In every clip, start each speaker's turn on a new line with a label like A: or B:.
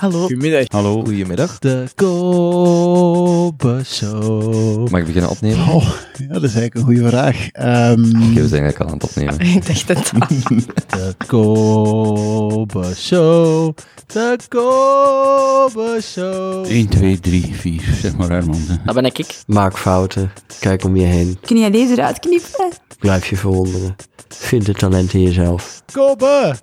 A: Hallo.
B: Goedemiddag.
C: Hallo,
B: Goedemiddag.
A: De Kobe Show.
C: mag ik beginnen opnemen? Oké,
D: Oh, ja, dat is eigenlijk een goede vraag. Ehm,
C: we zijn eigenlijk al aan het opnemen.
E: Ik dacht het al.
A: De Kobe Show. De Kobe Show.
D: 1, 2, 3, 4, zeg maar Herman. hè.
B: Dat ben ik. ik.
F: Maak fouten. Kijk om je heen.
E: Kun jij deze eruit knippen?
F: Blijf je verwonderen. Vind het talent in jezelf.
A: Kobe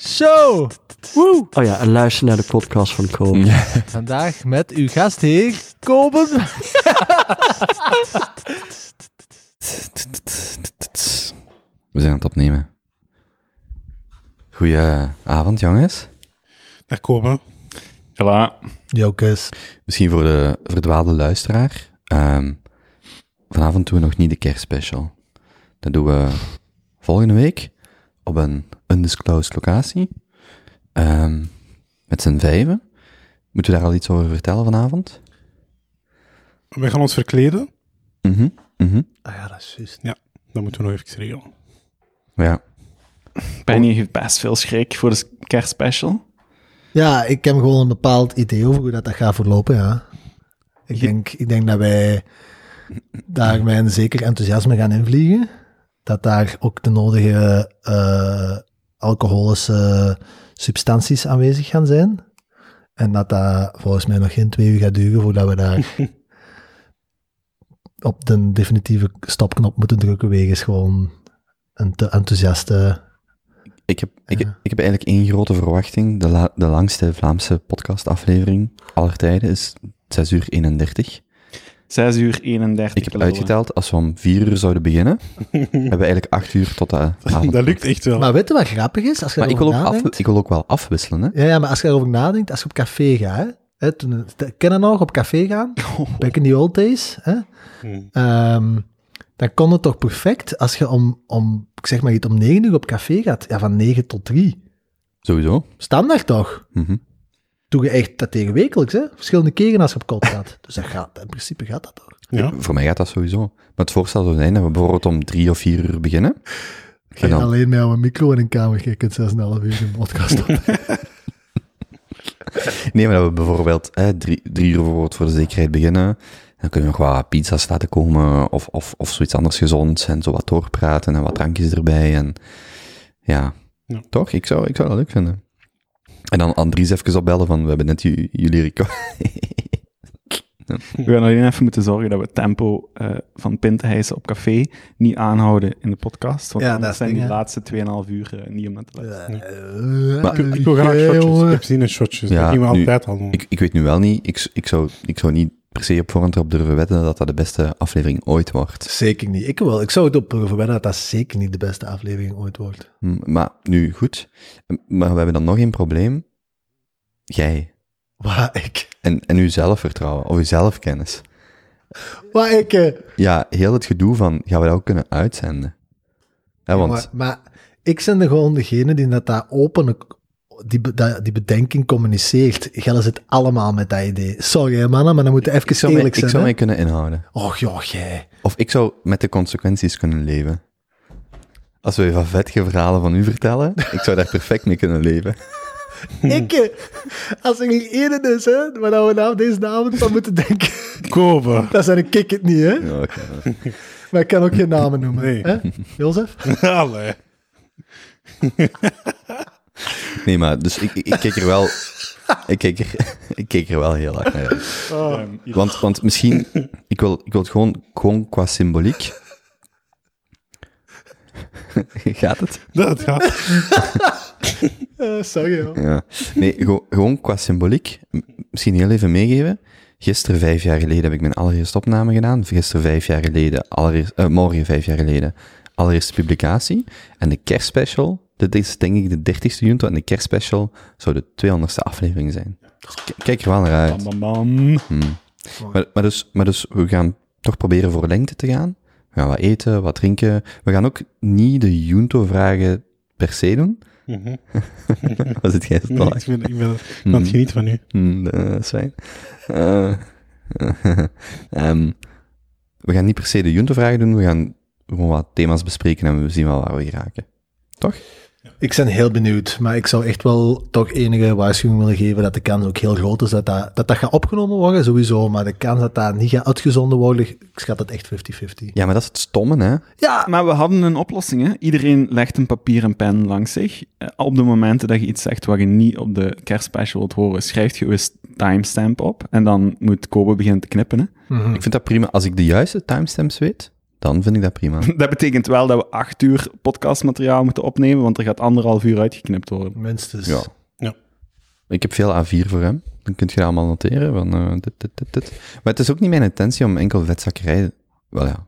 A: Show. Woe.
F: Oh ja, en luister naar de podcast van Cole.
A: Vandaag met uw gastheer Kobe.
C: We zijn aan het opnemen. Goeie eh, avond, jongens.
G: Daar komen.
B: Voilà.
A: Jokes.
C: Misschien voor de verdwaalde luisteraar. ehm, vanavond doen we nog niet de kerstspecial. Dat doen we volgende week op een undisclosed locatie. Ehm, met z'n vijven. Moeten we daar al iets over vertellen vanavond?
G: We gaan ons verkleden.
C: Mhm, mhm.
A: Ah ja, dat is juist.
G: Dat moeten we nog even regelen.
C: Ja. Oh.
B: Penny heeft best veel schrik voor de kerstspecial.
H: Ja, ik heb gewoon een bepaald idee over hoe dat, dat gaat verlopen, ja. Ik denk, ik denk dat wij daar met een zeker enthousiasme gaan invliegen. Dat daar ook de nodige eh, alcoholische substanties aanwezig gaan zijn. En dat dat volgens mij nog geen twee uur gaat duren voordat we daar op de definitieve stopknop moeten drukken wegens gewoon een te enthousiaste...
C: Ik heb, ik, heb- ik heb eigenlijk één grote verwachting. De, la- de langste Vlaamse podcastaflevering aller tijden is 6 uur 31.
B: 6 uur 31.
C: Ik heb
B: lullen.
C: uitgeteld, als we om 4 uur zouden beginnen, hebben we eigenlijk 8 uur tot de avond.
G: Dat lukt echt wel.
H: Maar weet je wat grappig is? Als je
C: Maar ik
H: erover
C: wil, ook af,
H: nadenkt?
C: ik wil ook wel afwisselen, hè?
H: Ja, ja, maar als je erover nadenkt, als je op café gaat, hè, hè, toen, eh, ken je dat nog, op café gaan, back in the old days, hè,
G: Hmm.
H: ehm, dan kon het toch perfect als je om, om ik zeg maar iets, om 9 uur op café gaat, ja, van 9 tot 3.
C: Sowieso.
H: Standaard toch?
C: Mhm.
H: Doe je echt dat tegen wekelijks, hè? Verschillende keren als je op kot gaat. Dus dat gaat, in principe gaat dat toch?
G: Ja.
C: Voor mij gaat dat sowieso. Maar het voorstel zou zijn dat we bijvoorbeeld om 3 of 4 uur beginnen. En
H: Geen
C: dan,
H: alleen met een micro in een kamer, je kunt 6,5 uur een podcast op. Eh,
C: nee, maar dat we bijvoorbeeld 3 uur bijvoorbeeld voor de zekerheid beginnen. Dan kunnen we nog wat pizza's laten komen of, of, of zoiets anders gezonds en zo wat doorpraten en wat drankjes erbij. En ja,
G: Ja.
C: toch? Ik zou, ik zou dat leuk vinden. En dan Andries even opbellen van, we hebben net ju- jullie record.
B: We gaan alleen even moeten zorgen dat we het tempo eh, van Pintenhijsen op café niet aanhouden in de podcast. Want
H: Ja,
B: anders
H: dat is
B: zijn
H: het
B: die
H: ding,
B: laatste 2,5 uur eh, niet om naar te luisteren.
C: Maar-
H: eh,
G: Ik, ik wil graag shotjes. Ik heb zin in shotjes.
C: Ja,
G: dat gingen we
C: nu-
G: altijd al doen.
C: Ik, ik weet nu wel niet, ik, ik, zou, ik zou niet per se op voorhand erop durven wetten dat dat de beste aflevering ooit wordt.
H: Zeker niet. Ik wel. Ik zou het op durven wedden dat dat zeker niet de beste aflevering ooit wordt.
C: Hm, Maar nu, goed. Maar we hebben dan nog een probleem. Jij.
H: Waar ik...
C: En, en uw zelfvertrouwen, of uw zelfkennis.
H: Waar ik... eh,
C: Ja, heel het gedoe van, gaan we dat ook kunnen uitzenden? Hè, want,
H: Maar, maar ik ben er gewoon degene die dat, dat open, die, be- dat- die bedenking communiceert. Gellen zit allemaal met dat idee. Sorry hè, mannen, maar dan moet je
C: ik
H: even
C: zou, mij,
H: eerlijk
C: ik
H: zijn.
C: zou
H: hè.
C: mij kunnen inhouden.
H: Och joh, jij.
C: Of ik zou met de consequenties kunnen leven. Als we van vetge verhalen van u vertellen, ik zou daar perfect mee kunnen leven.
H: Ik, eh, als er hier één is, hè, waar dat we nou deze avond aan moeten denken,
G: Kopen.
H: dan zijn ik het niet, hè.
C: Ja, oké.
H: Maar ik kan ook geen namen noemen.
G: Nee.
H: Hè? Jozef?
G: Allee.
C: Nee, maar dus ik, ik, ik keek er wel. Ik keek er, ik keek er wel heel hard naar uit.
B: Ehm, hier-
C: Want, want misschien. Ik wil, ik wil het gewoon, gewoon qua symboliek. Gaat het?
G: Dat gaat.
H: Eh, sorry, joh.
C: Ja. Nee, gewoon, gewoon qua symboliek. m- Misschien heel even meegeven. Gisteren, vijf jaar geleden, heb ik mijn allereerste opname gedaan. Gisteren, vijf jaar geleden. Allereerst, eh, morgen, vijf jaar geleden. Allereerste publicatie. En de kerstspecial. Dit is denk ik de 30ste junto. En de kerstspecial zou de 200ste aflevering zijn. Dus k- kijk er wel naar uit.
B: Bam, bam, bam.
C: Hmm. Maar, maar, dus, maar dus, we gaan toch proberen voor lengte te gaan. We gaan wat eten, wat drinken. We gaan ook niet de Junto-vragen per se doen.
G: Mhm.
C: Was het jij zo te
G: Nee,
C: lachen?
G: ik ben, ik ben aan het genieten van u.
C: Hmm, eh, dat is fijn. Eh, ehm, we gaan niet per se de Junto-vragen doen. We gaan gewoon wat thema's bespreken en we zien wel waar we geraken. Toch?
H: Ik ben heel benieuwd, maar ik zou echt wel toch enige waarschuwing willen geven dat de kans ook heel groot is dat dat, dat, dat gaat opgenomen worden, sowieso. Maar de kans dat dat niet gaat uitgezonden worden, ik schat dat echt 50-50.
C: Ja, maar dat is het stomme, hè?
H: Ja,
B: Maar we hadden een oplossing, hè? Iedereen legt een papier en pen langs zich. Eh, op de momenten dat je iets zegt wat je niet op de kerstspecial wilt horen, schrijft je een timestamp op. En dan moet Kobe beginnen te knippen, hè?
C: Ik vind dat prima. Als ik de juiste timestamps weet, dan vind ik dat prima.
B: Dat betekent wel dat we acht uur podcastmateriaal moeten opnemen, want er gaat anderhalf uur uitgeknipt worden.
H: minstens.
C: Ja.
G: Ja.
C: Ik heb veel A4 voor hem. Dan kun je dat allemaal noteren. Van, eh, dit, dit, dit, dit. Maar het is ook niet mijn intentie om enkel vetzakkerij... Wel ja,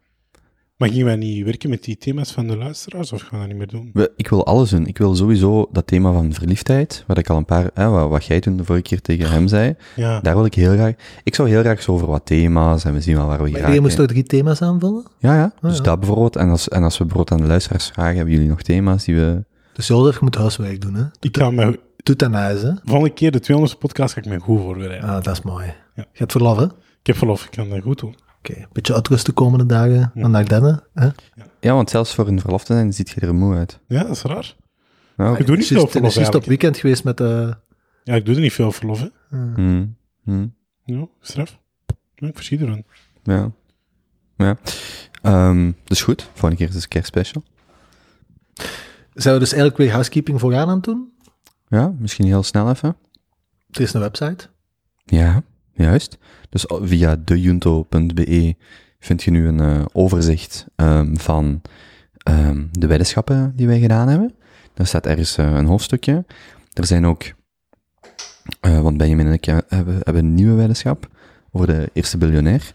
G: Maar gingen wij niet werken met die thema's van de luisteraars, of gaan we dat niet meer doen?
C: We- Ik wil alles doen. Ik wil sowieso dat thema van verliefdheid, wat ik al een paar, hè, wat, wat jij toen de vorige keer tegen hem zei,
G: Ja.
C: daar wil ik heel graag. Ik zou heel graag zo over wat thema's en we zien wel waar we
H: Maar
C: geraken.
H: iedereen moest toch drie thema's aanvullen?
C: Ja,
G: Ah,
C: ja. Dus
H: ja.
C: dat bijvoorbeeld. En als, en als we brood aan de luisteraars vragen, hebben jullie nog thema's die we.
H: Dus Jozef moet huiswerk doen, hè?
G: Ik ga me,
H: Doet dat na eens, hè?
G: volgende keer de 200ste podcast ga ik me goed voorbereiden.
H: Ah, dat is mooi.
G: Ja.
H: Je hebt verlof, hè? Oké,
G: Ik heb verlof, ik kan dat goed doen.
H: beetje uitrust de komende dagen vandaag dennen, hè?
C: Ja, want zelfs voor een verlof te zijn, ziet je er moe uit.
G: Ja, dat is raar.
C: Nou,
G: Ik doe niet
H: Het is
G: veel
H: juist- Het is
G: verlof
H: juist op
G: eigenlijk.
H: weekend geweest met eh, de...
G: Ja, ik doe er niet veel verlof, hè.
C: hmm, hmm,
G: Ja, straf. Ja, ik verschiet ervan.
C: ja. Ja. Ehm, dus goed, volgende keer is het een kerstspecial.
H: Zijn we dus eigenlijk weer housekeeping vooraan aan het doen?
C: Ja, misschien heel snel even.
H: Er is een website.
C: Ja, juist. Dus o- via dejunto.be vind je nu een eh, overzicht ehm, van ehm, de weddenschappen die wij gedaan hebben. Daar staat ergens eh, een hoofdstukje. Er zijn ook, eh, want Benjamin en ik eh, hebben, hebben een nieuwe weddenschap over de eerste biljonair.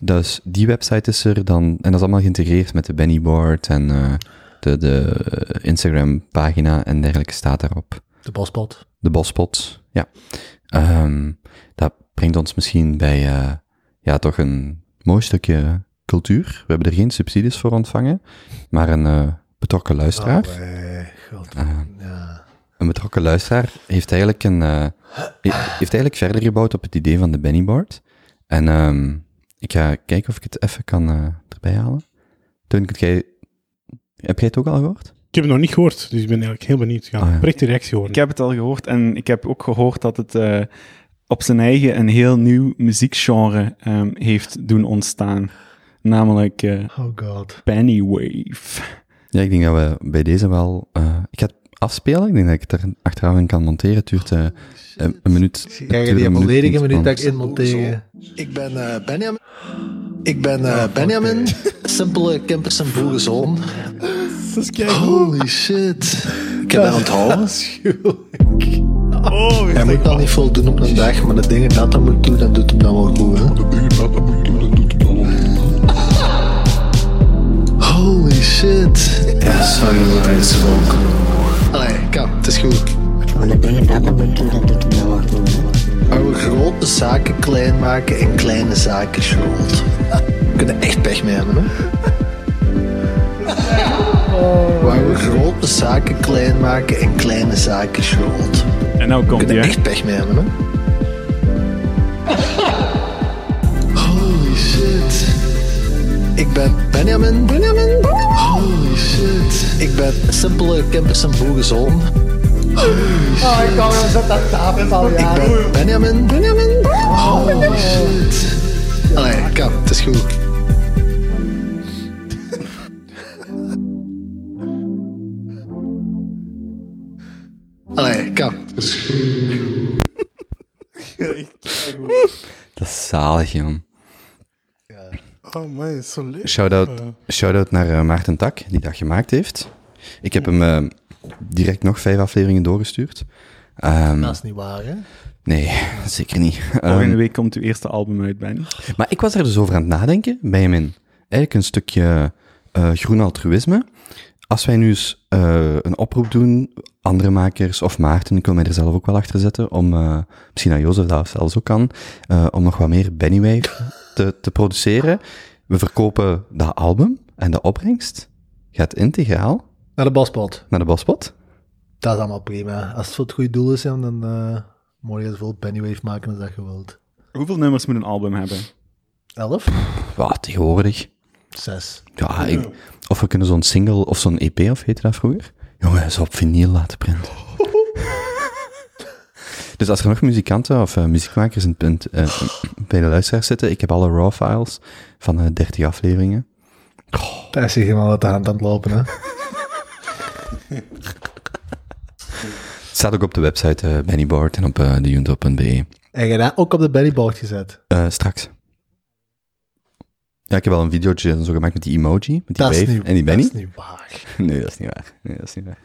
C: Dus die website is er dan, en dat is allemaal geïntegreerd met de Bennyboard en eh, de, de eh, Instagram-pagina en dergelijke staat daarop
H: De bospot.
C: de bospot. Ja. Ehm, dat brengt ons misschien bij eh, ja, toch een mooi stukje cultuur. We hebben er geen subsidies voor ontvangen, maar een eh, betrokken luisteraar.
H: Allee, Oh, god.
C: Eh,
H: Ja.
C: een betrokken luisteraar heeft eigenlijk, een, eh, he- heeft eigenlijk verder gebouwd op het idee van de Bennyboard. En ehm, ik ga kijken of ik het even kan eh, erbij halen. Toen, jij, heb jij het ook al gehoord?
G: Ik heb het nog niet gehoord, dus ik ben eigenlijk heel benieuwd. Ja,
C: Ah, ja.
G: Direct de reactie horen.
B: Ik heb het al gehoord en ik heb ook gehoord dat het eh, op zijn eigen een heel nieuw muziekgenre ehm, heeft doen ontstaan. Namelijk eh
H: Oh god.
B: Pennywave.
C: Ja, ik denk dat we bij deze wel... eh, ik ga het afspelen, ik denk dat ik het er achteraf in kan monteren. Het duurt... eh, Een, een minuut.
H: Ik Oh, krijg je die volledige minuut dat ik in moet tegen. Ik ben eh, Benjamin. Ik ben eh, Benjamin. Simpele Kempers en boerenzoon. Holy shit. Ik heb dat onthouden. Hij moet dat niet voldoen op een dag, maar de dingen dat hij moet doen, dat doet hem dan wel goed. Hè? Holy shit. Ja, sorry voor het zwolk. Allee, kan, het is goed. Oude grote zaken klein maken en kleine zaken groot. We kunnen echt pech mee hebben, hè? Waar we grote zaken klein maken en kleine zaken groot.
B: En nou
H: We
B: komt hij.
H: kunnen
B: hè.
H: echt pech mee hebben, hè? Holy shit. Ik ben Benjamin. Benjamin. Holy shit. Ik ben simpele Kempers en boerenzoon. Oh, ik kan wel op dat tafel ja. Ik ben Benjamin. Benjamin. Holy shit. Allee, kan, het is goed. Allee, kan.
C: Dat is zalig, jongen.
G: Oh man, is zo leuk.
C: Shout-out shout naar eh, Maarten Tak, die dat gemaakt heeft. Ik heb hem eh, direct nog vijf afleveringen doorgestuurd. Ehm,
H: is niet waar, hè?
C: nee, zeker niet.
B: Volgende
C: Ehm,
B: week komt uw eerste album uit, Ben.
C: maar ik was er dus over aan het nadenken, bij hem in. Eigenlijk een stukje eh, groen altruïsme. Als wij nu eens eh, een oproep doen, andere makers of Maarten, ik wil mij er zelf ook wel achter zetten, om, eh, misschien aan Jozef dat zelfs ook kan, eh, om nog wat meer Bennywave te, te produceren. We verkopen dat album en de opbrengst gaat integraal
H: Naar de baspot.
C: naar de Bospot.
H: Dat is allemaal prima. Als het voor het goede doel is, ja, dan eh moet je zoveel pennywave maken als dat je wilt.
B: Hoeveel nummers moet een album hebben?
H: Elf?
C: Wat, tegenwoordig.
H: Zes.
C: Ja, ik- E of we kunnen zo'n single of zo'n EP, of heette dat vroeger? Jongen, dat is op vinyl laten printen. dus als er nog muzikanten of eh, muziekmakers in, het punt eh, bij de luisteraars zitten, ik heb alle raw files van eh, 30 afleveringen.
H: Daar is hier helemaal uit de hand aan het lopen, hè.
C: Het staat ook op de website eh Bennyboard en op eh thejunto.be.
H: En je hebt dat ook op de bellyboard gezet.
C: Eh, straks. Ja, ik heb al een videootje en zo gemaakt met die emoji, met die
H: Dat is
C: wave
H: niet,
C: en die Benny.
H: dat is niet waar.
C: Nee, dat is niet waar. Nee, dat is niet waar.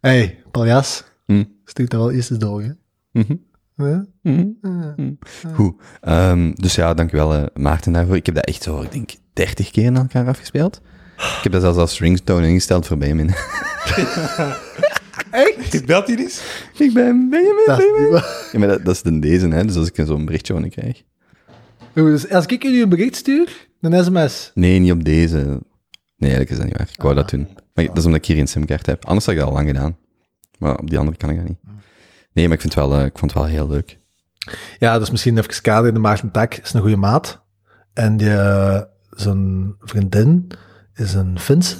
H: Hé, hey, Paljas,
C: Hm.
H: stuur dat wel eerst eens door, hè.
C: Mhm.
H: Huh?
C: Mhm.
H: Huh. Ah.
C: Goed. Ehm, dus ja, dankjewel eh, Maarten daarvoor. Ik heb dat echt zo, ik denk, 30 keer na elkaar afgespeeld. Ik heb dat zelfs als ringtone ingesteld voor Benjamin.
G: Echt? Belt hij eens?
C: ik ben Benjamin,
H: Dat is niet waar.
C: Ja, maar dat, dat is dan deze, hè? Dus als ik zo'n berichtje van je krijg.
H: Goed, dus als ik jullie een bericht stuur, een sms.
C: Nee, niet op deze. Nee, eigenlijk is dat niet waar. Ik wou dat doen. Maar dat is omdat ik hier een simkaart heb. Anders had ik dat al lang gedaan. Maar op die andere kan ik dat niet. Nee, maar ik, vind het wel, eh, ik vond het wel heel leuk.
H: Ja, dus misschien even kader in de Maarten Tak is een goede maat. En die, eh, zijn vriendin is een Finse.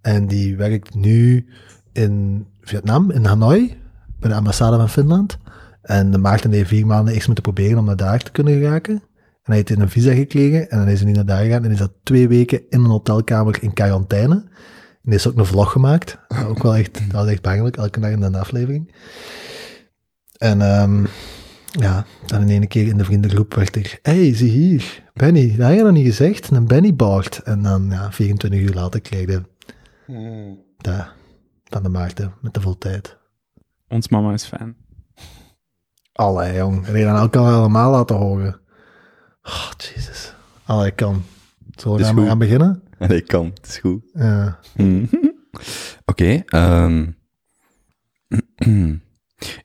H: En die werkt nu in Vietnam, in Hanoi, bij de ambassade van Finland. En de Maarten heeft vier maanden eerst moeten proberen om naar daar te kunnen geraken. En hij heeft in een visa gekregen en dan is hij niet naar daar gegaan. En is dat twee weken in een hotelkamer in quarantaine. En hij is ook een vlog gemaakt. Dat Ook wel echt, dat was echt bangelijk, elke dag in een aflevering. En ehm, ja, dan in ene keer in de vriendengroep werd er... hey, zie hier, Benny, dat had je nog niet gezegd, een Benny board. En dan, ja, 24 uur later kreeg hij
G: Hmm,
H: dat van de Maarten, met de voltijd.
B: Ons mama is fan.
H: Allee, jong. En je dan ook al helemaal laten horen. Oh, jezus. Allee, kan. Zullen we
C: Is
H: daar maar
C: goed.
H: aan beginnen?
C: En ik kan, het is goed.
H: Ja.
C: Hmm. Oké, ehm,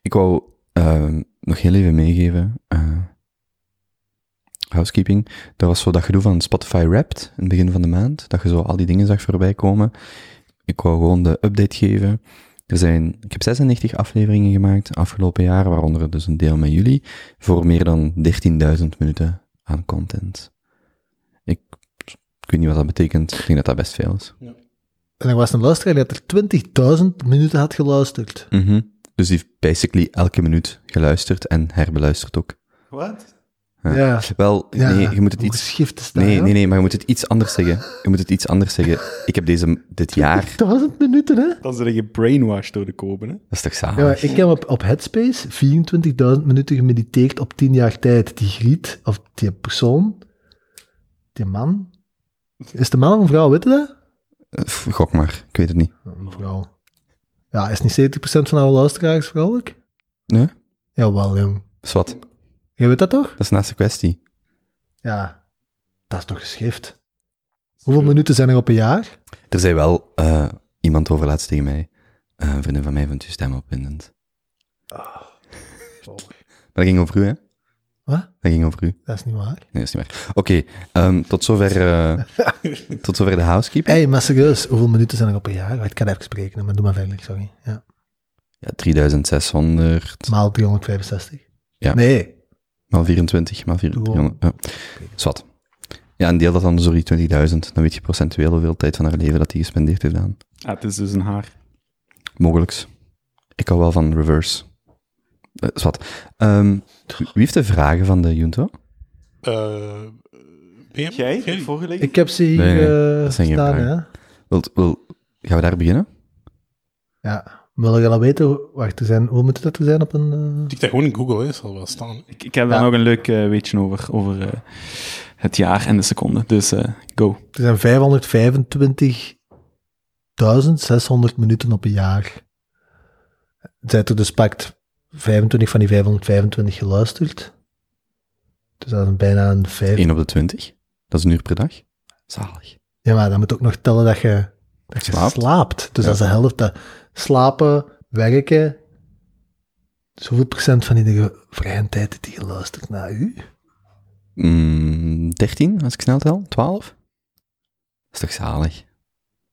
C: ik wou ehm, nog heel even meegeven. eh, housekeeping. Dat was zo dat gedoe van Spotify Wrapped in het begin van de maand. Dat je zo al die dingen zag voorbij komen. Ik wou gewoon de update geven. Er zijn, ik heb 96 afleveringen gemaakt afgelopen jaar, waaronder dus een deel met jullie, voor meer dan 13.000 minuten aan content. Ik, ik weet niet wat dat betekent. Ik denk dat dat best veel is.
H: En er was een luisteraar die had er 20.000 minuten had geluisterd.
C: Mhm. Dus die heeft basically elke minuut geluisterd en herbeluisterd ook.
G: Wat?
C: Ja.
H: Ja.
C: Wel,
H: ja.
C: nee, je moet het
H: Hoe
C: iets...
H: geschift is dat,
C: Nee,
H: joh?
C: nee, nee, maar je moet het iets anders zeggen. Je moet het iets anders zeggen. Ik heb deze, dit jaar...
H: 20.000 minuten, hè?
B: Dan zit je brainwashed door de kopen, hè?
C: Dat is toch
H: Ja, maar
C: zalig?
H: ik heb op, op Headspace 24.000 minuten gemediteerd op 10 jaar tijd. Die griet, of die persoon, die man. Is de man of een vrouw, weet je dat?
C: Pff, Gok maar, ik weet het niet.
H: Een vrouw. Ja, is niet 70% van alle luisteraars vrouwelijk?
C: Nee?
H: Jawel, jong.
C: Zwat,
H: Jij weet dat toch?
C: dat is naast de kwestie.
H: Ja. Dat is toch geschift? Hoeveel minuten zijn er op een jaar?
C: Er zei wel eh, iemand over laatst tegen mij, eh, een vriendin van mij vond je stem opwindend.
H: Ah,
C: Maar dat ging over u, hè?
H: Wat?
C: Dat ging over u.
H: Dat is niet waar.
C: Nee, dat is niet waar. Oké, ehm, tot, zover, eh, tot zover de housekeeping.
H: Hé, hey, maar serieus, hoeveel minuten zijn er op een jaar? Wacht, Ik kan even spreken, maar doe maar verder, sorry. Ja.
C: Ja, 3600
H: Maal 365.
C: Ja.
H: Nee.
C: maal 24 maal 24. Ja. Zwat. Ja, en deel dat dan door die 20.000. Dan weet je procentueel hoeveel tijd van haar leven dat hij gespendeerd heeft aan.
B: Ah, het is dus een haar.
C: Mogelijks. Ik hou wel van reverse. Eh, zwat. Ehm, wie heeft de vragen van de Junto?
G: Eh ben
B: Jij?
H: Ik heb ze hier
C: Nee, nee,
H: eh,
C: dat zijn geen
H: staan, hè.
C: vragen. Wilt, wil, gaan we daar beginnen?
H: Ja. Wil je al weten, hoe- wacht, er zijn, hoe moet dat er zijn op een... eh,
G: Ik dat gewoon in Google, hè. zal wel staan.
B: Ik, ik heb daar
H: Ja.
B: nog een leuk eh, weetje over, over eh, het jaar en de seconde. Dus eh, go.
H: Er zijn 525.600 minuten op een jaar. Zij er dus pakt 25 van die 525 geluisterd. Dus dat is bijna een 5.
C: 1 op de 20. Dat is een uur per dag. Zalig.
H: Ja, maar dan moet ook nog tellen dat je, dat je slaapt.
C: Slaapt.
H: Dus
C: Ja.
H: dat is de helft. Dat slapen, werken. Dus hoeveel procent van iedere vrije tijd heeft die geluisterd naar u?
C: Mm, 13, als ik snel tel. 12? Dat is toch zalig?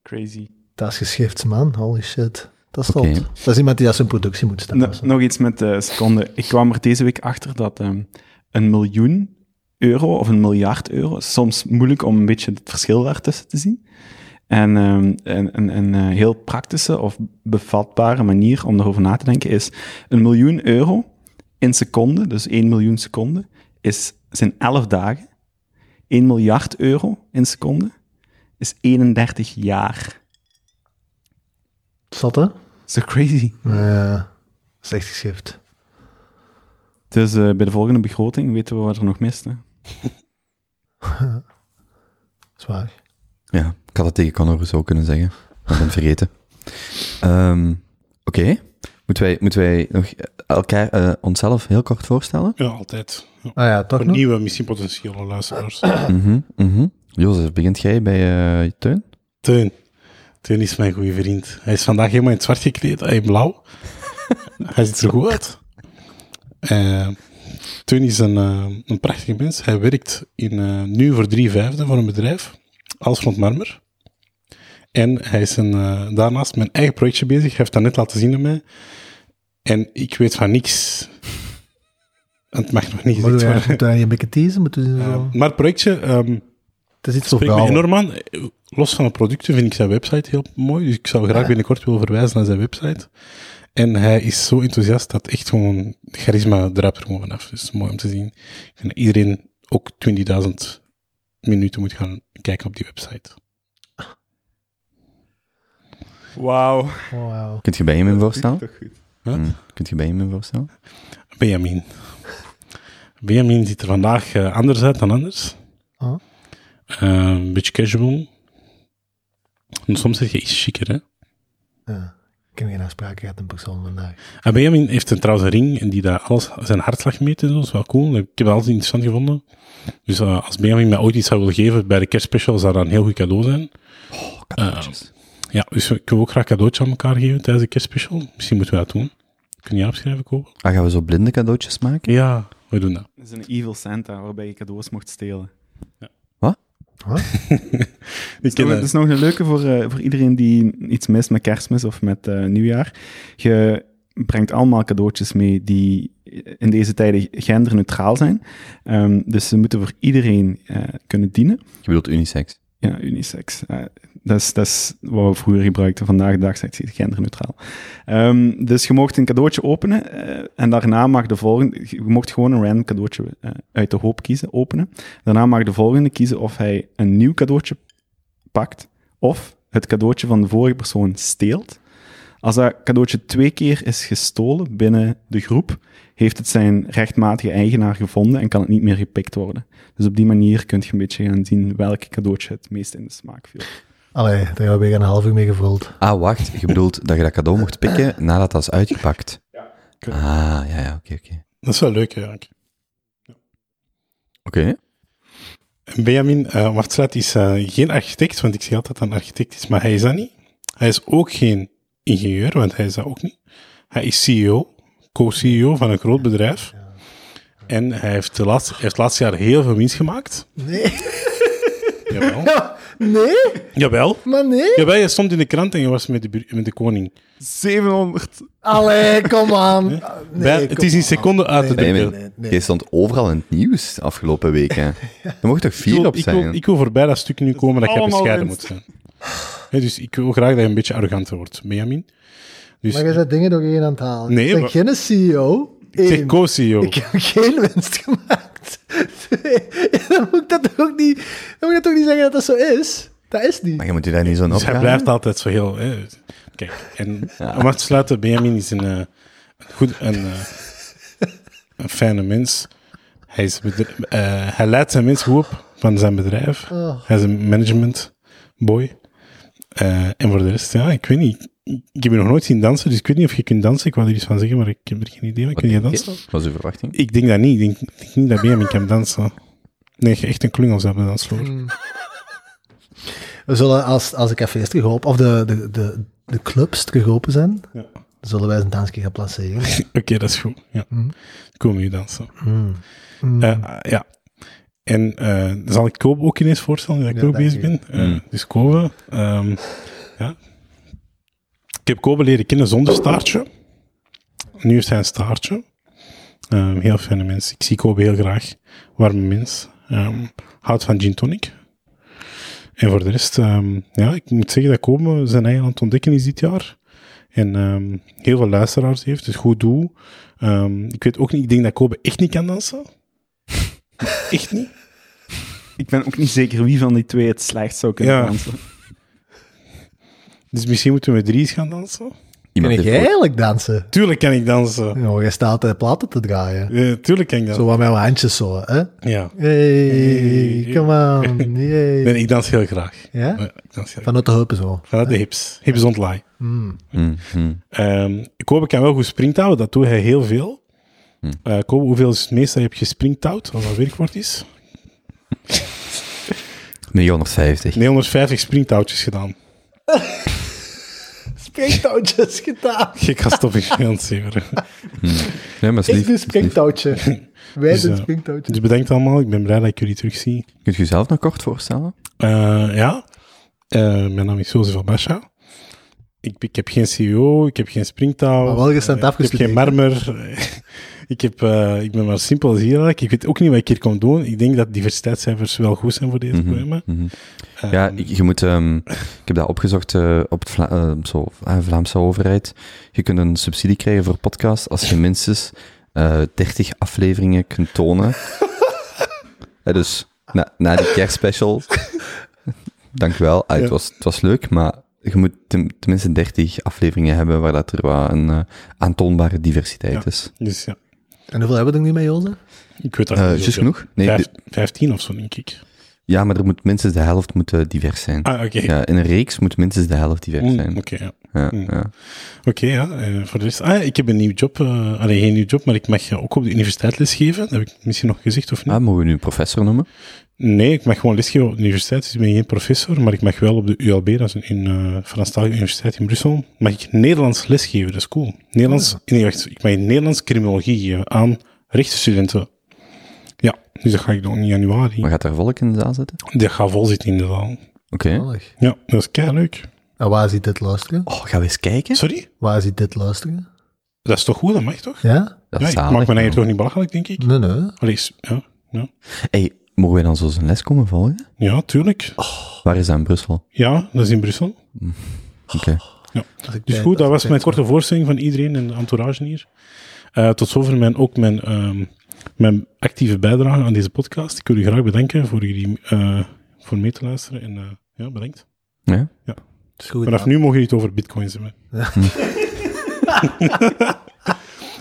B: Crazy.
H: Dat is geschift, man. Holy shit. Dat is
C: Oké.
H: zot. Dat is iemand die als zijn productie moet staan.
B: No- nog iets met de seconde. Ik kwam er deze week achter dat ehm, een miljoen euro of een miljard euro, soms moeilijk om een beetje het verschil daartussen te zien. En ehm, een, een, een eh, heel praktische of bevatbare manier om daarover na te denken is een miljoen euro in seconden, dus 1 miljoen seconden, is, zijn 11 dagen. 1 miljard euro in seconden is 31 jaar.
H: Zat, hè? Eh,
B: Is dat crazy?
H: Ja, slecht geschift.
B: Dus eh, bij de volgende begroting weten we wat er nog mist. Hè?
H: Zwaar.
C: Ja, ik had het tegen Connor zo kunnen zeggen. Maar ik ben het vergeten. Ehm, Oké. Moeten, wij, moeten wij nog elkaar, eh, onszelf heel kort voorstellen?
G: Ja, altijd. Ja.
H: Ah ja, toch
G: Voor
H: nog?
G: nieuwe, misschien potentiële luisteraars.
C: Mhm, mhm. Jozef, begint jij bij eh, Teun?
G: Teun. Teun is mijn goede vriend. Hij is vandaag helemaal in het zwart gekleed, hij blauw. hij ziet er goed uit. Eh, Teun is een, eh, een prachtige mens. Hij werkt in, eh, nu voor drie vijfde voor een bedrijf, als frontmarmer. En hij is een, eh, daarnaast mijn eigen projectje bezig. Hij heeft dat net laten zien aan mij. En ik weet van niks. Het mag nog niet
H: Moeten
G: gezegd
H: we
G: worden.
H: eigenlijk- moeten we hier een beetje teasen? Moeten we
G: Eh,
H: zo...
G: maar het projectje, ehm,
H: het is iets voor
G: spreekt me
H: vrouwen.
G: enorm aan. Los van de producten vind ik zijn website heel mooi. Dus ik zou graag binnenkort willen verwijzen naar zijn website. En hij is zo enthousiast dat echt gewoon charisma druipt er gewoon vanaf. Dus mooi om te zien. Ik vind dat iedereen ook 20.000 minuten moet gaan kijken op die website.
B: Wauw.
H: Oh, Wauw.
C: Kunt je bij hem in voorstellen?
G: Huh?
C: Hm, Kunt je bij hem in voorstellen?
G: Benjamin. Benjamin ziet er vandaag eh, anders uit dan anders.
H: Ah.
G: Eh, een beetje casual. En soms zeg je iets chiquer, hè?
H: Ja. Ik heb geen afspraken gehad in persoon vandaag.
G: Ah, Benjamin heeft een, trouwens een ring en die daar alles, zijn hartslag meet en zo. Dat is wel cool. Ik heb dat altijd interessant gevonden. Dus eh, als Benjamin mij ooit iets zou willen geven bij de kerstspecial, zou dat een heel goed cadeau zijn. Ja, dus ik wil ook graag cadeautjes aan elkaar geven tijdens de kerstspecial. Misschien moeten we dat doen. Kun je afschrijven, Koop?
C: Ah, gaan we zo blinde cadeautjes maken?
G: Ja, we doen dat.
B: Dat is een evil Santa waarbij je cadeaus mocht stelen.
G: Ik ken
B: Dat is, nog, dat
G: dat.
B: is nog een leuke voor, eh, voor iedereen die iets mist met kerstmis of met eh, nieuwjaar. Je brengt allemaal cadeautjes mee die eh, in deze tijden genderneutraal zijn. Ehm, dus ze moeten voor iedereen eh, kunnen dienen.
C: Je bedoelt unisex.
B: Ja, unisex. Eh, dat, is, dat is wat we vroeger gebruikten. Vandaag de dag zegt ze genderneutraal. Ehm, dus je mocht een cadeautje openen eh, en daarna mag de volgende... Je mocht gewoon een random cadeautje eh, uit de hoop kiezen, openen. Daarna mag de volgende kiezen of hij een nieuw cadeautje pakt of het cadeautje van de vorige persoon steelt. Als dat cadeautje twee keer is gestolen binnen de groep, heeft het zijn rechtmatige eigenaar gevonden en kan het niet meer gepikt worden. Dus op die manier kun je een beetje gaan zien welk cadeautje het meest in de smaak viel.
H: Allee, daar hebben we weer een half uur mee gevuld.
C: Ah, wacht. Je bedoelt dat je dat cadeau mocht pikken nadat dat is uitgepakt.
G: Oké.
C: Ah, ja, ja, oké, oké.
G: Dat is wel leuk, ja.
C: Oké.
G: En Benjamin eh Martslaat is eh, geen architect, want ik zie altijd dat hij een architect is, maar hij is dat niet. Hij is ook geen ingenieur, want hij is dat ook niet. Hij is E CEO, co-CEO E van een groot bedrijf. En hij heeft de laatste, hij heeft het laatste jaar heel veel winst gemaakt.
H: Nee.
G: Jawel.
H: Nee?
G: Jawel.
H: Maar nee?
G: Jawel, je stond in de krant en je was met de, bur- met de koning.
B: 700!
H: Allee, kom aan. Nee,
G: Bij- het
H: kom
G: is in
H: aan.
G: seconden uit te
C: Nee,
G: drukken.
C: maar- Jij stond overal in het nieuws de afgelopen weken. Er mocht toch
G: Ik
C: vier
G: wil-
C: op
G: ik wil,
C: zijn?
G: ik wil voorbij dat stuk nu komen dat je
B: allemaal
G: bescheiden moet
B: winst.
G: zijn. Hè, dus ik wil graag dat je een beetje arroganter wordt, Benjamin. Dus,
H: Maar je bent dingen door één aan het halen.
G: Nee,
H: ik ben
G: maar-
H: geen CEO.
G: ik zeg
H: Eén.
G: co-CEO.
H: Ik heb geen winst gemaakt. Twee. Dan moet ik dat toch ook niet, dan moet ik dat toch niet zeggen dat dat zo is. Dat is niet.
C: Maar je moet je daar niet zo op
G: Dus hij blijft altijd zo heel. Hè. Kijk, en om af te sluiten, Benjamin is een, eh, een goed, een, eh, een fijne mens. Hij, is bedr- eh, hij leidt zijn mensen goed op van zijn bedrijf.
H: Oh.
G: Hij is een management boy. Eh, en voor de rest, ja, ik weet niet. Ik heb je nog nooit zien dansen, dus ik weet niet of je kunt dansen. Ik wou er iets van zeggen, maar ik heb er geen idee van. Kun je dansen?
C: was uw verwachting?
G: Ik denk dat niet. Ik denk, ik denk niet dat Benjamin kan dansen. Nee, je echt een klungel zou hebben dansvloer.
H: We zullen als, als de cafés terug open, of de, de, de, de clubs terug open zijn,
G: Ja.
H: zullen wij eens een dansje gaan placeren.
G: Oké, dat is goed. Ja.
H: Mhm.
G: Kom je dansen.
H: Mm.
G: Eh, ja. En eh, zal ik Kobe ook ineens voorstellen, dat ik
H: Ja,
G: ook
H: dank
G: bezig
H: je.
G: ben? Eh, Dus Kobe, ehm, ja. Ik heb Kobe leren kennen zonder staartje. Nu heeft hij een staartje. Ehm, heel fijne mens. Ik zie Kobe heel graag. Warme mens. Ehm, houdt van gin tonic. En voor de rest, ehm, ja, ik moet zeggen dat Komen zijn eigen aan het ontdekken is dit jaar. En ehm, heel veel luisteraars heeft, dus goed doel. Ehm, ik weet ook niet, ik denk dat Kobe echt niet kan dansen. echt niet.
B: Ik ben ook niet zeker wie van die twee het slechtst zou kunnen
G: Ja.
B: dansen.
G: Dus misschien moeten we met drie's gaan dansen.
C: Iemand
H: Kan jij
C: heeft ooit-
H: eigenlijk dansen?
G: Tuurlijk kan ik dansen.
H: Nou, je staat de platen te draaien.
G: Eh, tuurlijk kan ik
H: Zo
G: dansen.
H: wat met mijn handjes zo, hè?
G: Ja.
H: Hey, come on. Yay.
G: Nee, ik dans heel graag.
H: Ja?
G: Ja, ik dans heel graag.
H: Vanuit de heupen zo.
G: Vanuit de hips. Hips don't lie.
H: Hmm.
C: Hmm, hmm.
G: Ehm Kobe kan wel goed springtouwen, dat doet hij heel veel.
C: Hm.
G: Eh, Kobe, hoeveel is het meest dat je hebt gespringtouwd, wat dat werkwoord is?
C: 950.
G: 950 springtouwtjes gedaan.
H: Springtouwtjes gedaan.
G: Je kan stoppen in Nederland, zeker.
C: Nee, maar is
H: Ik
C: lief.
H: doe springtouwtje. Wij
G: Dus,
H: doen
G: eh,
H: springtouwtje.
G: Dus bedankt allemaal, ik ben blij dat ik jullie terugzie.
C: Kunt u jezelf nog kort voorstellen?
G: Eh, ja, Eh, mijn naam is Jozef Abasha. Ik, ik heb geen CEO, ik heb geen springtouw.
H: Maar wel recent
G: Eh, Ik heb
H: afgestudeerd.
G: geen marmer. ik, heb, eh, ik ben maar simpel als hier. eigenlijk. Ik weet ook niet wat ik hier kom doen. Ik denk dat diversiteitscijfers wel goed zijn voor deze
C: Mhm,
G: programma.
C: mhm. Ja,
G: Ehm,
C: je moet, ehm, ik heb dat opgezocht eh, op de Vla- eh, zo, eh, Vlaamse overheid. Je kunt een subsidie krijgen voor podcast als je minstens eh 30 afleveringen kunt tonen. Eh, dus na, na die kerstspecial, dank u wel. Ah, het,
G: Ja.
C: was, het was leuk, maar je moet ten- tenminste 30 afleveringen hebben waar dat er wat een eh, aantoonbare diversiteit
G: Ja.
C: is.
G: Dus ja,
H: En hoeveel hebben we er nu mee, Jozef?
G: ik weet dat
C: Eh
G: niet
C: juist
G: zoveel.
C: genoeg? Nee,
G: Vijf-
C: de-
G: 15 of zo, denk ik.
C: ja, maar er moet minstens de helft moet, eh, divers zijn.
G: Ah, oké.
C: Ja, in een reeks moet minstens de helft divers
G: Mm,
C: zijn.
G: Oké, ja.
C: Ja,
G: Mm.
C: ja.
G: Oké, ja. eh, voor de rest. Ah, ik heb een nieuw job. eh alleen geen nieuw job, maar ik mag eh, ook op de universiteit lesgeven. Dat heb ik misschien nog gezegd of niet?
C: Ah, mogen we nu professor noemen?
G: Nee, ik mag gewoon lesgeven op de universiteit. Dus ik ben geen professor, maar ik mag wel op de ULB, dat is een in, eh Franstalige Universiteit in Brussel, mag ik Nederlands lesgeven. Dat is cool. Nederlands,
C: Ah.
G: nee, wacht, ik mag Nederlands criminologie geven aan rechtenstudenten. Ja, dus dat ga ik doen in januari.
C: Maar gaat daar volk in de zaal zitten?
G: Dat gaat vol zitten in de zaal.
C: Oké.
H: Zalig.
G: Ja, dat is kei leuk.
H: En waar ziet dit luisteren?
C: Oh, gaan we eens kijken?
G: Sorry?
H: Waar ziet dit luisteren?
G: Dat is toch goed, dat mag toch?
H: Ja?
C: Dat
G: Ja,
C: is
G: ik maak
C: zalig,
G: mijn eigen
C: man.
G: toch niet belachelijk, denk ik?
H: Nee, nee.
G: Allee, is- ja, ja.
C: hey, mogen wij dan zo zijn les komen volgen?
G: ja, tuurlijk.
C: Oh. Waar is dat in Brussel?
G: Ja, dat is in Brussel.
C: Oké.
H: Als ik
G: Dus
H: bij-
G: goed, dat
H: als
G: was
H: ik
G: mijn
H: bij-
G: korte voorstelling van iedereen in de entourage hier. Eh, tot zover mijn, ook mijn, ehm, mijn actieve bijdrage aan deze podcast. Ik wil u graag bedanken voor jullie eh, voor mee te luisteren. En eh, ja, bedankt.
C: Ja?
H: Het is goed,
G: Vanaf
H: ja.
G: nu mogen jullie het over bitcoins hebben.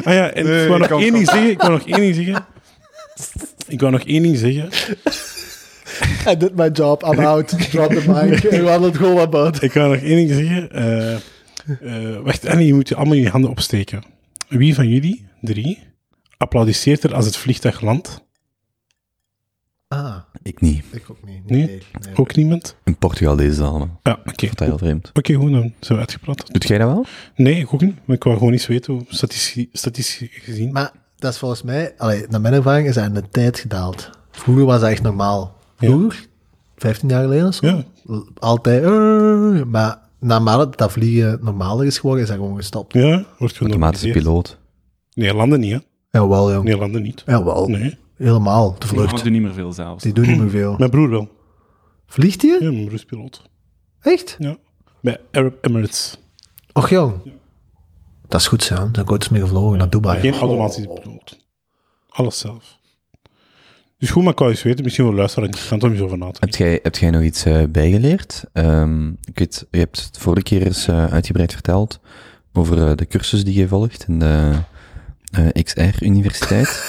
G: ah ja, en ik wou nog één ding zeggen. Ik wou nog één ding zeggen. Ik wou nog één ding zeggen.
H: I did my job, I'm out. Drop the mic. Ik had het gewoon about.
G: Ik kan nog één ding zeggen. Eh, eh, wacht, en je moet je allemaal je handen opsteken. Wie van jullie, drie, applaudisseert er als het vliegtuig landt?
H: Ah,
C: Ik niet.
H: ik ook niet.
G: Nee? Ook niemand?
C: In Portugal deze zaal. man.
G: Ja, oké.
C: Dat is heel
G: Oké,
C: vreemd.
G: goed, dan zijn we uitgepraat.
C: Doet jij dat wel?
G: Nee, ik ook niet. Maar ik wou gewoon iets weten, hoe statistisch, statistisch gezien.
H: Maar dat is volgens mij, allee, naar mijn ervaring is dat in de tijd gedaald. Vroeger was dat echt normaal.
G: Ja.
H: Vroeger, 15 jaar geleden of zo,
G: Ja.
H: l- altijd. eh, maar naarmate dat vliegen normaler is geworden, is dat gewoon gestopt.
G: Ja, wordt
C: Automatische
G: genormaliseerd.
C: piloot.
G: Nee, landen niet, hè.
H: Jawel, jong.
G: Nee, landen niet.
H: Jawel,
G: Nee,
H: helemaal. De
B: Ik
H: vlucht.
B: doe niet meer veel zelfs.
H: Die doen niet meer veel.
G: mijn broer wel.
H: Vliegt je?
G: Ja, mijn broer is piloot.
H: Echt?
G: Ja. Bij Arab Emirates.
H: Och, jong. Dat is goed, zo. Dan wordt eens mee gevlogen naar Dubai.
G: Geen automatisch piloot. Alles zelf. Dus goed, maar ik wou eens weten, misschien wel luisteren, interessant om eens over na te
C: Heb jij, heb jij nog iets eh, bijgeleerd? Ehm, ik weet, je hebt het vorige keer eens eh, uitgebreid verteld over eh, de cursus die je volgt in de eh, XR-universiteit.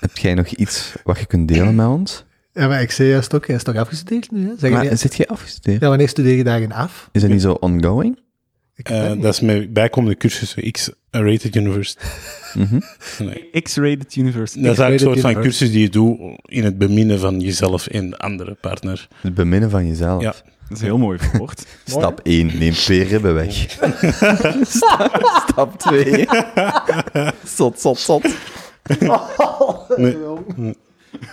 C: heb jij nog iets wat je kunt delen met ons?
H: Ja, maar ik zei, hij is toch, hij is toch afgestudeerd nu, hè? Zeg je
C: Maar
H: niet-
C: zit jij afgestudeerd?
H: Ja, wanneer studeer je daarin af?
C: Is dat niet zo ongoing?
H: Ik weet
G: Eh,
H: het niet.
G: dat is mijn bijkomende cursus, eh, X-rated university.
C: Mhm.
G: Nee.
B: X-rated University.
G: Dat is eigenlijk een soort
H: X-rated
G: van cursus die je doet in het beminnen van jezelf en de andere partner.
C: Het beminnen van jezelf.
G: Ja.
B: Dat is een heel mooi verwoord.
C: Stap 1, neem twee ribben weg. stap, stap 2. Zot, zot, zot.
H: Oh,
G: Nee.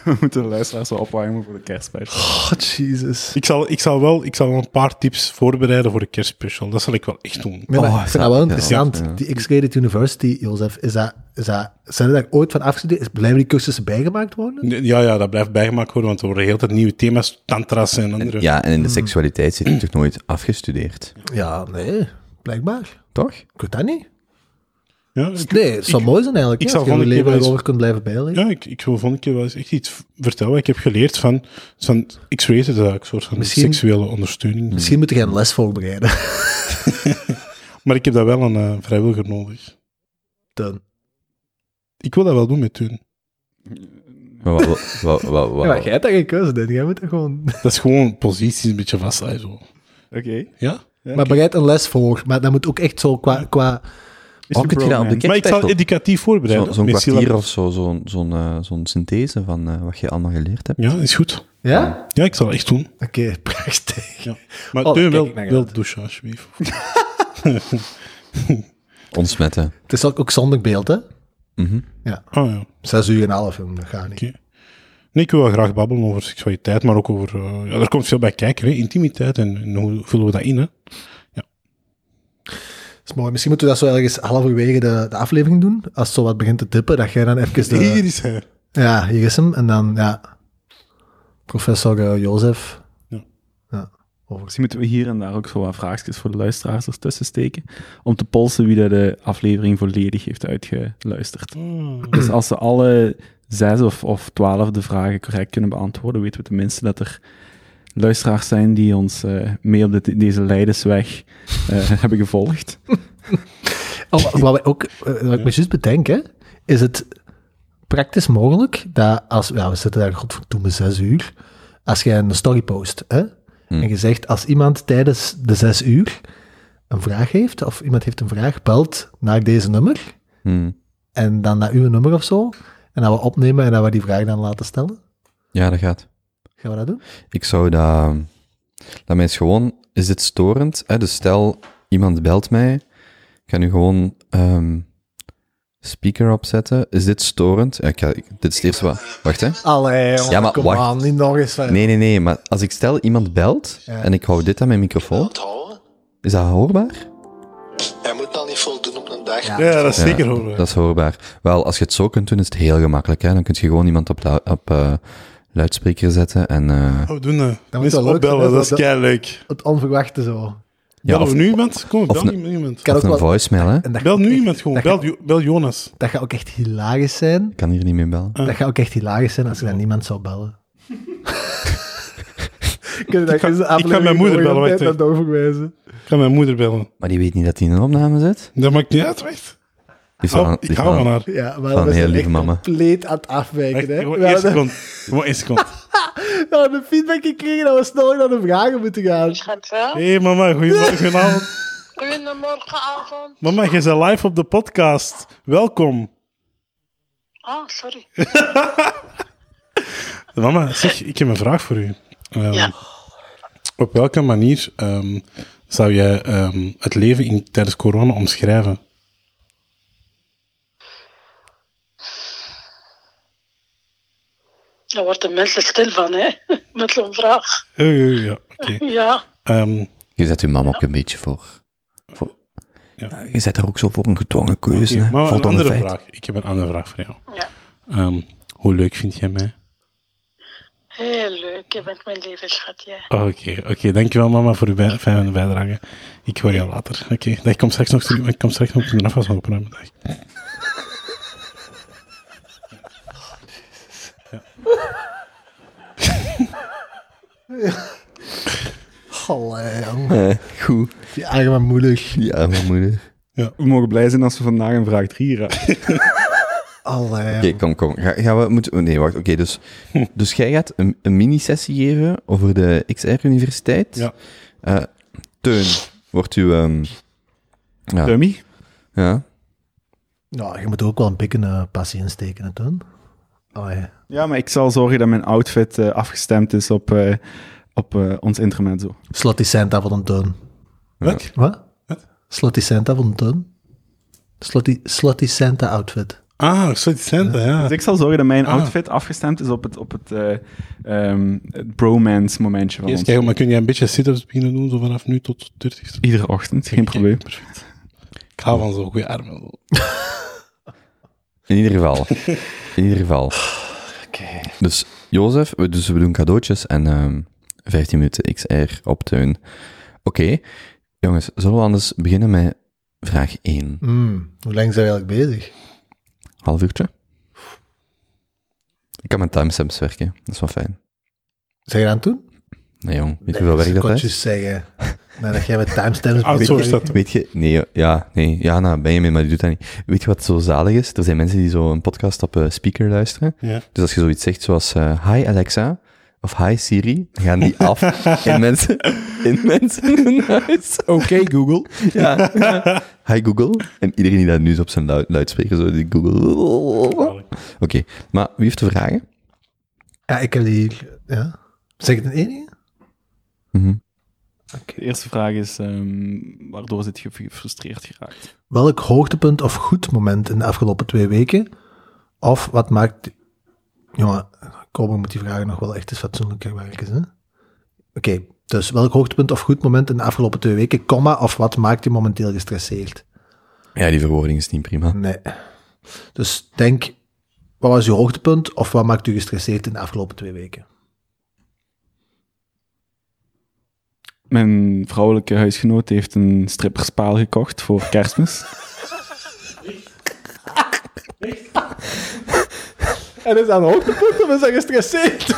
B: We moeten de luisteraars wel opwarmen voor de kerstspecial.
H: God, Jesus.
G: Ik zal, ik, zal wel, ik zal een paar tips voorbereiden voor de kerstspecial. Dat zal ik wel echt doen.
H: Ja, maar
C: Oh,
H: ik vind dat wel
C: ja,
H: interessant.
C: ja.
H: Die X-Rated University, Jozef, is dat, is dat, zijn er daar ooit van afgestudeerd? Is- Blijven die cursussen bijgemaakt worden?
G: Nee, Ja, ja, dat blijft bijgemaakt worden, want er worden heel tijd nieuwe thema's, tantra's en andere.
C: Ja, en in de seksualiteit zit je toch nooit afgestudeerd?
H: Ja, nee. Blijkbaar.
C: Toch?
H: Ik weet dat niet.
G: Ja, ik,
H: Nee, het zou
G: ik-
H: mooi zijn eigenlijk.
G: ik
H: Ik
G: zou
H: als je je
G: volgende keer
H: leven
G: wel eens-
H: daarover kunt blijven bijleren.
G: ja, ik, ik wil volgende keer wel eens echt iets v- vertellen. Ik heb geleerd van, van X-rated eigenlijk, een soort van
H: Misschien-
G: seksuele ondersteuning.
H: Misschien moet je een les voorbereiden.
G: Maar ik heb daar wel een eh, vrijwilliger nodig.
H: Dan.
G: Ik wil dat wel doen met Teun.
C: Maar wa- wa- wa- wa- wa-
H: Ja, maar jij hebt daar geen keuze in. Jij moet dat gewoon...
G: Dat is gewoon posities een beetje vastleggen. Zo.
B: Oké.
G: Ja?
H: Maar bereid een les voor. Maar dat moet ook echt zo qua... qua
C: Oh, kun je dat op de
G: Maar ik zal
C: kerstspecial?
G: educatief
C: Zo-
G: voorbereiden.
C: Zo'n
G: Met
C: kwartier
G: syllab-
C: of zo, zo'n zo'n eh, zo'n synthese van eh, wat je allemaal geleerd hebt.
G: Ja, is goed.
H: ja?
G: Ja, ik zal het echt doen.
H: Oké, prachtig.
G: Ja. Maar
H: Oh,
G: Teun
H: kijk
G: wel,
H: ik naar
G: wel
H: uit.
G: douchen, alsjeblieft.
C: Ontsmetten.
H: Het is ook, ook zonder beeld, hè?
G: Ah ja.
H: Zes uur en een half, jongen. Dat gaat niet.
G: Nee, ik wil wel graag babbelen over seksualiteit, maar ook over... eh, ja, er komt veel bij kijken, hè. Intimiteit en, en hoe vullen we dat in, hè.
H: Dat is mooi. Misschien moeten we dat zo ergens halverwege de, de aflevering doen. Als het zo wat begint te tippen, dat jij dan even de...
G: is hij.
H: Ja, hier is hem. En dan, ja... Professor eh, Jozef.
G: Ja.
H: Ja, over-
B: Misschien moeten we hier en daar ook zo wat vraagjes voor de luisteraars ertussen steken. Om te polsen wie dat de aflevering volledig heeft uitgeluisterd. Dus als ze alle zes of, of twaalf de vragen correct kunnen beantwoorden, weten we tenminste dat er luisteraars zijn die ons eh, mee op dit- deze leidersweg eh, hebben gevolgd.
H: Oh, wa- wat wij ook, eh, wat ik me juist bedenk, hè, is het praktisch mogelijk dat als, ja, we zitten daar godverdomme zes uur, als jij een story post, hè,
C: Hmm.
H: en je zegt, als iemand tijdens de zes uur een vraag heeft, of iemand heeft een vraag, belt naar deze nummer,
C: Hmm.
H: en dan naar uw nummer of zo, en dat we opnemen en dat we die vraag dan laten stellen.
C: Ja, dat gaat.
H: Gaan we dat doen?
C: Ik zou dat... Dat mij eens gewoon... Is dit storend? Hè? Dus stel, iemand belt mij. Ik ga nu gewoon ehm, speaker opzetten. Is dit storend? Ja, ik ga, ik- dit is het eerste wat... Wacht, hè.
H: Allee, jongen,
C: Ja, maar
H: kom
C: wacht.
H: aan, niet nog eens. van-
C: Nee, nee, nee. Maar als ik stel, iemand belt
H: Ja.
C: en ik hou dit aan mijn microfoon. Is dat hoorbaar?
I: Hij moet al niet voldoen op een dag.
G: Ja, dat is
C: Ja,
G: zeker hoor.
C: Dat is hoorbaar. Wel, als je het zo kunt doen, is het heel gemakkelijk. Hè? Dan kun je gewoon iemand op, lu- op eh, luidspreker zetten en... eh,
G: Oh, we doen dat.
H: wel
G: Mensen
H: leuk
G: opbellen,
H: zijn, hè,
G: dat is
H: dat-
G: kei leuk.
H: Het onverwachte zo.
C: ja,
G: Bellen
C: of,
G: we nu iemand? Kom,
C: of
G: bel
C: een-
G: nu iemand.
H: Kan
C: of
H: ook
C: een
H: wel-
C: voicemail, hè.
H: En dat
G: Bel
H: gaat
G: nu
H: echt-
G: iemand gewoon.
H: dat
G: Bel,
H: gaat-
G: Jo- bel Jonas.
H: Dat gaat ook echt hilarisch zijn.
C: Ik kan hier niet meer bellen.
H: Dat gaat ook echt hilarisch zijn als je dan niemand zou bellen. Kunnen dat
G: Ik ga-
H: eens een
G: ik ga
H: aflevering
G: mijn moeder
H: gewoon
G: bellen,
H: tijd
G: wacht
H: naar doorverwijzen?
G: Ik ga mijn moeder bellen.
C: Maar die weet niet dat hij in een opname zit.
G: Dat maakt niet uit, echt.
C: Die is wel
G: Oh,
C: aan- die
G: ik
C: is
G: hou
C: wel
G: van
C: aan-
G: haar.
H: Ja, maar
C: Van
H: we
C: heel
H: zijn
C: lieve
H: echt
C: mama.
H: compleet aan het
G: Echt,
H: afwijken. Hè?
G: Gewoon
H: We,
G: één
H: hadden,
G: seconde. Gewoon één seconde.
H: we hadden een feedback gekregen dat we snel naar de vragen moeten gaan.
J: Gaat wel.
G: Hé hey, mama, goedenavond.
J: Goedemorgenavond.
G: mama, je bent live op de podcast. Welkom.
J: Ah, sorry.
G: Mama, zeg, ik heb een vraag voor u. Ehm,
J: Ja.
G: Op welke manier ehm, zou jij ehm, het leven in, tijdens corona omschrijven?
J: Daar worden mensen stil van, hè? Met zo'n vraag.
G: Eh, eh, ja, oké.
J: Ja.
G: Ehm,
C: Je zet je mam ook een beetje voor. voor...
G: Ja.
C: Je zet er ook zo voor een gedwongen
G: oké,
C: keuze. hè.
G: maar een
C: Voldongen
G: andere
C: feit.
G: vraag. Ik heb een andere vraag voor jou.
J: ja.
G: Ehm, hoe leuk vind jij mij?
J: Heel leuk. Je bent mijn leven, schat. Ja.
G: Oké, oké. dankjewel mama voor uw bij, fijne bijdrage. Ik hoor jou later. Oké, dag, ik kom straks nog terug. Ik kom straks nog terug. Afwas opruimen. Dag.
H: Allee, jong.
C: Eh, goed.
H: Die arme moeder.
C: Ja, mijn moeder. Oké,
B: We mogen blij zijn als we vandaag een vraag 3 raken.
H: Allee.
C: kom, kom. Ga, gaan we, moeten, oh, nee, wacht. Oké, dus, dus jij gaat een, een mini-sessie geven over de XR-universiteit.
G: Ja.
C: Eh, Teun, wordt u... ehm, ja.
B: Dummy?
C: Ja.
H: Nou, je moet er ook wel een pikken eh, passie insteken, hè, Toon? Allee.
B: Ja, maar ik zal zorgen dat mijn outfit eh, afgestemd is op, eh, op eh, ons intermezzo.
H: Slot die Santa van een Toon.
G: Wat?
H: Wat? Slot die Santa van een Toon? Slot die- Slot die Santa outfit.
G: Ah, zo decent, ja.
B: Dus ik zal zorgen dat mijn
G: Ah.
B: outfit afgestemd is op het, op het, eh, ehm, het bromance momentje van
G: Eerst
B: ons.
G: kijken, maar kun jij een beetje sit-ups beginnen doen, zo vanaf nu tot 30?
B: Iedere ochtend, geen probleem.
G: Ik hou van zo'n goede armen.
C: In ieder geval. In ieder geval. Dus Jozef, we- dus we doen cadeautjes en ehm 15 minuten XR op teun. Oké, jongens, zullen we anders beginnen met vraag 1?
H: Hmm, hoe lang zijn we eigenlijk bezig?
C: Half uurtje? Ik kan met timestamps werken, dat is wel fijn.
H: Zijn je aan het doen?
C: Nee jong, weet je hoeveel werk dat is?
H: Kotjes zeggen. Nadat jij met timestamps
G: Ah, zo is dat.
C: Weet je, nee, ja, nee, ja, nou, Benjamin, maar die doet dat niet. Weet je wat zo zalig is? Er zijn mensen die zo een podcast op eh, speaker luisteren.
G: Ja.
C: Dus als je zoiets zegt zoals, eh, hi Alexa, of hi Siri, dan gaan die af in mensen, in mensen hun huis.
B: Oké, Google.
C: Ja, ja. hi Google. En iedereen die dat nu is op zijn luid, luidspreker, zo die Google. Oké, maar wie heeft de vragen?
H: Ja, ik heb die hier. Ja. Zeg het een enige?
C: Mhm.
B: De eerste vraag is, ehm, waardoor zit je gefrustreerd geraakt?
H: Welk hoogtepunt of goed moment in de afgelopen twee weken? Of wat maakt... Jongen, Kobe moet die vragen nog wel echt eens fatsoenlijk werken, hè? Oké, dus welk hoogtepunt of goed moment in de afgelopen twee weken, comma, of wat maakt je momenteel gestresseerd?
C: Ja, die verwoording is niet prima.
H: Nee. Dus denk, wat was je hoogtepunt of wat maakt u gestresseerd in de afgelopen twee weken?
B: Mijn vrouwelijke huisgenoot heeft een stripperspaal gekocht voor kerstmis.
H: En is dat een hoogtepunt of is dat gestresseerd?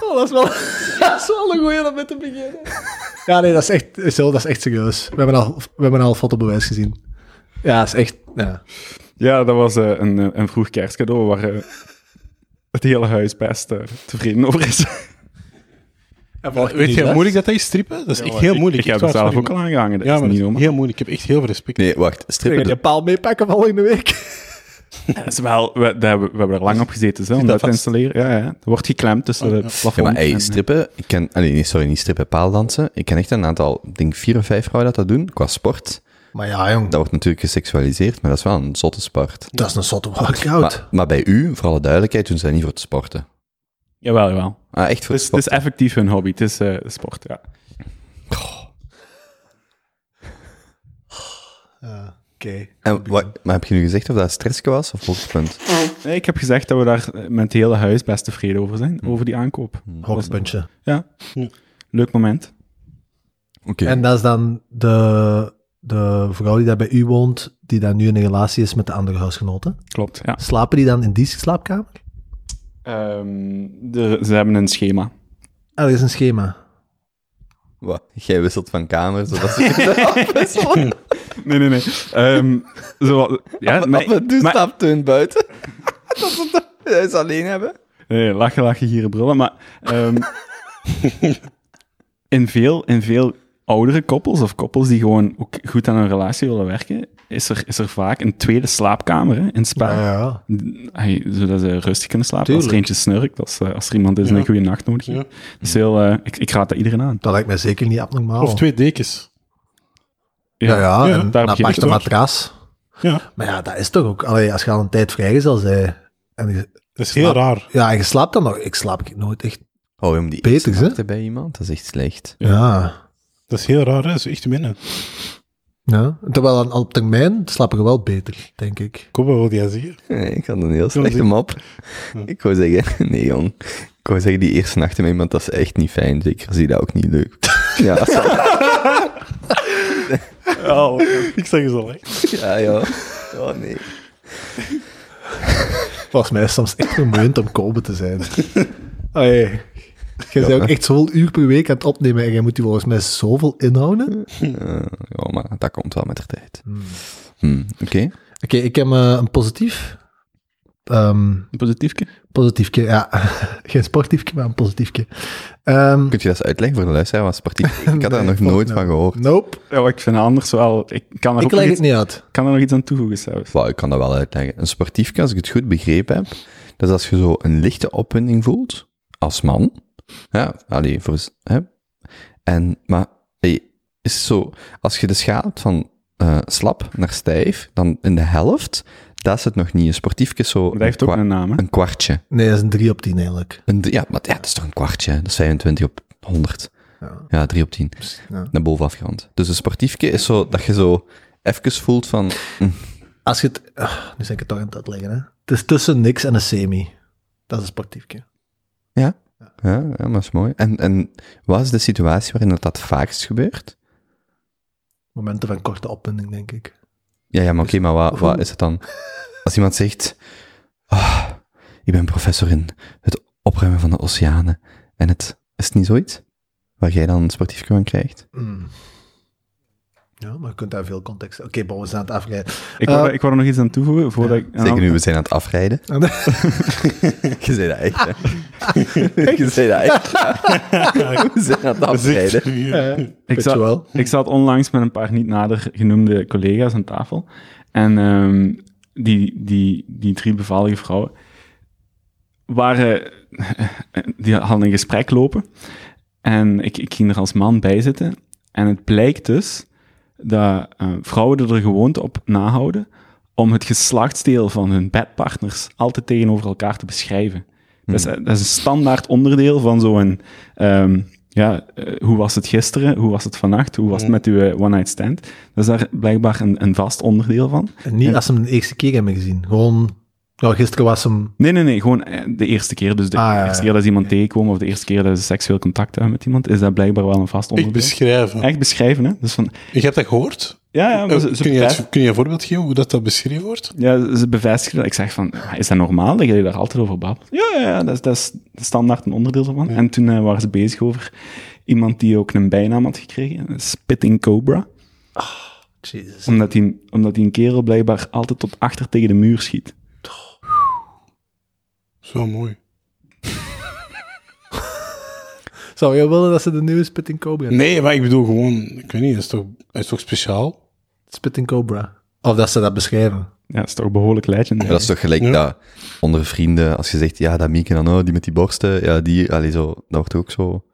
H: Oh, dat is wel, dat is wel een goeie om met te beginnen. Ja, nee, dat is echt, is heel- dat is echt serieus. We hebben, al, we hebben al fotobewijs gezien. Ja, dat is echt... Ja.
B: ja, dat was eh, een, eh, een vroeg kerstcadeau waar eh, het hele huis best eh, tevreden over is.
G: Weet je hoe moeilijk dat is, strippen? Dat is echt heel moeilijk.
B: Ik heb
G: Echt
B: het
G: waar,
B: zelf
G: sorry,
B: ook al aangehangen, dat
G: Ja,
B: is
G: maar dat
B: niet
G: is
B: normaal.
G: heel moeilijk. Ik heb echt heel veel respect.
C: Nee, wacht,
H: Ik
C: strippen.
H: je paal meepakken volgende week.
B: Dat is wel, we, daar hebben, we hebben er lang op gezeten, zo, om dat Oh, te installeren. Ja, ja. Er wordt geklemd tussen het plafond.
C: Ja, maar hey,
B: en- eh,
C: strippen, ik ken, allee, nee, sorry, niet strippen, paaldansen. Ik ken echt een aantal, ik denk vier of vijf vrouwen dat dat doen, qua sport.
H: Maar ja, jong,
C: Dat wordt natuurlijk geseksualiseerd, maar dat is wel een zotte sport.
H: dat is een zotte workout.
C: Maar, maar bij u, voor alle duidelijkheid, doen ze dat niet voor het sporten.
B: Jawel, jawel.
C: Ah, echt voor het
B: Het is, het is
C: sporten.
B: effectief hun hobby, het is eh, sport, ja.
H: Ja, Oké.
C: En wat- maar heb je nu gezegd of dat stress was of hoogtepunt?
B: Nee, ik heb gezegd dat we daar eh, met het hele huis best tevreden over zijn, over die aankoop.
H: Hoogtepuntje.
B: Ja,
G: Hm.
B: leuk moment.
C: Oké.
H: En dat is dan de, de vrouw die daar bij u woont, die dan nu in een relatie is met de andere huisgenoten.
B: Klopt, ja.
H: Slapen die dan in die slaapkamer?
B: Ehm, er- ze hebben een schema.
H: Ah, er is een schema.
C: Wat? Jij wisselt van kamer, zodat ze
B: Nee, nee, nee. Ehm, zo, ja,
C: op
B: maar,
C: een douche
B: maar-
C: stapt hun buiten. dat ze dat huis alleen hebben.
B: nee, lachen, lachen, gieren, brullen. Maar ehm, in, veel, in veel oudere koppels of koppels die gewoon ook goed aan hun relatie willen werken, is er, is er vaak een tweede slaapkamer hè, in spaar.
H: ja.
B: Hey, zodat ze rustig kunnen slapen. Als er
H: Tuurlijk.
B: eentje snurkt, als, eh, als er iemand is die
G: Ja.
B: een goede nacht nodig heeft.
G: Ja.
B: Dat is heel, eh, ik, ik raad dat iedereen aan.
H: Dat lijkt mij zeker niet abnormaal.
G: Of twee dekens.
H: Ja, ja,
G: Ja,
H: en
B: daar
H: een
B: heb je
H: aparte
B: het
H: matras.
G: Ja,
H: Maar ja, dat is toch ook... Allee, als je al een tijd vrijgezel bent... En je,
G: dat is heel
H: Maar-
G: raar.
H: ja, en je slaapt dan nog. Ik slaap nooit echt...
C: Oh, om die
H: Peters, hè?
C: te bij iemand, dat is echt slecht.
H: Ja. ja.
G: Dat is heel raar, hè. Dat is echt winnen.
H: Terwijl dan op termijn slaap ik wel beter, denk ik.
G: Kom, wat wil jij zeggen?
C: Nee, ik had een heel slechte
G: zien.
C: mop. Ik wou zeggen, nee jong. Ik wou zeggen, die eerste nachten met iemand, dat is echt niet fijn. Zeker als die dat ook niet leuk. ja, dat zal-
G: Oh, ik zeg het al, hè.
C: ja, joh. Oh nee.
H: Volgens mij is het soms echt vermoeiend om kopen te zijn. Allee. Jij bent ook echt zoveel uur per week aan het opnemen en jij moet die volgens mij zoveel inhouden.
C: Eh, ja, maar dat komt wel met de tijd. Hmm, Oké.
H: Oké, ik heb eh, een positief. Ehm
B: Een positiefke.
H: positiefje, ja. Geen sportiefje, maar een positiefje. Ehm,
C: Kunt je dat eens uitleggen voor de luisteraar wat sportief? Ik had daar
H: Nee,
C: nog
H: volgens
C: nooit
H: mij.
C: van gehoord.
H: nope.
B: Ja, maar ik vind anders wel... Ik kan er,
H: Ik leg
B: ook nog,
H: het
B: iets,
H: niet uit.
B: kan er nog iets aan toevoegen zelfs.
C: Wauw, ik kan dat wel uitleggen. Een sportiefje, als ik het goed begrepen heb, dat is als je zo een lichte opwinding voelt, als man. Ja, allee, voor... Hè? En, maar, hey, is zo, als je de schaal hebt van eh, slap naar stijf, dan in de helft, dat is het nog niet. Een sportiefje is zo...
B: Dat heeft ook
C: kwa-
B: een naam, hè?
C: Een kwartje.
H: Nee, dat is een 3 op 10 eigenlijk.
C: Een, drie- ja, maar ja, dat is toch een kwartje? Dat is 25 op 100.
H: Ja.
C: Ja, 3 op 10.
H: Ja.
C: Naar boven afgerond. Dus een sportiefje is zo dat je zo even voelt van... mm,
H: Als je het... ah, nu ben ik het toch aan het uitleggen, hè. Het is tussen niks en een semi. Dat is een sportiefje.
C: ja, ja, ja, maar dat is mooi. En, en wat is de situatie waarin dat, dat vaakst gebeurt?
H: Momenten van korte opwinding, denk ik.
C: Ja, ja maar oké, maar wat, wat
H: hoe-
C: is het dan? Als iemand zegt, "Ah, ik ben professor in het opruimen van de oceanen, en het is het niet zoiets waar jij dan een sportiefje van krijgt?
H: Mm. Ja, maar je kunt daar veel context... Oké, bon, we zijn aan het afrijden.
B: Ik,
H: Eh,
B: wou, ik wou er nog iets aan toevoegen voordat ik...
C: Zeker nu, we zijn aan het afrijden. Je zei dat echt, hè? Je zei dat echt. We zijn aan het afrijden.
B: Ik
G: Eh,
H: Weet je
B: zat,
H: wel.
B: ik zat onlangs met een paar niet nader genoemde collega's aan tafel. En ehm, die, die, die drie bevallige vrouwen waren, die hadden een gesprek lopen. En ik, ik ging er als man bij zitten. En het blijkt dus dat eh, vrouwen er de gewoonte op nahouden om het geslachtsdeel van hun bedpartners altijd tegenover elkaar te beschrijven. Dat, is, dat is een standaard onderdeel van zo'n... ehm, ja, eh, hoe was het gisteren? Hoe was het vannacht? Hoe was het met uw eh, one-night stand? Dat is daar blijkbaar een, een vast onderdeel van.
H: En niet als ze hem de eerste keer hebben gezien. Gewoon... Nou, gisteren was hem...
B: Nee, nee, nee. Gewoon eh, de eerste keer. Dus de
H: Ah, ja, ja.
B: eerste keer dat ze iemand tegenkomen of de eerste keer dat ze seksueel contact hebben met iemand, is dat blijkbaar wel een vast
G: Ik
B: onderdeel.
G: beschrijf hem.
B: Echt beschrijven, hè? Oh, Dus van,
G: Je hebt dat gehoord?
B: ja, ja, maar ze, ze
G: Eh, kun, je,
B: bevestigen,
G: het- kun je een voorbeeld geven hoe dat, dat beschreven wordt?
B: ja, ze bevestigen dat. Ik zeg van, "Ah, is dat normaal dat jullie daar altijd over babbelen? Ja, ja, ja, dat is, dat is standaard een onderdeel ervan. En toen eh, waren ze bezig over iemand die ook een bijnaam had gekregen, een Spitting Cobra.
H: Jezus.
B: Omdat hij, omdat hij een kerel blijkbaar altijd tot achter tegen de muur schiet.
G: Zo mooi.
H: Zou jij willen dat ze de nieuwe Spitting Cobra
G: Nee, maar ik bedoel gewoon, ik weet niet, dat is toch, dat is toch speciaal?
H: Spitting Cobra. Of dat ze dat beschrijven.
B: Ja, dat is toch behoorlijk legend.
C: Maar dat is toch gelijk
G: Ja.
C: dat onder vrienden, als je zegt, ja, dat Mieke dan, oh, die met die borsten, ja, die, allee, zo, dat wordt ook zo.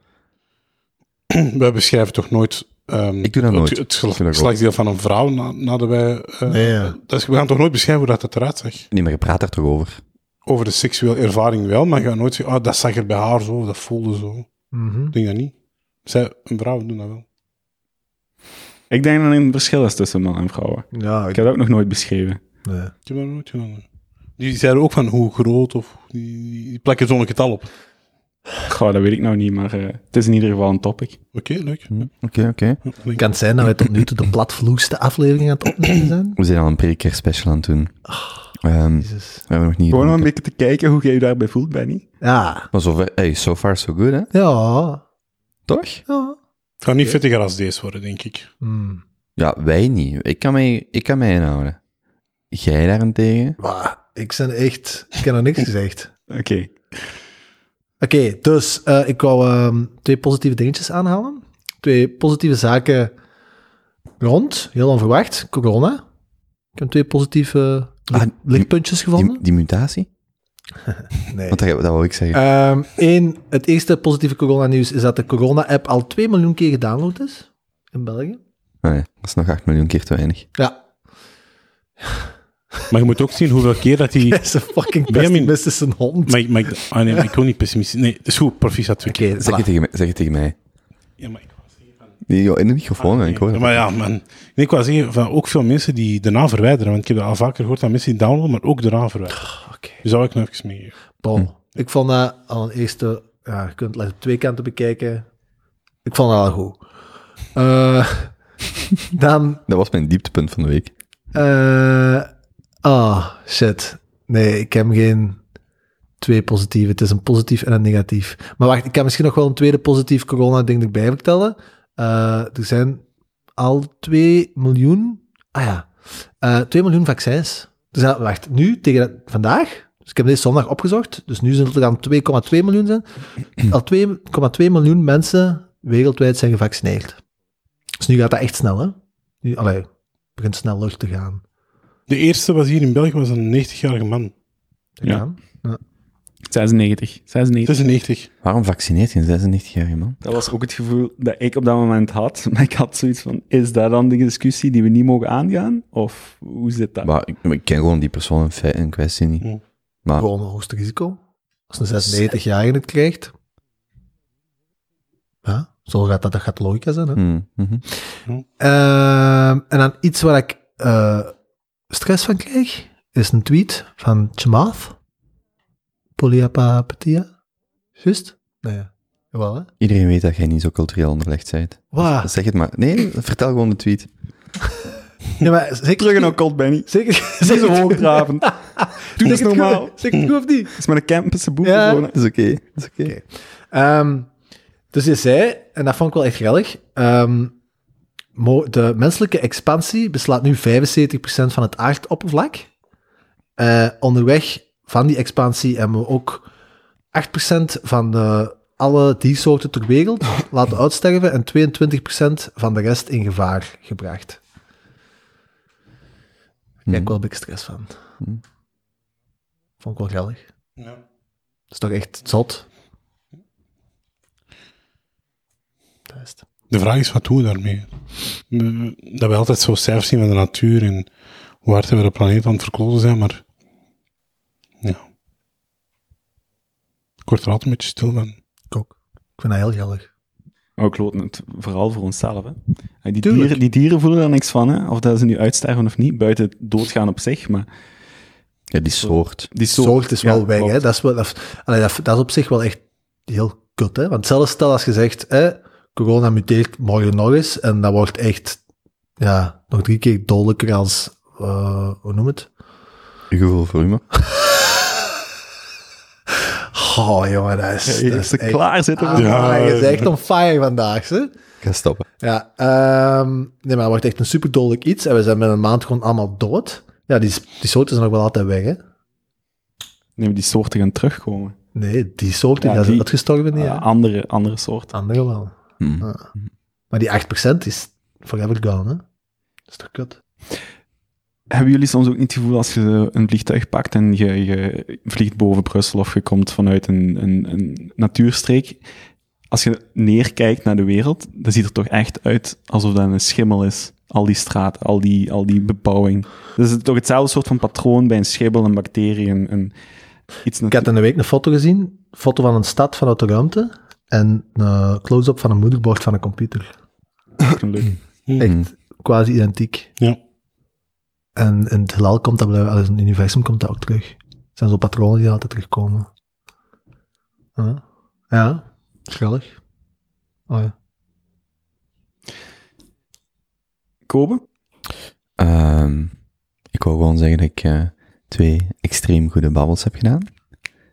G: Wij beschrijven toch nooit... ehm,
C: Ik doe dat nooit.
G: Het, het
C: Ik doe dat ook.
G: slagdeel van een vrouw na- nadat wij... eh,
H: Nee, ja.
G: dat is, we gaan toch nooit beschrijven hoe dat het eruit zag?
C: Nee, maar je praat daar toch over?
G: Over de seksuele ervaring wel, maar je gaat nooit zeggen, ah, dat zag er bij haar zo, of dat voelde zo.
H: Mhm.
G: Ik denk dat niet. Zij, een vrouw doen dat wel.
B: Ik denk dat er een verschil is tussen mannen en vrouwen.
H: Ja,
B: Ik heb dat ook nog nooit beschreven.
H: nee.
G: Ik heb dat nooit gedaan. nou Die zeiden ook van hoe groot of die, die- die plakken zo'n getal op.
B: Goh, dat weet ik nou niet, maar eh, het is in ieder geval een topic.
G: Oké, leuk.
C: Oké, oké.
H: Kan het zijn dat wij tot nu toe de platvloeste aflevering aan het opnemen zijn?
C: We zijn al een prekeer special aan het doen. Ehm,
H: Jezus.
C: we hebben nog niet...
B: Gewoon om een beetje te kijken hoe jij je daarbij voelt, Benny.
H: Ja.
C: Maar zover, hey, so far so good, hè?
H: Ja.
C: Toch?
H: Ja.
G: Het gaat niet vettiger als deze worden, denk ik.
H: Hmm.
C: Ja, wij niet. Ik kan mij, ik kan mij inhouden. Jij daarentegen?
H: Maar ik ben echt... Ik heb nog niks gezegd.
B: Oké.
H: Oké, dus eh, ik wou ehm, twee positieve dingetjes aanhalen. Twee positieve zaken rond, heel onverwacht, corona. Ik heb twee positieve li-
C: Ah, die-
H: lichtpuntjes gevonden.
C: Die, die mutatie?
H: nee.
C: Want dat, dat wou ik zeggen.
H: Ehm, één, het eerste positieve corona-nieuws is dat de corona-app al 2 miljoen keer gedownload is in België.
C: nee, Ah, dat is nog 8 miljoen keer te weinig.
H: Ja,
G: Maar je moet ook zien hoeveel keer dat die...
H: dat is een fucking
G: Benjamin-
H: pessimist is een hond.
G: Maar, ik- maar ik, ah nee, maar ik wil niet pessimistisch. Nee, het is goed, proficiat twee keer.
H: Oké,
C: Zeg,
H: voilà.
C: het tegen, mij- zeg het tegen mij.
G: Ja, maar ik,
C: Nee, joh, in de microfoon, hè, ik hoor
G: Ah, Ja,
C: dat.
G: maar ja, man. Nee, ik wou zeggen, van, ook veel mensen die de naam verwijderen. Want ik heb dat al vaker gehoord dat mensen die downloaden, maar ook de naam verwijderen.
H: Oké.
G: Dus dat wil ik nog even meegeven.
H: Bon. Ik vond dat al een eerste... Ja, je kunt het op twee kanten bekijken. Ik vond dat al goed. Eh, dan...
C: Dat was mijn dieptepunt van de week.
H: eh oh, shit. Nee, ik heb geen twee positieve. Het is een positief en een negatief. Maar wacht, ik kan misschien nog wel een tweede positief corona-ding erbij vertellen. Eh, er zijn al 2 miljoen... Ah ja, eh 2 miljoen vaccins. Er zijn, wacht, nu, tegen dat- vandaag... Dus ik heb deze zondag opgezocht. Dus nu zullen er dan 2,2 miljoen zijn. Al 2,2 miljoen mensen wereldwijd zijn gevaccineerd. Dus nu gaat dat echt snel, hè? Nu, allee, het begint snel lucht te gaan.
G: De eerste was hier in België, was een 90-jarige man.
H: Te
B: Ja.
H: gaan.
B: 96. 96.
G: 96.
C: Waarom vaccineert je een 96-jarige man?
B: Dat was ook het gevoel dat ik op dat moment had. Maar ik had zoiets van, is dat dan de discussie die we niet mogen aangaan? Of hoe zit dat?
C: Maar ik, ik ken gewoon die persoon in, feit- in kwestie niet.
G: Hm.
C: Maar
H: Gewoon een hoogste risico. Als een 96-jarige het krijgt. Ja, zo gaat dat, dat gaat logica zijn. Hè?
B: Mm.
C: Hmm, mhm.
H: Ehm, en dan iets waar ik eh, stress van krijg, is een tweet van Chamath. Polyapatia. Juist? Nou ja, jawel hè.
C: Iedereen weet dat jij niet zo cultureel onderlegd bent. Dus
H: Waar?
C: Zeg het maar. Nee, vertel gewoon de tweet.
H: Ja, maar zeker,
B: Terug in occult, Benny.
H: zeker,
B: Het is
H: zeker,
B: zo hoogdravend. Doe dat
H: zeker,
B: normaal.
H: goed, zeker goed of niet?
B: Het is met een campus boel.
H: Ja.
B: gewoon, hè.
C: Dat is oké. Dat is oké.
H: Oké. Ehm, dus je zei, en dat vond ik wel echt grellig, ehm, mo- de menselijke expansie beslaat nu 75% van het aardoppervlak. Eh, onderweg van die expansie hebben we ook 8% van de, alle diersoorten ter wereld laten uitsterven en 22% van de rest in gevaar gebracht. Hm. Daar krijg
C: Mm.
H: ik wel een beetje stress van. Hm.
C: Hmm.
H: Vond ik wel grellig.
G: Ja.
H: Dat is toch echt zot? Dat is het.
G: De vraag is, wat doen we daarmee? Eh, Dat we altijd zo cijfers zien van de natuur en hoe hard we de planeet aan het verkloten zijn, maar... Ja. Ik word er altijd een beetje stil van.
H: Ik ook. Ik vind dat heel geldig.
B: Oh, kloten het. Vooral voor onszelf, hè. Hey, Die
H: Tuurlijk.
B: dieren, die dieren voelen daar niks van, hè. Of dat ze nu uitsterven of niet. Buiten het doodgaan op zich, maar...
C: Ja, die soort.
B: Die
H: Soort,
B: soort,
H: is dus wel
B: ja,
H: weg,
B: klopt.
H: hè. Dat is, wel, dat, allee, dat, dat is op zich wel echt heel kut, hè. Want zelfs stel als je zegt, hè, corona muteert morgen nog eens, en dat wordt echt, ja, nog drie keer dodelijker als, eh, hoe noem het?
C: Uw gevoel voor humor.
H: Oh, jongen, dat is...
B: Ja,
H: dat
B: als
H: is
B: ze
H: echt-
B: klaar zitten.
H: Ah,
G: Ja.
H: je bent echt on fire vandaag, hè.
C: Ik ga stoppen.
H: Ja, ehm, nee, maar dat wordt echt een superdodelijk iets. En we zijn met een maand gewoon allemaal dood. Ja, die, die soorten zijn nog wel altijd weg, hè?
B: Nee, maar die soorten gaan terugkomen.
H: Nee, die soorten
B: Ja,
H: die zijn
B: die-
H: uitgestorven, die,
B: Ah, andere, andere soorten.
H: andere wel.
C: Hmm.
H: Ah. Maar die 8% is forever gone, hè? Dat is toch kut?
B: Hebben jullie soms ook niet het gevoel als je een vliegtuig pakt en je, je vliegt boven Brussel of je komt vanuit een, een, een natuurstreek? Als je neerkijkt naar de wereld, dan ziet het er toch echt uit alsof dat een schimmel is. Al die straten, al die, al die bebouwing. Dus het is toch hetzelfde soort van patroon bij een schimmel, een bacterie en, en iets
H: Ik had
B: natuurlijk.
H: in de week een foto gezien, foto van een stad vanuit de ruimte en een close-up van een moederbord van een computer.
C: Mm.
H: Echt quasi identiek.
G: Ja.
H: En in het heelal komt dat, blijkbaar- allee, in het universum komt dat ook terug. Het zijn zo patronen die altijd terugkomen. Ja, ja. schellig. Oh ja.
B: Kopen?
C: Ehm, ik wou gewoon zeggen dat ik eh, twee extreem goede babbels heb gedaan.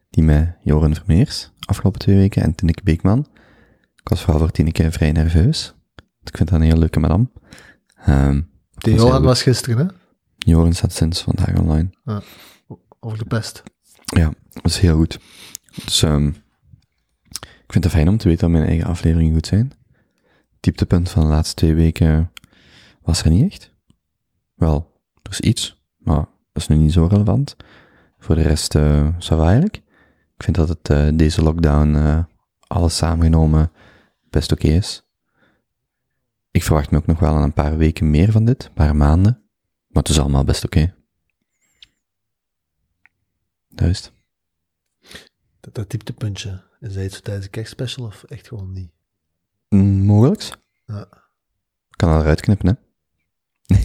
C: Die met Joren Vermeers, afgelopen twee weken, en Tineke Beekman. Ik was vooral voor Tineke vrij nerveus. Want Ik vind dat een heel leuke madame. Ehm, ik
H: De
C: vond ze heel
H: Johan
C: goed.
H: was gisteren, hè?
C: Joren staat sinds vandaag online.
H: Over de pest.
C: Dat is heel goed. Dus ehm, ik vind het fijn om te weten dat mijn eigen afleveringen goed zijn. Dieptepunt van de laatste twee weken was er niet echt. Wel, er is iets, maar dat is nu niet zo relevant. Voor de rest, eh ça va eigenlijk. Ik vind dat het, eh, deze lockdown, eh, alles samengenomen, best oké is. Ik verwacht me ook nog wel aan een paar weken meer van dit, een paar maanden. Maar het is allemaal best oké. Dat is het.
H: Dat, dat dieptepuntje. Is dat iets voor tijdens de kerstspecial of echt gewoon niet?
C: Mm, Mogelijks.
H: Ja.
C: Ik kan dat eruit knippen, hè?
H: Ja,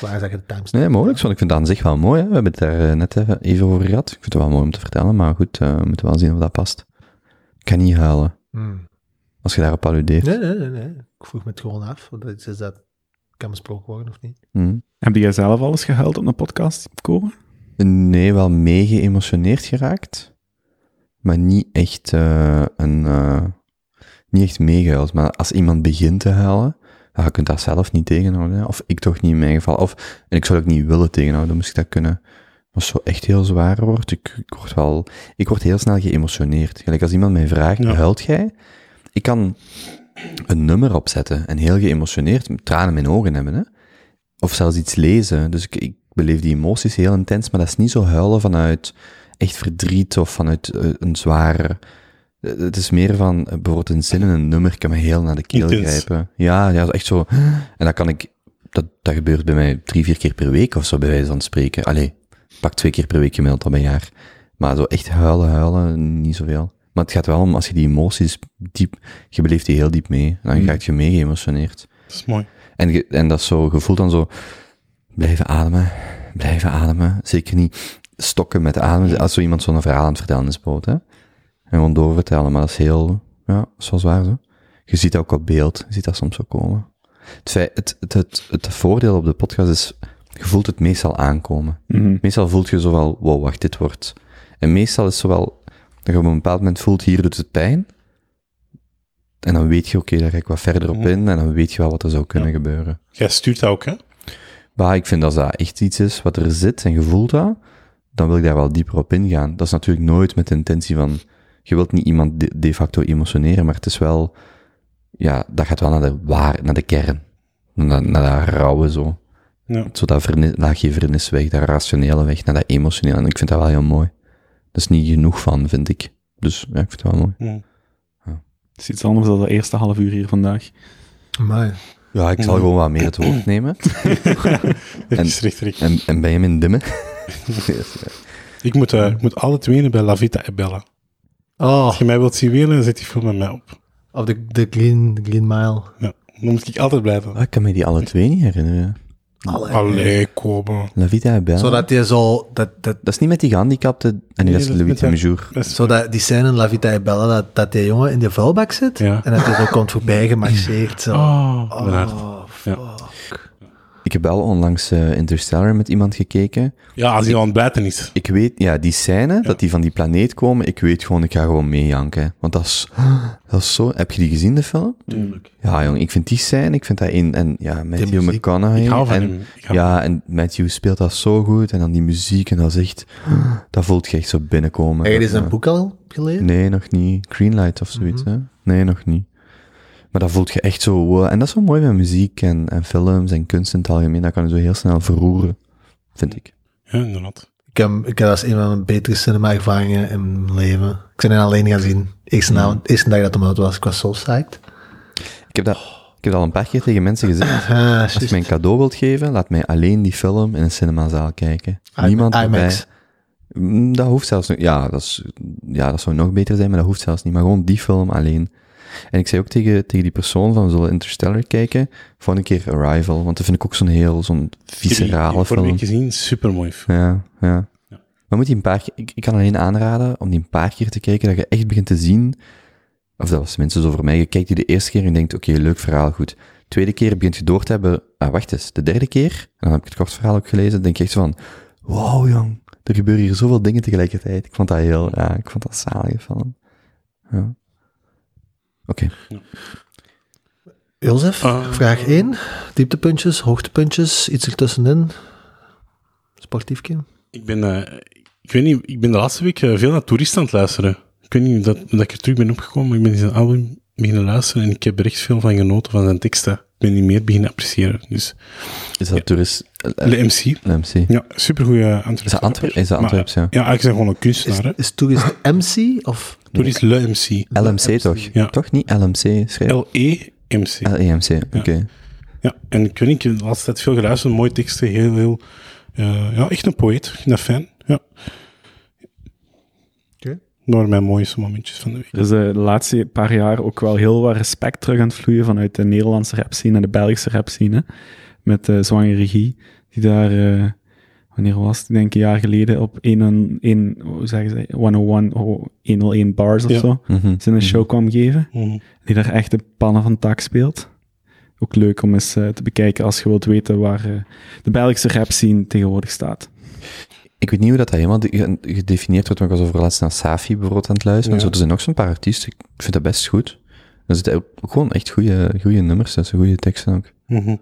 H: waar zeg je de timestamp?
C: Nee, mogelijks, want ik vind dat aan zich wel mooi. Hè? We hebben het daar eh, net even even over gehad. Ik vind het wel mooi om te vertellen, maar goed, eh, we moeten wel zien of dat past. Ik kan niet huilen
H: Hmm.
C: als je daarop alludeert.
H: Nee, nee, nee, nee. Ik vroeg me het gewoon af. want dat Is is dat kan besproken worden of niet?
C: Hm.
B: Heb jij zelf alles gehuild op een podcast, Kopen?
C: Nee, wel mee geëmotioneerd geraakt, maar niet echt, eh, een, eh, niet echt meegehuild. Maar als iemand begint te huilen, ja, je kunt dat zelf niet tegenhouden. hè. Of ik toch niet in mijn geval. Of, en ik zou het ook niet willen tegenhouden, moest ik dat kunnen. Maar als het zo echt heel zwaar wordt, ik, ik word wel, ik word heel snel geëmotioneerd. Gelijk als iemand mij vraagt,
G: Ja.
C: huilt jij? Ik kan een nummer opzetten en heel geëmotioneerd, met tranen in mijn ogen hebben, hè of zelfs iets lezen. Dus ik, ik beleef die emoties heel intens, maar dat is niet zo huilen vanuit echt verdriet of vanuit eh, een zware... eh, Het is meer van, eh, bijvoorbeeld een zin in een nummer kan me heel naar de keel
G: Intens.
C: grijpen. Ja, ja, echt zo. En dat kan ik... Dat, dat gebeurt bij mij drie, vier keer per week of zo, bij wijze van spreken. Allee, pak twee keer per week gemiddeld al bij jaar. Maar zo echt huilen, huilen, niet zoveel. Maar het gaat wel om, als je die emoties diep... Je beleeft die heel diep mee. Dan raak je mee geëmotioneerd.
G: Dat is mooi.
C: En, ge- en dat is zo, gevoel dan zo, blijven ademen, blijven ademen. Zeker niet stokken met ademen, als zo iemand zo'n verhaal aan het vertellen is, bijvoorbeeld, hè. En gewoon doorvertellen, maar dat is heel, ja, zoals waar, zo. Je ziet dat ook op beeld, je ziet dat soms zo komen. Het, feit- het, het, het, het voordeel op de podcast is, je voelt het meestal aankomen.
B: Mhm.
C: Meestal voelt je zo wel, wow, wacht, dit wordt... En meestal is zo wel, dat je op een bepaald moment voelt, hier doet het pijn, en dan weet je, oké, daar ga ik wat verder op in. En dan weet je wel wat er zou kunnen gebeuren.
G: Jij stuurt dat ook, hè?
C: Maar ik vind als dat echt iets is wat er zit en je voelt dat, dan wil ik daar wel dieper op ingaan. Dat is natuurlijk nooit met de intentie van, je wilt niet iemand de, de facto emotioneren, maar het is wel, ja, dat gaat wel naar de waar, naar de kern. Naar, naar dat rauwe zo.
G: Ja.
C: Zo dat vernis, laagje vernis weg, dat rationele weg, naar dat emotionele. En ik vind dat wel heel mooi. Er is niet genoeg van, vind ik. Dus ja, ik vind het wel mooi.
G: Hm.
B: Het is iets anders dan de eerste half uur hier vandaag.
H: Maar
C: Ja, ik zal
B: Ja.
C: gewoon wat meer het woord nemen. en, en, en Benjamin Dimme.
G: Ik moet, eh, ik moet altijd wenen bij La Vita e Bella.
C: Oh.
G: Als je mij wilt zien wenen, dan zet die film met mij op.
H: Of de, de, green, de green Mile.
G: Ja, dan moet ik altijd blij zijn.
C: Ah, ik kan me die alle twee niet herinneren.
H: Allee.
C: Nou,
G: Allee, Kobo.
C: La Vita e Bella.
H: Zodat je zo... Dat, dat,
C: Dat is niet met die gehandicapte... En nee, dat is Louis de Mujour.
H: Zodat die scène in La Vita e Bella, dat, dat die jongen in de vuilbak zit
G: Ja.
H: en dat hij zo komt voorbij gemarcheerd. Zo.
G: Oh,
C: Ik heb wel onlangs eh, Interstellar met iemand gekeken.
G: Ja, als hij al aan het bijten is.
C: Ik weet, ja, die scène, dat die van die planeet komen, ik weet gewoon, ik ga gewoon meejanken. Want dat is, dat is zo... Heb je die gezien, de film?
G: Tuurlijk.
C: Ja, jong, ik vind die scène, ik vind dat in... En ja, Matthew
G: muziek.
C: McConaughey.
G: Ik hou van
C: en,
G: hem. Ik hou
C: Ja, en Matthew speelt dat zo goed. En dan die muziek, en dat is echt... Dat voelt je echt zo binnenkomen.
H: Heb je deze
C: Ja.
H: een boek al gelezen?
C: Nee, nog niet. Greenlight of zoiets, hè? Nee, nog niet. Maar dat voelt je echt zo... wow. En dat is zo mooi met muziek en, en films en kunst in het algemeen. Dat kan je zo heel snel verroeren, vind ik.
G: Ja, inderdaad.
H: Ik heb, ik heb als een van mijn betere cinema ervaringen in mijn leven. Ik ben hem alleen gaan zien.
G: Mm.
H: Eerste, avond- eerste dag dat hem uit was, ik was zo psyched.
C: Ik heb dat, ik heb dat al een paar keer tegen mensen gezegd.
H: Ah,
C: Als je mij een cadeau wilt geven, laat mij alleen die film in een cinemazaal kijken.
H: I-
C: Niemand
H: IMAX.
C: erbij. Mm, Dat hoeft zelfs nog... Ja dat, is, ja, dat zou nog beter zijn, maar dat hoeft zelfs niet. Maar gewoon die film alleen. En ik zei ook tegen, tegen die persoon van, we zullen Interstellar kijken. Volgende keer Arrival, want dat vind ik ook zo'n heel, zo'n viscerale
G: Ik heb die vorige
C: film.
G: week gezien, supermooi film.
C: Ja, ja. Maar moet je een paar keer, ik, ik kan alleen aanraden om die een paar keer te kijken, dat je echt begint te zien, of dat was mensen zo voor mij, je kijkt die de eerste keer en je denkt, oké, leuk verhaal, goed. Tweede keer begint je door te hebben, ah, wacht eens, de derde keer, en dan heb ik het kort verhaal ook gelezen, dan denk je echt van, wow jong, er gebeuren hier zoveel dingen tegelijkertijd. Ik vond dat heel, ja, ik vond dat zalig van Ja. Oké.
H: Jozef,
G: Ah.
H: vraag 1. Dieptepuntjes, hoogtepuntjes, iets ertussenin. Sportief, Kim.
G: Ik ben, eh, ik weet niet, ik ben de laatste week eh, veel naar toeristen aan het luisteren. Ik weet niet dat, dat ik er terug ben opgekomen, maar ik ben zijn album beginnen luisteren en ik heb er echt veel van genoten van zijn teksten. Ik ben die meer beginnen appreciëren. Dus,
C: Is dat toerist? eh,
G: LMC.
C: LMC.
G: Ja, supergoeie Antwerpse.
C: Is dat Antwerp? Is dat
G: Maar,
C: Antwerps, ja.
G: Ja, ik ben gewoon een kunstenaar. hè.
H: Is toerist MC of
G: Toerist LMC.
C: LMC toch?
G: Ja.
C: Toch niet LMC schrijf?
G: L-E-M-C.
C: LEMC, oké.
G: E Ja, en ik weet niet, ik heb de laatste tijd veel geluisterd, mooie teksten, heel, heel... eh, ja, echt een poëet. Ik vind dat fijn, ja.
H: Oké.
G: Door mijn mooiste momentjes van de week.
B: Er is eh, de laatste paar jaar ook wel heel wat respect terug aan het vloeien vanuit de Nederlandse rapscene en de Belgische rapscene. hè. Met eh Zwangere Regie, die daar, eh, wanneer was het? Ik denk een jaar geleden op 1, en- 1, hoe zeggen ze, 101, oh, 101 bars of
G: Ja.
B: zo,
C: Mhm.
B: zijn een show kwam geven.
G: Mhm.
B: Die daar echt de pannen van tak speelt. Ook leuk om eens eh, te bekijken als je wilt weten waar eh, de Belgische rapscene tegenwoordig staat.
C: Ik weet niet hoe dat helemaal de- ge- gedefinieerd wordt, maar ik was over laatst naar Safi bijvoorbeeld aan het luisteren. en
G: Ja.
C: Zo, er zijn ook zo'n paar artiesten. Ik vind dat best goed. Er zitten ook gewoon echt goede, goede nummers tussen, goede teksten ook.
G: Mhm.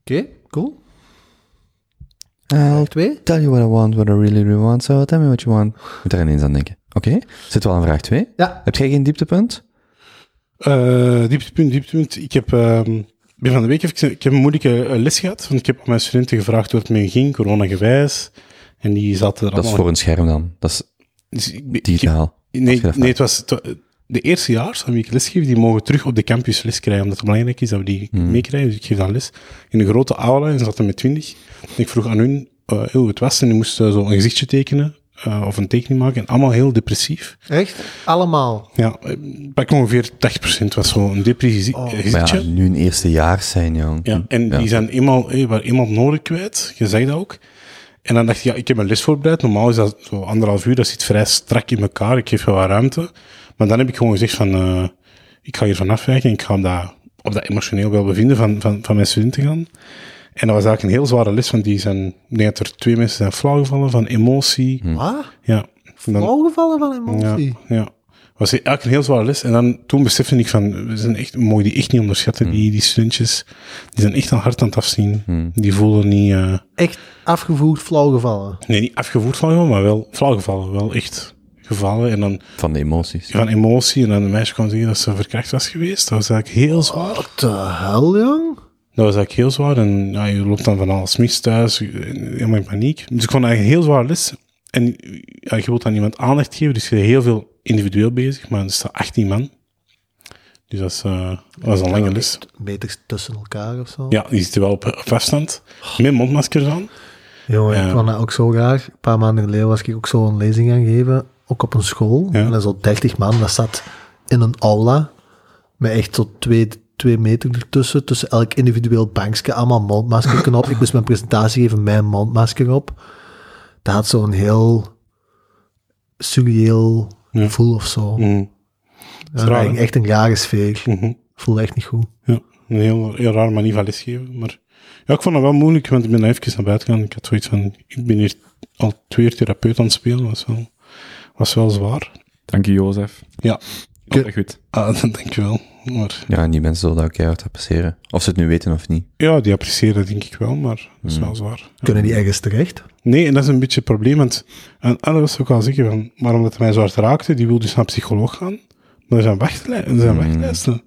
H: Oké, cool.
C: I'll
H: Twee?
C: tell you what I want, what I really, really want, so tell me what you want. Ik moet daar ineens aan denken. Oké, zit wel aan vraag 2.
H: Ja.
C: Heb jij geen dieptepunt?
G: Oh, Eh, dieptepunt, dieptepunt. Ik heb, ehm, ben van de week even, ik heb een moeilijke eh, les gehad, want ik heb aan mijn studenten gevraagd hoe het mee ging, corona-gewijs. En die zaten er
C: Dat is
G: allemaal...
C: voor een scherm dan. Dat is
G: Dus ik be-
C: digitaal.
G: ik- nee,
C: Als je dat
G: nee, het was het wa- de eerstejaars aan wie ik les geef, die mogen terug op de campus les krijgen, omdat het belangrijk is dat we die
C: Hmm.
G: meekrijgen. Dus ik geef dan les in een grote aula en ze zaten met twintig. Ik vroeg aan hun eh, hoe het was en die moesten zo een gezichtje tekenen eh, of een tekening maken en allemaal heel depressief.
H: Echt? Allemaal.
G: Ja, eh, pak ongeveer 80% was zo'n depressief
C: Maar
G: gezichtje.
C: ja, nu een eerstejaars zijn, jong.
G: Ja, en die zijn eenmaal, eh, waar eenmaal nodig kwijt. Je zegt dat ook. En dan dacht ik, ja, ik heb mijn les voorbereid. Normaal is dat zo anderhalf uur. Dat zit vrij strak in elkaar. Ik geef wel wat ruimte. Maar dan heb ik gewoon gezegd van, eh, ik ga hier vanaf wijken. Ik ga op dat, op dat emotioneel welbevinden van, van, van mijn studenten gaan. En dat was eigenlijk een heel zware les, want die zijn, ik denk dat er twee mensen zijn flauwgevallen van emotie.
H: Wat?
G: Ja. En dan-
H: Voorgevallen van emotie?
G: ja, ja. Was eigenlijk een heel zware les. En dan, toen besefte ik van, we zijn echt, mooi die echt niet onderschatten, die, die studentjes. Die zijn echt aan hard aan het afzien. Die voelen niet, eh,
H: Echt afgevoerd, flauwgevallen.
G: nee, niet afgevoerd van, maar wel flauwgevallen. Wel echt gevallen. En dan
C: Van de emoties.
G: van emotie. En dan een meisje kwam zeggen dat ze verkracht was geweest. Dat was eigenlijk heel zwaar.
H: Wat de hel, jong?
G: Dat was eigenlijk heel zwaar. En ja, je loopt dan van alles mis thuis. je- Helemaal in paniek. Dus ik vond het eigenlijk een heel zwaar les. En ja, je wilt aan iemand aandacht geven. Dus je bent heel veel individueel bezig. Maar er staan 18 man. Dus dat is, eh, dat was een lange les.
H: Beter tussen elkaar of zo.
G: Ja, die zitten wel op, op afstand. Met mondmaskers aan.
H: Jongen,
G: Ja.
H: ik vond dat ook zo raar. Een paar maanden geleden was ik ook zo een lezing gaan geven, ook op een school.
G: Ja.
H: En dat is al 30 man, dat zat in een aula, met echt tot twee, twee meter ertussen, tussen elk individueel bankje, allemaal mondmaskers op. Ik moest mijn presentatie geven, mijn mondmasker op. Dat had zo'n heel surreëel
G: Ja.
H: gevoel of zo.
G: Mhm.
H: Ja,
G: raar,
H: eigenlijk
G: hè?
H: echt een rare sfeer.
G: Mhm.
H: Voelde echt niet goed.
G: Ja, een heel, heel raar manier van lesgeven. Maar ja, ik vond het wel moeilijk, want ik ben even naar buiten gegaan. Ik had zoiets van, ik ben hier al twee uur therapeut aan het spelen. Dat was wel, was wel zwaar.
B: Dank je, Jozef.
G: Ja,
B: Altijd goed.
G: ah, dat denk je wel. Maar
C: Ja, en die mensen zullen dat ook keihard appreciëren. Of ze het nu weten of niet.
G: ja, die appreciëren dat denk ik wel, maar dat is wel zwaar.
H: Kunnen die ergens terecht?
G: Nee, en dat is een beetje het probleem. Want, en en dat was ook al zeggen van, maar omdat het mij zo hard raakte, die wil dus naar een psycholoog gaan. Maar er zijn, wachtlij- er zijn wachtlijsten.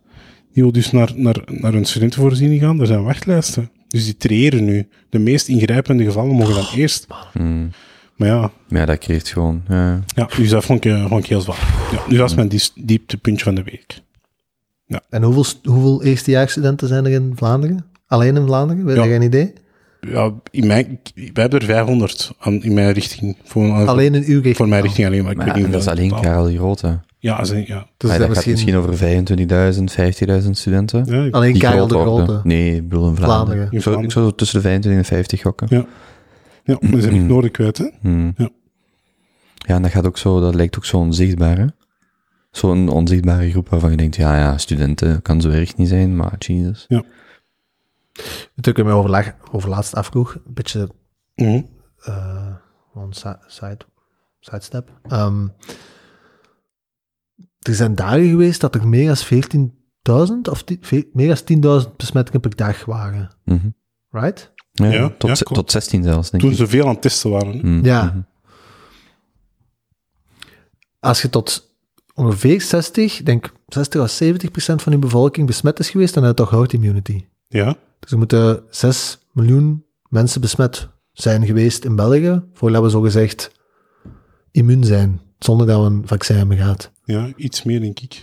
G: Die wil dus naar, naar, naar een studentenvoorziening gaan, er zijn wachtlijsten. Dus die triëren nu. De meest ingrijpende gevallen mogen dan eerst.
C: Hmm.
G: Maar ja,
C: Maar ja, dat creëert gewoon... ja.
G: ja dus dat vond ik, eh, vond ik heel zwaar. Ja, dus dat is mijn dies- dieptepuntje van de week.
H: En hoeveel, st- hoeveel eerstejaarsstudenten zijn er in Vlaanderen? Alleen in Vlaanderen? Weet
G: Ja.
H: je geen idee?
G: Ja, in mijn, wij hebben er 500 aan, in mijn richting. Voor,
H: Alleen in uw richting.
G: voor mijn richting alleen, maar ik
C: Maar
G: weet
C: ja,
G: niet
C: en dat is
G: hoeveel
C: alleen
G: totaal.
C: Karel de Grote.
G: Ja, Dus dat is- ja.
H: Dus
C: Maar
H: dat
C: dat gaat misschien over 25.000, 15.000 studenten.
G: Ja, ik-
H: Alleen
C: Die
H: Karel de
C: groot worden.
H: Grote.
C: Nee, ik bedoel in Vlaanderen.
H: Vlaanderen.
G: In
C: Ik zou- Ik zou zo tussen de 25 en de 50 gokken.
G: Ja. Ja, dus we zijn echt noorden kwijt, hè?
C: Hmm.
G: Ja.
C: Ja, en dat gaat ook zo, dat lijkt ook zo onzichtbaar, hè? Zo'n onzichtbare groep waarvan je denkt, ja, ja, studenten kan zo erg niet zijn, maar Jesus.
H: Toen ik me overlaag, overlaatst afvroeg, een beetje
G: Mhm.
H: eh one side, side, sidestep. Ehm, er zijn dagen geweest dat er meer dan 14.000 of ti- ve- meer dan 10.000 besmettingen per dag waren.
C: Mhm.
H: Right?
C: Ja,
G: Ja,
C: tot,
G: ja,
C: ze-
G: klopt.
C: tot 16 zelfs, denk
G: Toen
C: ik.
G: ze veel aan het testen waren. hè.
C: Hmm,
H: Ja.
C: mhm.
H: Als je tot ongeveer 60, denk 60 à 70 procent van je bevolking besmet is geweest, dan heb je toch herd immunity.
G: Ja.
H: Dus er moeten 6 miljoen mensen besmet zijn geweest in België, voordat we zogezegd immuun zijn, zonder dat we een vaccin hebben gehad.
G: ja, iets meer, denk ik.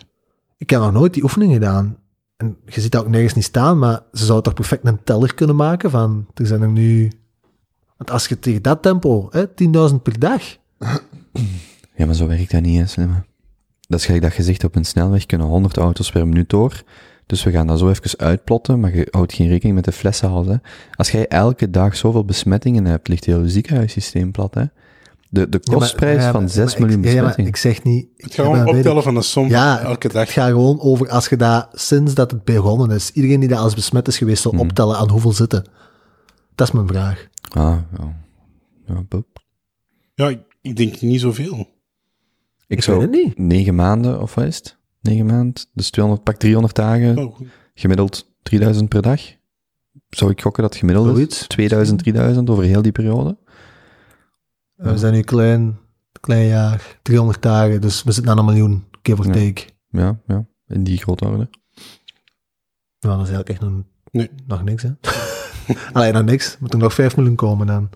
H: Ik heb nog nooit die oefening gedaan. En je ziet dat ook nergens niet staan, maar ze zou toch perfect een teller kunnen maken van, er zijn er nu... Want als je tegen dat tempo, hè, 10.000 per dag...
C: Ja, maar zo werkt dat niet, hè, slimme. Dat is gelijk dat gezicht op een snelweg kunnen 100 auto's per minuut door. Dus we gaan dat zo even uitplotten, maar je houdt geen rekening met de flessenhals, hè. Als jij elke dag zoveel besmettingen hebt, ligt heel het ziekenhuissysteem plat, hè. De, de
H: Ja, maar-
C: kostprijs
H: ja,
C: van
H: maar-
C: 6
H: maar
C: miljoen
H: ik, ja, maar
C: besmettingen.
H: ik zeg niet...
G: Het
H: ja,
G: gaat gewoon
H: maar weet
G: optellen
H: ik.
G: van de som
H: Ja,
G: elke
H: het
G: dag.
H: gaat gewoon over als je dat sinds dat het begonnen is, iedereen die daar als besmet is geweest, zal
C: Hmm.
H: optellen aan hoeveel zitten. Dat is mijn vraag.
C: Ah, ja. Ja, boop.
G: Ja, ik, ik denk niet zoveel.
C: Ik,
H: Ik
C: zou
H: weet het niet.
C: negen maanden, of wat is het? Negen maanden, dus 200, pak 300 dagen,
G: Oh, goed.
C: gemiddeld 3000 per dag. Zou ik gokken dat het gemiddeld is?
H: Zoiets.
C: 2000, 3000 over heel die periode.
H: En We zijn nu klein, klein jaar, 300 dagen, dus we zitten aan een miljoen, give or
C: Ja.
H: take.
C: Ja, ja, in die grote orde.
H: Nou, dat is eigenlijk echt nog,
G: Nee.
H: nog niks, hè? Alleen nog niks. Moet er nog 5 miljoen komen dan.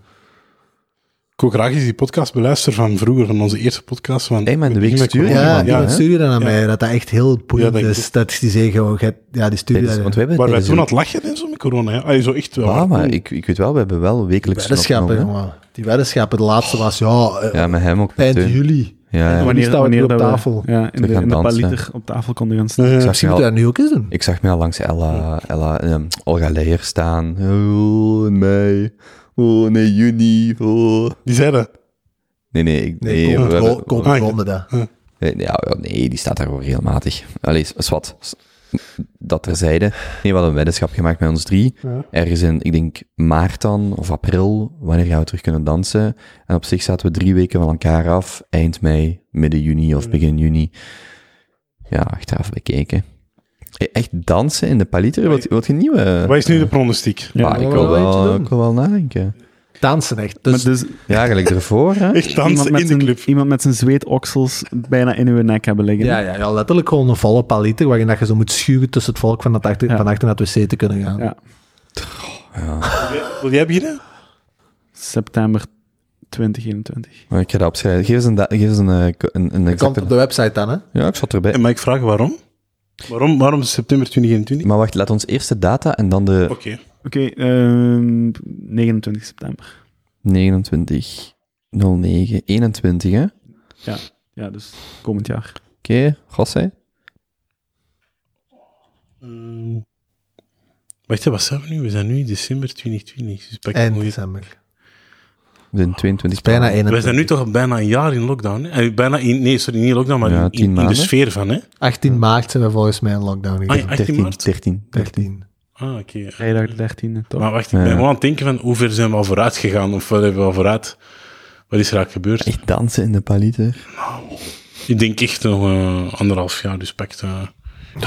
G: Ik wil graag eens die podcast beluisteren van vroeger, van onze eerste podcast. Van,
C: hey, maar in de
G: begin
C: week
G: met
C: stuur je
G: corona.
H: Ja,
G: ja,
H: ja stuur je dan aan mij, dat dat echt heel boeiend
G: Ja, dat-
H: is. Dat is die zeggen, oh, gij- ja, die stuur je
C: Dit is-
H: dan-
C: want we hebben
G: Waar wij
C: deze
G: toen aan het
C: week-
G: lachen en zo met corona. Ja. Allee, zo echt wel. Mm.
C: Ah,
G: hard
C: maar
G: doen.
C: ik, ik weet wel, we hebben wel wekelijks... een
H: Weddenschappen,
C: opgenomen,
H: jongen. Die weddenschappen, de laatste was, ja, eh,
C: hè? Ja, met hem ook. met
H: eind
C: Teun.
H: juli.
C: Ja, ja.
H: Wanneer- staan we nu op tafel.
B: We, ja, in
C: We
B: de,
C: gaan
B: in de
C: dansen.
B: paliter op tafel konden gaan staan.
G: Eh,
C: Ik zag
H: Misschien
C: je
H: moeten we
C: al,
H: dat nu ook eens doen.
C: ik zag mij al langs Ella, Ella ehm, Olga Leijer staan. Oh, in mei. Oh, nee, juni. Oh.
G: Die zeiden,
C: Nee, nee. Ik, nee,
H: Nee,
C: we
H: Koop
C: hebben-
H: Ko- Koop
G: Ah, ja.
H: Ronde dat.
C: Nee, nee, Eh, ja, ja, nee, die staat daar gewoon regelmatig. Allee, s- zwart. S- Dat terzijde. Nee, we hadden een weddenschap gemaakt met ons drie. Ergens in, ik denk, maart dan, of april, wanneer gaan we terug kunnen dansen. En op zich zaten we drie weken van elkaar af. Eind mei, midden juni of begin juni. Ja, achteraf bekeken. E- Echt dansen in de paliter? Wat, wat een nieuwe...
G: wat is nu de pronostiek?
C: Ja,
H: we
C: ik, wil
H: wel eentje
C: wel,
H: doen.
C: ik wil wel nadenken.
H: Dansen echt. Dus,
B: Maar dus
C: Ja, eigenlijk ervoor, hè?
G: Echt
B: iemand
G: dansen
B: met
G: in de
B: zijn-
G: club.
B: Iemand met zijn zweetoksels bijna in uw nek hebben liggen.
H: ja, ja, ja, letterlijk gewoon een volle paliter waarin dat je zo moet schuwen tussen het volk van, dat achter,
B: Ja.
H: van achter naar het wc te kunnen gaan.
B: Ja.
G: Wil jij beginnen?
B: September 2021.
C: Maar Ik ga dat opschrijven. Geef eens een, da- geef eens een, eh, ko- een, een
H: Dat komt
C: exacte...
H: op de website dan, hè?
C: Ja, ik zat erbij.
G: En mag ik vragen waarom? Waarom, waarom september 2021?
C: Maar wacht, laat ons eerst de data en dan de
G: Oké.
B: Oké, ehm, 29 september.
C: 29, 09, 21, hè? Oké,
B: Ja, dus komend jaar.
C: Gosse?
G: Ehm, Wacht, hè, wat zijn we nu? We zijn nu in december 2020. Dus pak
H: Eind
G: moet je-
H: december.
C: We zijn 22.
H: Bijna
G: we
H: 21.
G: zijn nu toch bijna een jaar in lockdown? Hè? Eh, Bijna in, nee, sorry, niet lockdown, maar
C: Ja,
G: in-
C: tien
G: in, in de
C: maanden.
G: sfeer van. Hè?
H: 18 maart zijn we volgens mij in lockdown
G: Ah,
H: gegaan.
G: ja, 18
C: 13,
G: maart?
C: 13.
H: 13.
G: Ah, oké.
B: Vrijdag de 13e, toch?
G: Maar wacht, ik ben
C: Ja.
G: wel aan het denken van hoe ver zijn we al vooruit gegaan? Of wat hebben we al vooruit? Wat is er eigenlijk gebeurd?
C: Echt dansen in de paliter.
G: Ik denk echt nog eh, anderhalf jaar, dus pakt eh,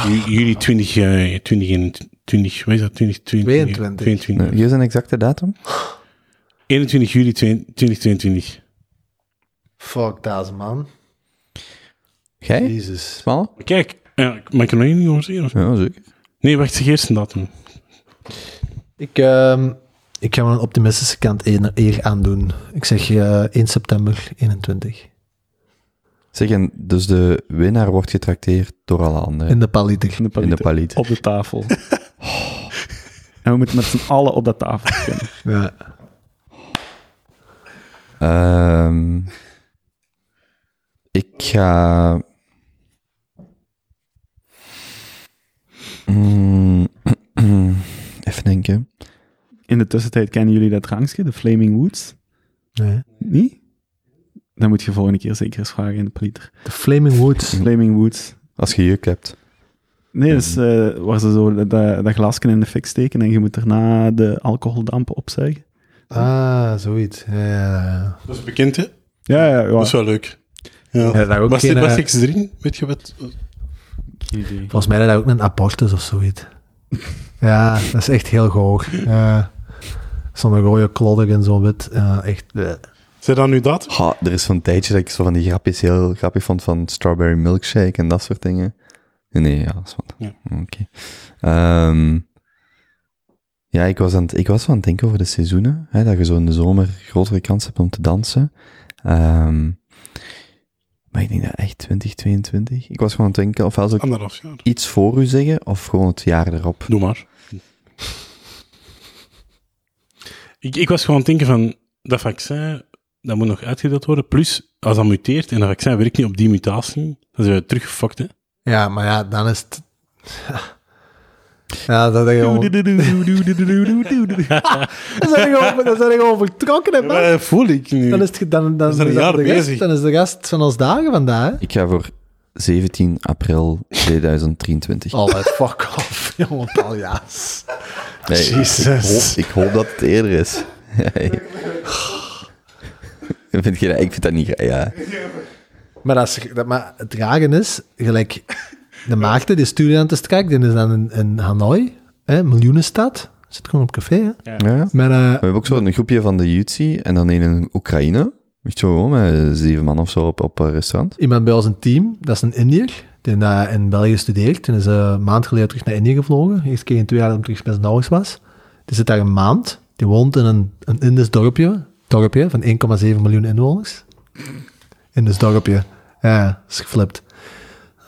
G: ju- juli 20, eh 20, en- 20, wat is dat? 20,
H: 22.
G: 22.
C: Nee, Geef eens een exacte datum.
G: 21 juli 20- 2022.
H: Fuck dat, man.
C: Jij?
H: Jezus.
C: Smalle?
G: Maar Kijk, ja, ik- mag ik er nog één niet over zeggen? of-
C: Ja, zeker.
G: Nee, wacht, zeg eerst een datum.
H: Ik, ehm, ik ga mijn optimistische kant eer, eer aandoen. Ik zeg eh 1 september 21.
C: Zeg, en dus de winnaar wordt getrakteerd door alle anderen
H: In de paliter.
B: In de
C: in de
B: paliter.
C: paliter.
B: Op de tafel. Oh. En we moeten met z'n allen op dat tafel kunnen.
H: Ja.
C: Ehm, ik ga. Mm, even denken.
B: In de tussentijd kennen jullie dat drankje, de Flaming Woods?
H: Nee.
B: Niet? Dan moet je volgende keer zeker eens vragen in de paliter.
H: De Flaming Woods.
B: Flaming Woods.
C: Als je juk hebt.
B: Nee, dat is eh, waar ze zo dat, dat dat glasje in de fik steken en je moet daarna de alcoholdampen opzuigen.
H: Ah, zoiets. Ja, ja, ja.
G: Dat is bekend, hè?
B: Ja, ja, ja.
G: Dat is wel leuk. Ja.
H: Ja, daar ook
G: was dit
H: geen,
G: was
H: eh,
G: niks erin? Weet je wat?
B: Geen idee.
H: Volgens mij dat dat ook een abortus of zoiets. ja, dat is echt heel goor. Ja. Zo'n rode klodder en zo wit. Ja, echt. eh. bleh.
G: Zijn dat nu dat?
C: Ha, er is zo'n tijdje dat ik zo van die grapjes heel grappig vond van strawberry milkshake en dat soort dingen. Nee, ja, dat is wat.
G: Ja.
C: Oké. Ehm, ja, ik was, aan het, ik was wel aan het denken over de seizoenen. Hè, dat je zo in de zomer grotere kans hebt om te dansen. Ehm, maar ik denk dat echt 2022. Ik was gewoon aan het denken, ofwel zou ik
G: Anderhalf jaar.
C: iets voor u zeggen, of gewoon het jaar erop.
G: Doe maar. Ik, ik was gewoon aan het denken van, dat vaccin, dat moet nog uitgedeeld worden. Plus, als dat muteert en dat vaccin werkt niet op die mutatie, dan zijn we teruggefokt, hè.
H: Ja, maar ja, dan is het... Ja, dat is gewoon... Dan zijn we gewoon, dan zijn we gewoon vertrokken, hè, man.
G: Ja, dat Eh, voel ik nu.
H: Dan is, het, dan, dan,
G: We zijn een
H: dan
G: jaar
H: de rest-
G: bezig.
H: dan is de rest van ons dagen vandaag.
C: Ik ga voor 17 april 2023.
H: Oh, fuck off, jongen, paljaas.
C: Nee, Ik hoop,
G: Jezus.
C: ik hoop dat het eerder is. Hey. vind je dat? Ik vind dat niet... gra- Ja.
H: Maar, dat is, dat, maar het rare is, gelijk de Maarten, die stuurde aan te strak, die is dan in, in Hanoi, hè, miljoenenstad. Zit gewoon op café, hè.
C: Ja.
H: Maar, eh,
C: We hebben ook zo een groepje van de Jutsi en dan een in Oekraïne. Echt zo gewoon met zeven man of zo op, op een restaurant.
H: iemand bij ons een team, dat is een Indiër, die eh, in België studeert. En is eh, een maand geleden terug naar Indië gevlogen. Eerst keer in twee jaar dat hij terug bij zijn ouders was. Die zit daar een maand. Die woont in een, een Indisch dorpje. dorpje van 1,7 miljoen inwoners. In dus dorpje. Ja, dat is geflipt.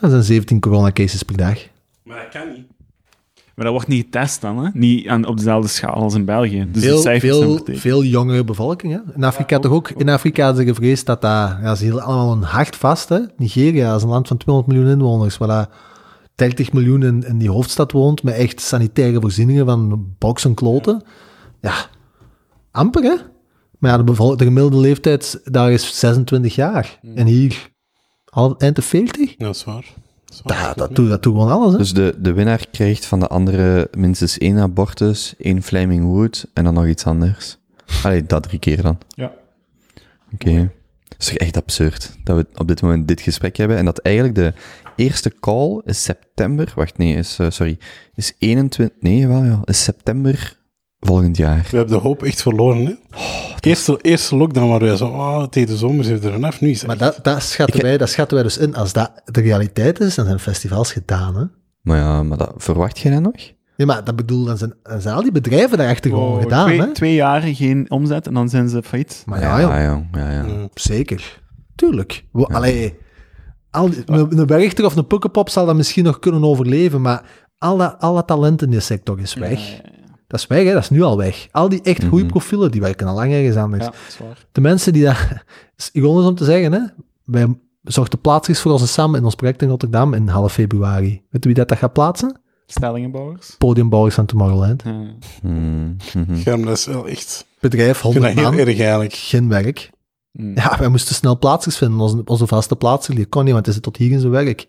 H: Dat zijn 17 coronacases per dag.
B: Maar dat kan niet. Maar dat wordt niet getest dan, hè? Niet aan, op dezelfde schaal als in België. Dus de
H: veel,
B: cijfers zijn
H: veel,
B: vertekend.
H: veel jongere bevolking. Hè? In Afrika toch ook? In Afrika is er gevreesd dat dat... Ja, ze hielden allemaal een hart vast. Hè? Nigeria is een land van 200 miljoen inwoners. Waar dat 30 miljoen in, in die hoofdstad woont. Met echt sanitaire voorzieningen van boksen en kloten. Ja, amper hè? Maar ja, de, bevol- de gemiddelde leeftijd daar is 26 jaar. En hier al eind de 40.
G: Dat is waar.
H: Dat, dat, doet, dat doet gewoon alles hè?
C: Dus de, de winnaar krijgt van de andere minstens één abortus, één Flaming Wood en dan nog iets anders. Allee, dat drie keer dan.
B: Ja.
C: Oké. Het is toch echt absurd dat we op dit moment dit gesprek hebben en dat eigenlijk de eerste call is september, wacht nee, is, eh, sorry, is 21, nee, wel ja, is september volgend jaar.
G: We hebben de hoop echt verloren, hè?
H: Oh,
G: eerste, eerste lockdown waren wij zo, oh, tegen de zomer zit er een af, nu is het
H: Maar dat, dat, schatten wij, dat schatten wij dus in. Als dat de realiteit is, dan zijn festivals gedaan. Hè?
C: Maar ja, maar dat, verwacht je dat nog?
H: Nee, maar dat bedoel, dan zijn, dan zijn al die bedrijven daarachter gewoon
B: Wow,
H: Oh, gedaan.
B: Oh, twee,
H: hè?
B: twee jaar geen omzet en dan zijn ze failliet.
H: Maar ja, joh, Mm.
C: jong, ja, ja.
H: zeker. Tuurlijk. We, Allee, al die- een, een Werchter of een Pukkenpop zal dat misschien nog kunnen overleven, maar al dat, al dat talent in die sector is weg. Dat is weg, hè? dat is nu al weg. Al die echt goede profielen, die werken al lang ergens anders.
B: Ja, dat is waar.
H: De mensen die daar... is ironisch om te zeggen, hè? wij zochten plaatsjes voor onze Sam in ons project in Rotterdam in half februari. Weet je wie dat, dat gaat plaatsen?
B: Stellingenbouwers.
H: Podiumbouwers van Tomorrowland.
B: Ja.
C: Hmm, mhm.
G: Ja, maar dat is wel echt...
H: Bedrijf,
G: Ik vind
H: 100
G: dat heel
H: man,
G: erg eigenlijk.
H: geen werk.
B: Mm.
H: Ja, wij moesten snel plaatsjes vinden. Onze, onze vaste plaatsjes, die kon niet, want hij zit tot hier in zijn werk.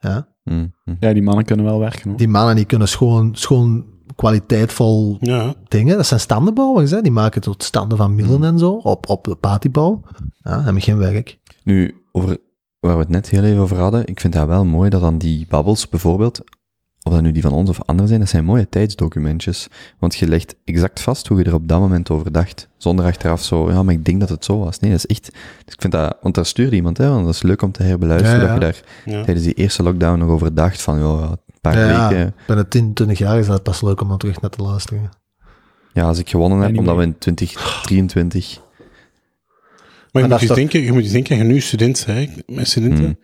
H: Ja,
C: Hmm, mhm.
B: Ja, die mannen kunnen wel werken. Hoor.
H: die mannen die kunnen schoon, schoon kwaliteitvol
G: Ja,
H: dingen. Dat zijn standenbouwers, hè. die maken tot standen van millen en zo, op, op de patibouw. Ja, hebben geen werk.
C: Nu, over waar we het net heel even over hadden, ik vind dat wel mooi dat dan die babbels bijvoorbeeld, of dat nu die van ons of anderen zijn, dat zijn mooie tijdsdocumentjes. Want je legt exact vast hoe je er op dat moment over dacht. Zonder achteraf zo, ja, maar ik denk dat het zo was. Nee, dat is echt... Dus ik vind dat... Want daar stuurde iemand, hè, want dat is leuk om te herbeluisteren,
H: Ja, ja.
C: dat je daar
G: Ja.
C: tijdens die eerste lockdown nog over dacht van, joh, ja, een paar
H: Ja,
C: weken...
H: binnen 10, 20 jaar is dat pas leuk om dan terug naar te luisteren.
C: Ja, als ik gewonnen heb,
B: niet
C: omdat we
B: meer.
C: in 2023...
G: Maar
H: Maar
G: je moet,
H: dat is toch-
G: eens denken, je moet eens denken, je nu student bent, mijn studenten,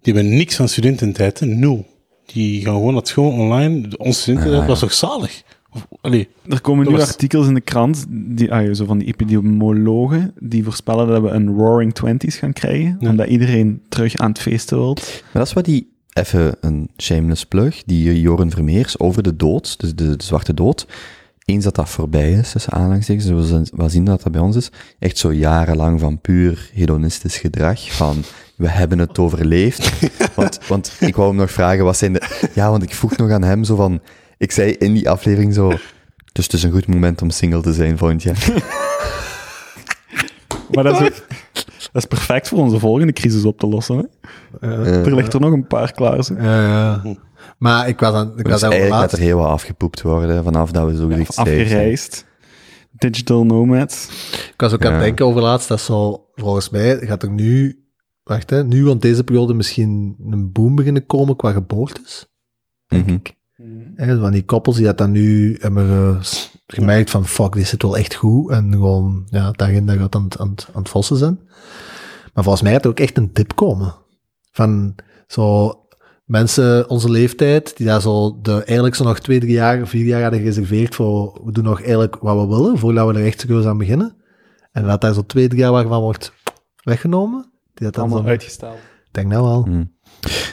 G: die hebben niks aan studententijd, hè, nul. Die gaan gewoon naar school online. De- Onze studententijd was toch zalig? Of, allee,
B: Er komen nu
G: Dat was-
B: artikels in de krant, die, ah, zo van die epidemiologen, die voorspellen dat we een Roaring Twenties gaan krijgen,
G: Ja.
B: omdat iedereen terug aan het feesten wilt.
C: Maar dat is wat die, even een shameless plug, die eh, Joren Vermeers over de dood, dus de, de zwarte dood, eens dat dat voorbij is, tussen aanhalingstekens, dus we zullen wel zien dat dat bij ons is, echt zo jarenlang van puur hedonistisch gedrag, van we hebben het overleefd. Want, want ik wou hem nog vragen, wat zijn de... Ja, want ik vroeg nog aan hem zo van, ik zei in die aflevering zo, dus het is een goed moment om single te zijn, vond je?
B: Maar dat is, ook- dat is perfect voor onze volgende crisis op te lossen. Hè? er
C: Eh,
B: ligt er nog een paar klaar. Zo.
H: Eh, Ja, ja. Maar ik was aan, ik
C: Dus
H: was aan
C: eigenlijk gaat
H: laatst.
C: er heel wat afgepoept worden, vanaf dat we zo gezegd
B: Afgereisd. Digital nomads.
H: Ik was ook aan het
C: Ja.
H: denken over laatst, dat zal volgens mij, gaat er nu, wacht hè, nu want deze periode misschien een boom beginnen komen qua geboortes.
C: Denk ik.
H: Hè, van die koppels die dat dan nu hebben eh, s- gemerkt van fuck, dit zit wel echt goed en gewoon ja, dag in dag uit aan, het- aan, het- aan het vossen zijn. Maar volgens mij gaat er ook echt een dip komen. Van zo mensen onze leeftijd, die daar zo de, eigenlijk zo nog twee, drie jaar, vier jaar hadden gereserveerd voor we doen nog eigenlijk wat we willen, voordat we er echt serieus aan beginnen. En dat daar zo twee, drie jaar waarvan wordt weggenomen. Die dat dan zo, ik
B: uitgesteld.
H: denk nou wel.
C: Hmm.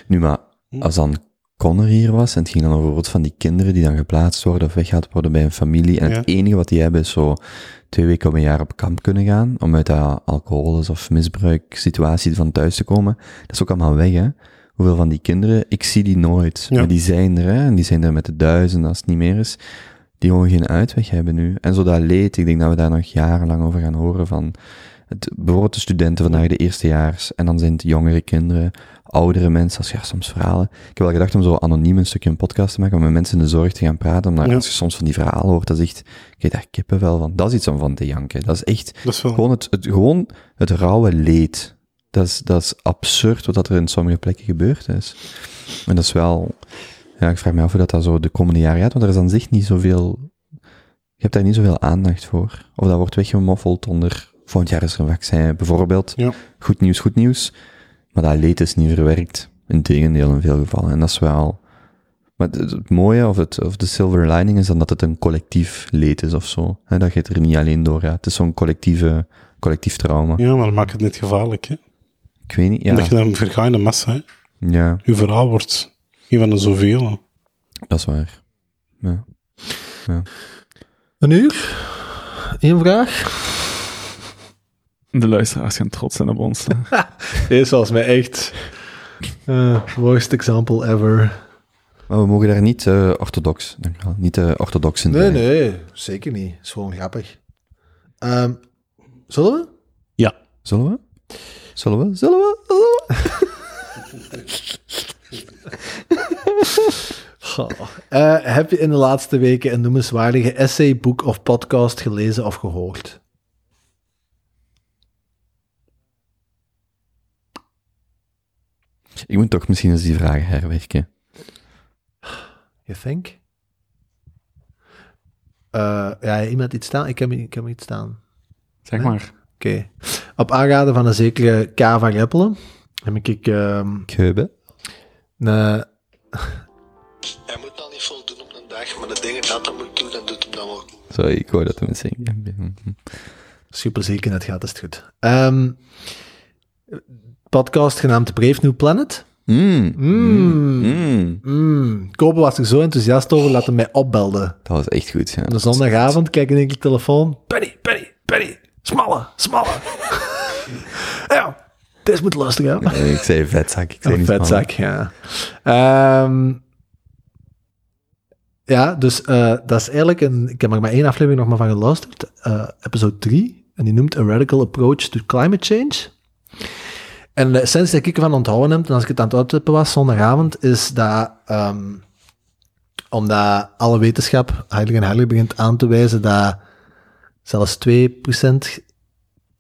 C: Nu, maar
G: Hmm.
C: als dan Connor hier was en het ging dan over wat van die kinderen die dan geplaatst worden of weggehaald worden bij een familie en het
G: Ja.
C: enige wat die hebben is zo twee weken op een jaar op kamp kunnen gaan om uit dat alcoholis of misbruik situatie van thuis te komen. Dat is ook allemaal weg, hè. Hoeveel van die kinderen, ik zie die nooit.
G: Ja.
C: Maar die zijn er, hè. En die zijn er met de duizenden als het niet meer is. Die gewoon geen uitweg hebben nu. En zo dat leed, ik denk dat we daar nog jarenlang over gaan horen van het, bijvoorbeeld de studenten vandaag, de eerstejaars, en dan zijn het jongere kinderen, oudere mensen, als je daar soms verhalen. Ik heb wel gedacht om zo anoniem een stukje een podcast te maken, om met mensen in de zorg te gaan praten, maar
G: Ja.
C: als je soms van die verhalen hoort, dat is echt, ik krijg daar kippenvel van. Dat is iets om van te janken. Dat is echt
G: dat is wel...
C: gewoon het, het, gewoon het rauwe leed. Dat is, dat is absurd wat dat er in sommige plekken gebeurd is. En dat is wel... Ja, ik vraag me af hoe dat, dat zo de komende jaren gaat, want er is aan zich niet zoveel je hebt daar niet zoveel aandacht voor. Of dat wordt weggemoffeld onder volgend jaar is er een vaccin bijvoorbeeld.
G: Ja.
C: Goed nieuws, goed nieuws. Maar dat leed is niet verwerkt. Integendeel in veel gevallen. En dat is wel... Maar het, het mooie of, het, of de silver lining is dan dat het een collectief leed is of zo. Hè, dat je het er niet alleen door gaat. Het is zo'n collectieve, collectief trauma.
G: Ja, maar dat maakt het niet gevaarlijk. Hè?
C: Ik weet niet, ja.
G: Omdat je dan een vergaande massa hebt.
C: Ja,
G: Je verhaal wordt een van de zoveel.
C: dat is waar. Ja.
H: Een uur? Eén vraag?
B: De luisteraars gaan trots zijn op ons. hè.
H: Deze was mij echt... eh, worst example ever.
C: Maar we mogen daar niet eh, orthodox, dankjewel, niet eh, orthodox in
H: Nee,
C: zijn.
H: nee, zeker niet. Het is gewoon grappig. Ehm, zullen we?
C: Zullen we? Zullen we? Zullen we? Zullen we?
H: Goh. Eh, heb je in de laatste weken een noemenswaardige essay, boek of podcast gelezen of gehoord?
C: Ik moet toch misschien eens die vragen herwerken.
H: You think? Eh, ja, iemand iets staan? Ik heb, ik heb iets staan.
B: Zeg maar.
H: Oké. Op aanraden van een zekere K. van Reppelen heb ik, ik ehm,
C: Keuben.
H: een-
I: Hij moet dat niet voldoen op een dag, maar de dingen dat hij moet doen, dat doet hem dan wel.
C: Sorry, ik hoor dat de mensen denken.
H: Super zeker, het gaat, is het goed. Ehm, podcast genaamd Brave New Planet.
C: Mm.
H: Mm.
C: Mm.
H: Mm. Kopen was er zo enthousiast over, laat hem mij opbelden.
C: Dat was echt goed, ja.
H: Op een zondagavond kijk ik in de telefoon. Penny, Penny, Penny. Smalle, smalle. ja, dit moet lastig, hè?
C: Nee, Eh, ik zei vetzak. Ik zei
H: Een
C: niet smalle.
H: vetzak, ja. Ehm, ja, dus eh, dat is eigenlijk een... Ik heb er maar één aflevering nog maar van geluisterd. eh, episode 3. En die noemt A Radical Approach to Climate Change. En de essentie dat ik ervan onthouden heb, en als ik het aan het uittippen was zondagavond, is dat... ehm, omdat alle wetenschap heilig en heilig begint aan te wijzen dat zelfs 2%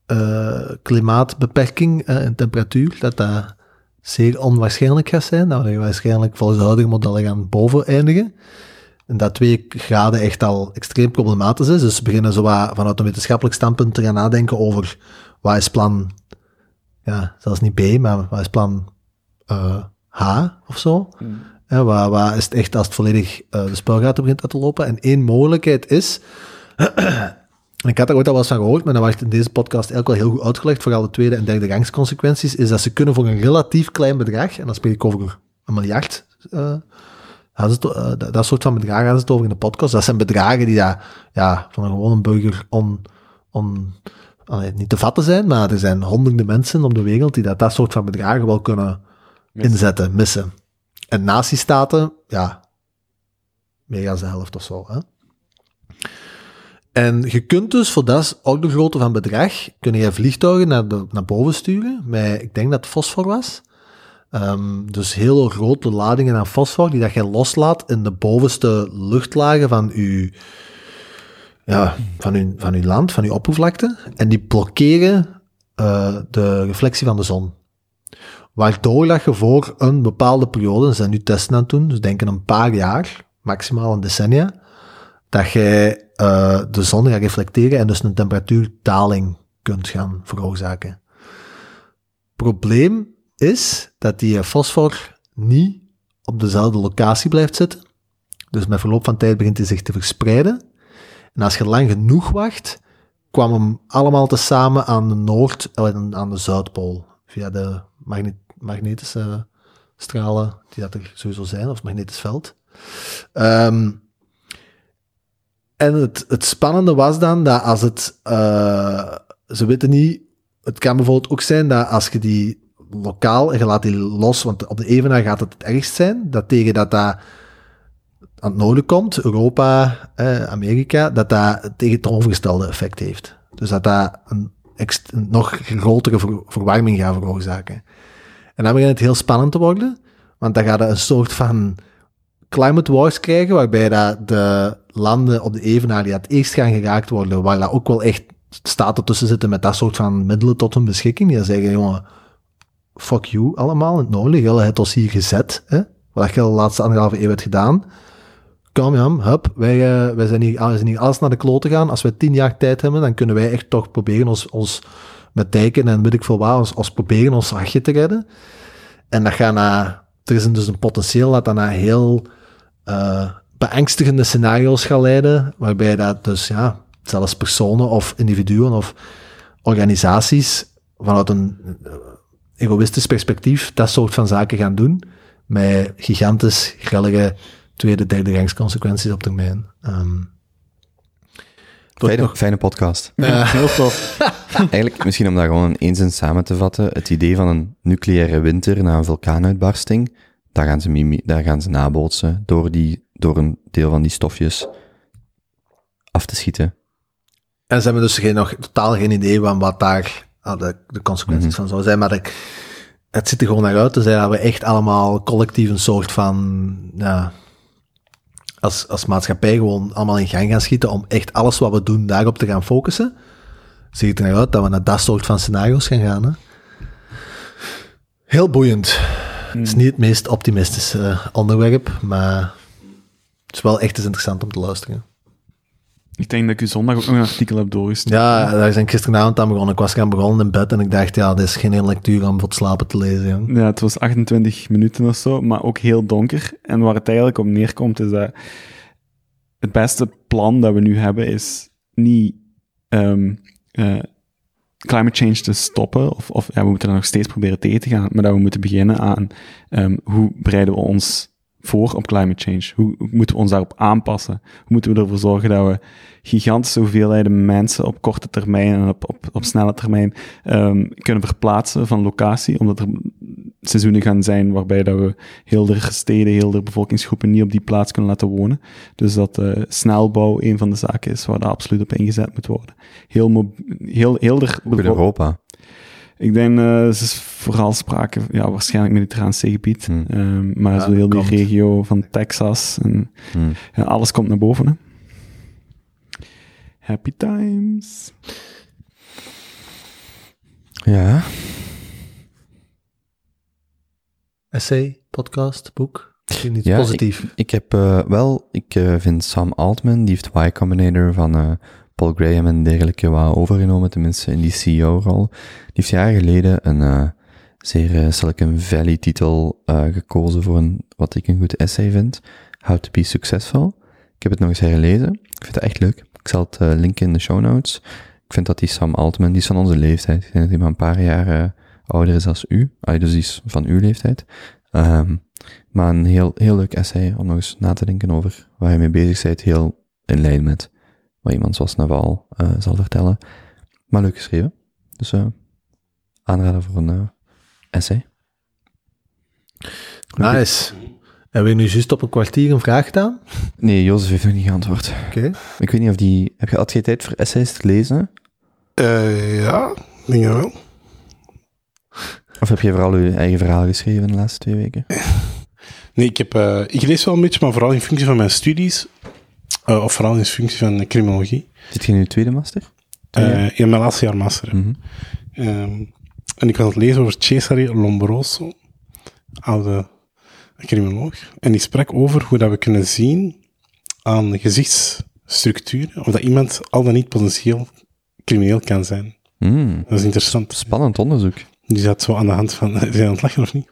H: eh, klimaatbeperking eh, in temperatuur, dat dat zeer onwaarschijnlijk gaat zijn. Dat we waarschijnlijk volgens de huidige modellen gaan boven eindigen. En dat 2 graden echt al extreem problematisch is. Dus ze beginnen zo wat vanuit een wetenschappelijk standpunt te gaan nadenken over wat is plan, ja, zelfs niet B, maar wat is plan eh, H of zo. Ja, waar, waar is het echt als het volledig eh, de spuigaten begint uit te lopen? En één mogelijkheid is. en ik had daar ooit al wel eens van gehoord, maar dat werd in deze podcast eigenlijk wel heel goed uitgelegd. Vooral de tweede en derde rangsconsequenties. Is dat ze kunnen voor een relatief klein bedrag. En dan spreek ik over een miljard. eh, hadden ze het, eh, dat, dat soort van bedragen hadden ze het over in de podcast. Dat zijn bedragen die daar, ja, van een gewone burger on, on, allee, niet te vatten zijn. Maar er zijn honderden mensen op de wereld die dat, dat soort van bedragen wel kunnen inzetten, missen. En nazistaten, ja, meer dan de helft of zo. Hè? En je kunt dus voor dat grote van bedrag, kun je vliegtuigen naar, de, naar boven sturen, met, ik denk dat het fosfor was. Ehm, dus hele grote ladingen aan fosfor, die dat je loslaat in de bovenste luchtlagen van je, ja, van uw van uw land, van je oppervlakte. En die blokkeren eh, de reflectie van de zon. Waardoor dat je voor een bepaalde periode, ze zijn nu testen aan het doen, dus denken een paar jaar, maximaal een decennia, dat jij eh, de zon gaat reflecteren en dus een temperatuurdaling kunt gaan veroorzaken. Probleem is dat die eh, fosfor niet op dezelfde locatie blijft zitten. Dus met verloop van tijd begint hij zich te verspreiden. En als je lang genoeg wacht, kwam hem allemaal tezamen aan de Noord en aan de Zuidpool. Via de magne- magnetische stralen die dat er sowieso zijn, of magnetisch veld. Ehm, en het, het spannende was dan dat als het. eh, ze weten niet. Het kan bijvoorbeeld ook zijn dat als je die lokaal. en je laat die los, want op de evenaar gaat het het ergst zijn. Dat tegen dat dat aan het noorden komt, Europa, eh, Amerika, dat dat tegen het overgestelde effect heeft. Dus dat dat een, ext- een nog grotere ver- verwarming gaat veroorzaken. En dan begint het heel spannend te worden, want dan gaat er een soort van climate wars krijgen, waarbij dat de landen op de evenaar die het eerst gaan geraakt worden, waar dat ook wel echt staten tussen zitten met dat soort van middelen tot hun beschikking, die dan zeggen, jongen, fuck you allemaal in het noorden, jullie hebben ons hier gezet, hè, wat je de laatste anderhalve eeuw hebt gedaan, Kom Jan, hup, wij, eh, wij zijn, hier, wij zijn hier alles naar de klote gaan. Als wij tien jaar tijd hebben, dan kunnen wij echt toch proberen ons, ons met dijken en weet ik veel waar, ons, ons proberen ons zachtje te redden. En dat gaat naar, er is een- dus een potentieel dat dat naar heel eh, beangstigende scenario's gaat leiden, waarbij dat dus ja, zelfs personen of individuen of organisaties vanuit een eh, egoïstisch perspectief dat soort van zaken gaan doen, met gigantisch grillige tweede, derde rangs consequenties op termijn. Ehm,
C: Fijne, fijne podcast.
H: heel tof.
C: Eigenlijk, misschien om dat gewoon in één zin samen te vatten, het idee van een nucleaire winter na een vulkaanuitbarsting, daar gaan ze, mimi- daar gaan ze nabootsen door, die, door een deel van die stofjes af te schieten.
H: En ze hebben dus geen, nog totaal geen idee van wat daar ah, de, de consequenties van zouden zijn. Maar ik- het ziet er gewoon naar uit te zijn dat we echt allemaal collectief een soort van, ja, als, als maatschappij gewoon allemaal in gang gaan schieten om echt alles wat we doen daarop te gaan focussen. Ziet het er naar uit dat we naar dat soort van scenario's gaan gaan. Hè? Heel boeiend. Het is niet het meest optimistische eh, onderwerp, maar het is wel echt eens interessant om te luisteren.
B: Ik denk dat ik u zondag ook nog een artikel heb doorgestuurd.
H: Ja, daar zijn gisteravond aan begonnen. Ik was gaan begonnen in bed en ik dacht, ja, dit is geen hele lectuur om voor het slapen te lezen. jong.
B: Ja, het was 28 minuten of zo, maar ook heel donker. En waar het eigenlijk om neerkomt, is dat het beste plan dat we nu hebben, is niet ehm, eh, climate change te stoppen, of, of ja, we moeten er nog steeds proberen tegen te gaan, maar dat we moeten beginnen aan ehm, hoe bereiden we ons voor op climate change? Hoe, hoe moeten we ons daarop aanpassen? Hoe moeten we ervoor zorgen dat we gigantische hoeveelheden mensen op korte termijn en op, op, op snelle termijn ehm, kunnen verplaatsen van locatie, omdat er seizoenen gaan zijn waarbij dat we heel de steden, heel de bevolkingsgroepen niet op die plaats kunnen laten wonen. Dus dat eh, snelbouw een van de zaken is waar daar absoluut op ingezet moet worden. Heel, mo- heel, heel de
C: Ook in Europa.
B: ik denk, eh het is vooral sprake, ja, waarschijnlijk Mediterraan zeegebied, Ehm, maar zo heel die regio van Texas en
C: Hmm.
B: ja, alles komt naar boven. Hè. Happy times.
C: Ja.
H: Essay, podcast, boek. Misschien niet
C: Ja,
H: positief.
C: Ik, ik heb eh, wel, ik eh, vind Sam Altman, die heeft Y Combinator van eh, Paul Graham en dergelijke wel overgenomen, tenminste in die CEO-rol. Die heeft jaren geleden een eh, zeer eh, Silicon Valley-titel eh, gekozen voor een, wat ik een goed essay vind, How to Be Successful. Ik heb het nog eens herlezen. Ik vind het echt leuk. Ik zal het eh, linken in de show notes. Ik vind dat die Sam Altman, die is van onze leeftijd. Ik denk dat hij maar een paar jaar eh, ouder is als u. Ah, dus die is van uw leeftijd. Ehm, maar een heel, heel leuk essay om nog eens na te denken over waar je mee bezig bent. Heel in lijn met wat iemand zoals Naval eh, zal vertellen. Maar leuk geschreven. Dus eh aanraden voor een eh, essay.
H: Nice. Hebben we nu juist op een kwartier een vraag gedaan?
C: Nee, Jozef heeft nog niet geantwoord.
H: Oké.
C: Ik weet niet of die... Heb je altijd geen tijd voor essays te lezen?
G: Eh, ja, denk je wel.
C: Of heb je vooral je eigen verhaal geschreven de laatste twee weken?
G: Nee, ik, heb, eh, ik lees wel een beetje, maar vooral in functie van mijn studies. eh, of vooral in functie van de criminologie.
C: Zit je in je tweede master?
G: Eh, in mijn laatste jaar master. hè. Ehm, en ik was aan het lezen over Cesare Lombroso, oude criminoloog. En die sprak over hoe dat we kunnen zien aan gezichtsstructuren of dat iemand al dan niet potentieel crimineel kan zijn.
C: Hmm.
G: Dat is interessant.
C: Spannend onderzoek.
G: Die zat zo aan de hand van, zijn aan het lachen of niet?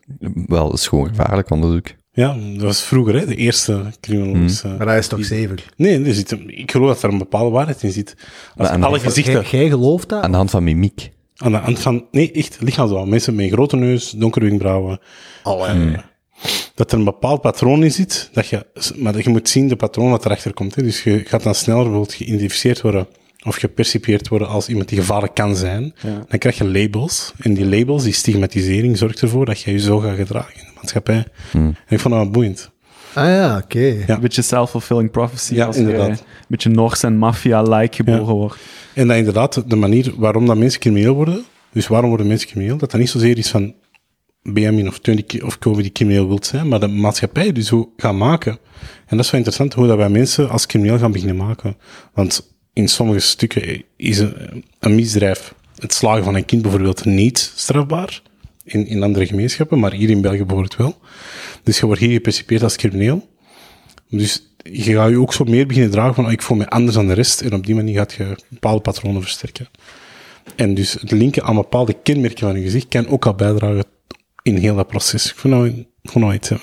C: Wel, dat is gewoon gevaarlijk onderzoek.
G: Ja, dat was vroeger, hè, de eerste criminologische...
H: Maar hij is toch zever?
G: Nee, er zit, een- ik geloof dat er een bepaalde waarheid in zit. Als
C: Maar aan de
G: alle
C: hand van-
G: gezichten...
H: Jij gelooft dat?
C: Aan de hand van mimiek.
G: Aan de hand van... Ah, Nee, echt, lichaamsbouw. Mensen met een grote neus, donkere wenkbrauwen. Eh, Dat er een bepaald patroon in zit. Dat je, maar dat je moet zien de patroon dat erachter komt. Hè. Dus je gaat dan sneller bijvoorbeeld geïdentificeerd worden of gepercipieerd worden als iemand die gevaarlijk kan zijn.
B: Ja.
G: Dan krijg je labels. En die labels, die stigmatisering, zorgt ervoor dat je je zo gaat gedragen in de maatschappij. En ik vond dat wel boeiend.
H: Ah ja, oké.
B: Een beetje self-fulfilling prophecy.
G: Ja,
B: als je
G: inderdaad.
B: een beetje Norse en maffia-like geboren
G: Ja.
B: wordt.
G: En dat inderdaad de manier waarom dat mensen crimineel worden, dus waarom worden mensen crimineel, dat dat niet zozeer is van Benjamin of Tony Ki- of Kobe die crimineel wilt zijn, maar de maatschappij dus hoe gaan maken. En dat is wel interessant hoe dat wij mensen als crimineel gaan beginnen maken. Want in sommige stukken is een, een misdrijf, het slagen van een kind bijvoorbeeld, niet strafbaar. In, in andere gemeenschappen, maar hier in België bijvoorbeeld wel. Dus je wordt hier gepercipeerd als crimineel. Dus je gaat je ook zo meer beginnen dragen van, ah, ik voel me anders dan de rest. En op die manier gaat je bepaalde patronen versterken. En dus het linken aan bepaalde kenmerken van je gezicht kan ook al bijdragen in heel dat proces. Ik vond dat, ik vond dat iets, ja.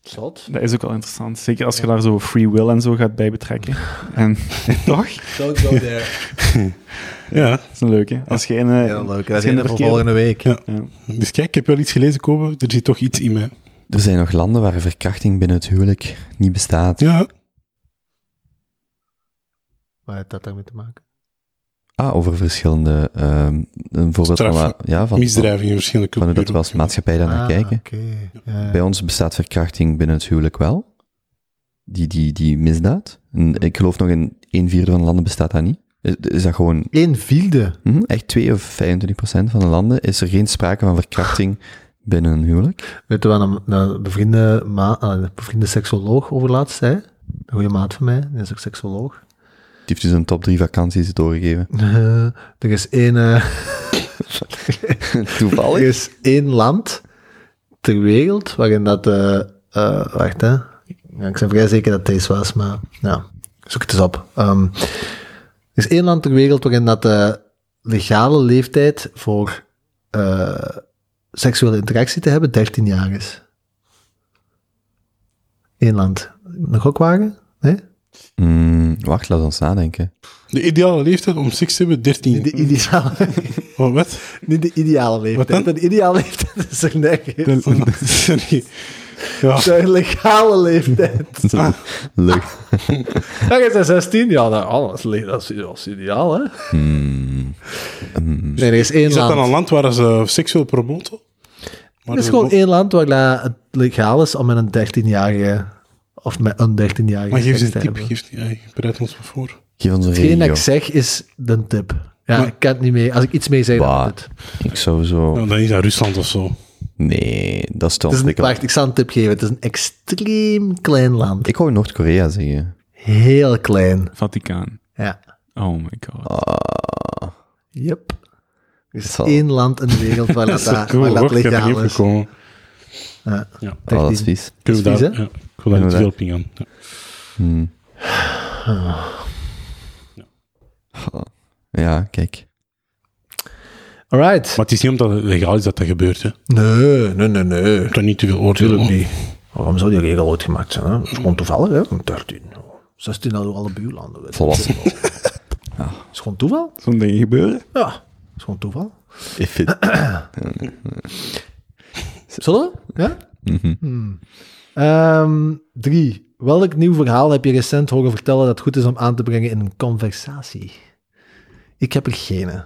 A: Zot.
B: Dat is ook wel interessant. Zeker als je daar zo free will en zo gaat bij betrekken. En, toch?
A: Don't go there.
G: Ja,
B: Dat is een leuke. Als je in, eh,
H: Heel leuk. Dat
B: als je
H: is
B: in de
H: voor
B: verkeerde-
H: volgende week.
G: Ja. Dus kijk, ik heb wel iets gelezen, Kobe. Er zit toch iets in mij.
C: Er zijn nog landen waar verkrachting binnen het huwelijk niet bestaat.
G: Ja,
H: Wat heeft dat daarmee te maken?
C: Ah, over verschillende... ehm een voorbeeld van,
G: Straffen.
C: wat- ja, van, van,
G: misdrijven in verschillende
C: van hoe
G: culturen.
C: dat we als maatschappij daar naar
H: Ah,
C: kijken.
H: Oké. Ja, ja.
C: Bij ons bestaat verkrachting binnen het huwelijk wel. Die, die, die misdaad. En
H: Mhm.
C: ik geloof nog in een vierde van de landen bestaat dat niet. Is, is dat gewoon
H: Eén vierde.
C: mhm, echt 2 of 25 procent van de landen is er geen sprake van verkrachting binnen een huwelijk?
H: Weet je wat een, een, bevriende, ma, eh, een bevriende seksoloog overlaatst zei? Een goede maat van mij, die is ook seksoloog.
C: Die heeft dus een top 3 vakanties doorgegeven.
H: Eh, er is één... eh, Er
C: Toevallig?
H: is één land ter wereld waarin dat... eh, eh, wacht, hè. Ja, ik ben vrij zeker dat het deze was, maar... Ja, zoek het eens op. Ehm, er is één land ter wereld waarin dat de legale leeftijd voor eh, seksuele interactie te hebben 13 jaar is. Eén land. Nog ook wagen? Nee?
C: Mm, wacht, laat ons nadenken.
G: De ideale leeftijd om seks te hebben, 13.
H: De ideale,
G: Oh, wat?
H: niet de ideale leeftijd.
G: dan?
H: De ideale leeftijd is er nergens.
G: Sorry. Ja.
H: De legale leeftijd.
C: Leuk.
H: Ja, je bent 16, ja, dat, oh, dat, is, le- dat, is, dat is ideaal, hè?
C: Mm, mm.
H: Nee, er is één
G: Hmm. Is dat
H: land.
G: dan een land waar ze seksueel promoten? Maar
H: Er is gewoon één land waar dat het legaal is om met een 13-jarige of met een 13-jarige
G: Maar
H: seks
G: geef ze
H: te
G: een tip.
H: hebben.
G: Geef, ja, je bereidt ons maar voor.
C: Geef ons een
H: Hetgeen dat ik
C: regio.
H: zeg is de tip. Ja,
G: Maar-
H: ik kan het niet mee. Als ik iets mee zeg, dan
C: Bah.
H: is het.
C: Ik zou zo...
G: Nou, dan is dat Rusland of zo.
C: Nee, dat is te
H: Oh. het is een,
C: ontwikkeld.
H: wacht, ik zal een tip geven. Het is een extreem klein land.
C: Ik wou Noord-Korea zeggen.
H: Heel klein.
B: Vaticaan.
H: Ja.
B: Oh my god.
C: Ah.
H: Yep. Er is
C: Zal-
H: één land in de wereld waar dat, waar
G: Cool,
H: dat
G: hoor. Ik heb er niet
H: legaal
G: op
H: is.
G: gekomen.
C: Oh, dat
H: 13.
C: is vies.
G: Kunnen we
H: is
G: daar...
H: vies,
G: Ja, ik wil daar
C: we
G: niet
C: daar-
G: veel op ingaan. Ja.
C: Hmm. Ah. Ja, kijk.
H: Alright.
G: Maar het is niet omdat het legaal is dat dat gebeurt. Hè. Ik
H: Nee, nee, nee, nee.
G: kan niet te veel oordelen.
H: Oh. Waarom zou die regel ooit gemaakt zijn? Hè? Dat is gewoon toevallig, hè? Om 13. 16 hadden we alle buurlanden. weet je.
C: Volwassen.
H: Dat is gewoon toeval?
B: Zo'n ding gebeuren.
H: Ja. Dat is gewoon toeval.
C: If it-
H: Zullen we? Ja?
C: Mhm.
H: Hmm. Ehm, drie. Welk nieuw verhaal heb je recent horen vertellen dat goed is om aan te brengen in een conversatie? Ik heb er geen. hè.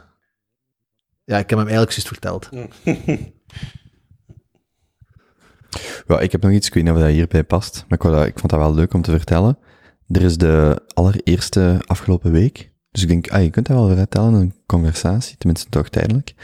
H: Ja, ik heb hem eigenlijk juist verteld.
C: ja, ik heb nog iets, ik weet niet of dat hierbij past, maar ik, wou dat- ik vond dat wel leuk om te vertellen. Er is de allereerste afgelopen week, dus ik denk, ah, je kunt dat wel vertellen in een conversatie, tenminste toch tijdelijk.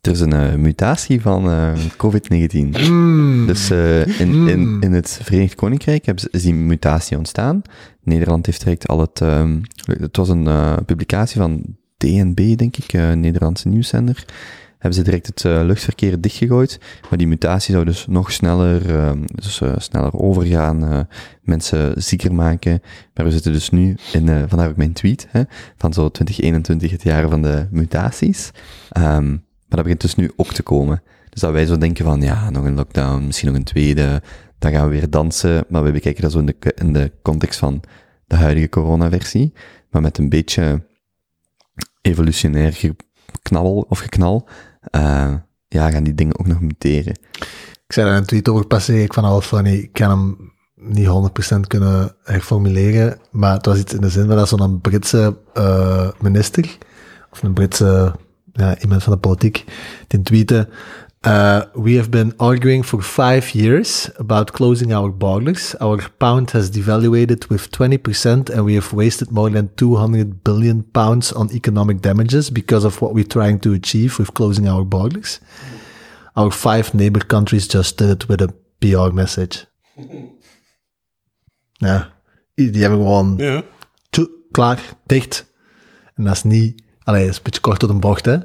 C: Er is een eh, mutatie van eh, COVID-19.
H: Hmm.
C: Dus eh, in, in,
H: Mm.
C: in het Verenigd Koninkrijk hebben ze- is die mutatie ontstaan. Nederland heeft direct al het... ehm, het was een eh, publicatie van DNB, denk ik, eh, een Nederlandse nieuwszender. Hebben ze direct het eh, luchtverkeer dichtgegooid. Maar die mutatie zou dus nog sneller, ehm, dus, eh, sneller overgaan, eh, mensen zieker maken. Maar we zitten dus nu in, eh, vandaar ook mijn tweet, hè, van zo 2021, het jaar van de mutaties. Ehm, maar dat begint dus nu ook te komen. Dus dat wij zo denken van, ja, nog een lockdown, misschien nog een tweede, dan gaan we weer dansen. Maar we bekijken dat zo in de, in de context van de huidige coronaversie. Maar met een beetje evolutionair geknabbel of geknal, eh, ja, gaan die dingen ook nog muteren.
H: Ik zei daar een tweet over passeren. Ik van al funny. Ik kan hem niet 100% kunnen herformuleren. Maar het was iets in de zin van dat zo'n Britse eh, minister. Of een Britse ja, iemand van de politiek. Die tweette. eh, we have been arguing for five years about closing our borders. Our pound has devaluated with 20% and we have wasted more than 200 billion pounds on economic damages because of what we're trying to achieve with closing our borders. Our five neighbor countries just did it with a PR message. Ja, die hebben gewoon
G: Ja.
H: tjoe, klaar, dicht. En dat is niet... Allee, dat is een beetje kort tot een bocht, hè.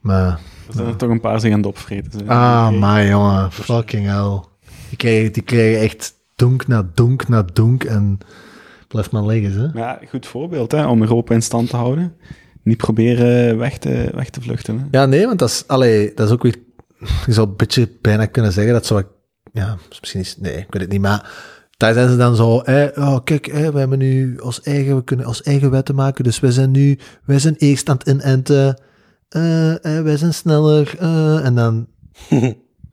H: Maar...
B: Er zijn er toch een paar zich aan het opvreten. zijn.
H: Ah, maar jongen, fucking hell. Die kregen, die kregen echt donk na donk na donk en blijft maar liggen. Hè?
B: Ja, goed voorbeeld hè, om Europa in stand te houden. Niet proberen weg te, weg te vluchten. Hè.
H: Ja, nee, want dat is, allee, dat is ook weer... Je zou een beetje bijna kunnen zeggen dat zo... Ja, misschien is... Nee, ik weet het niet, maar... Daar zijn ze dan zo, hè, oh, kijk, hè, we hebben nu ons eigen, we kunnen ons eigen wetten maken, dus wij zijn nu, wij zijn eerst aan het inenten, eh, hè, wij zijn sneller, eh, en dan...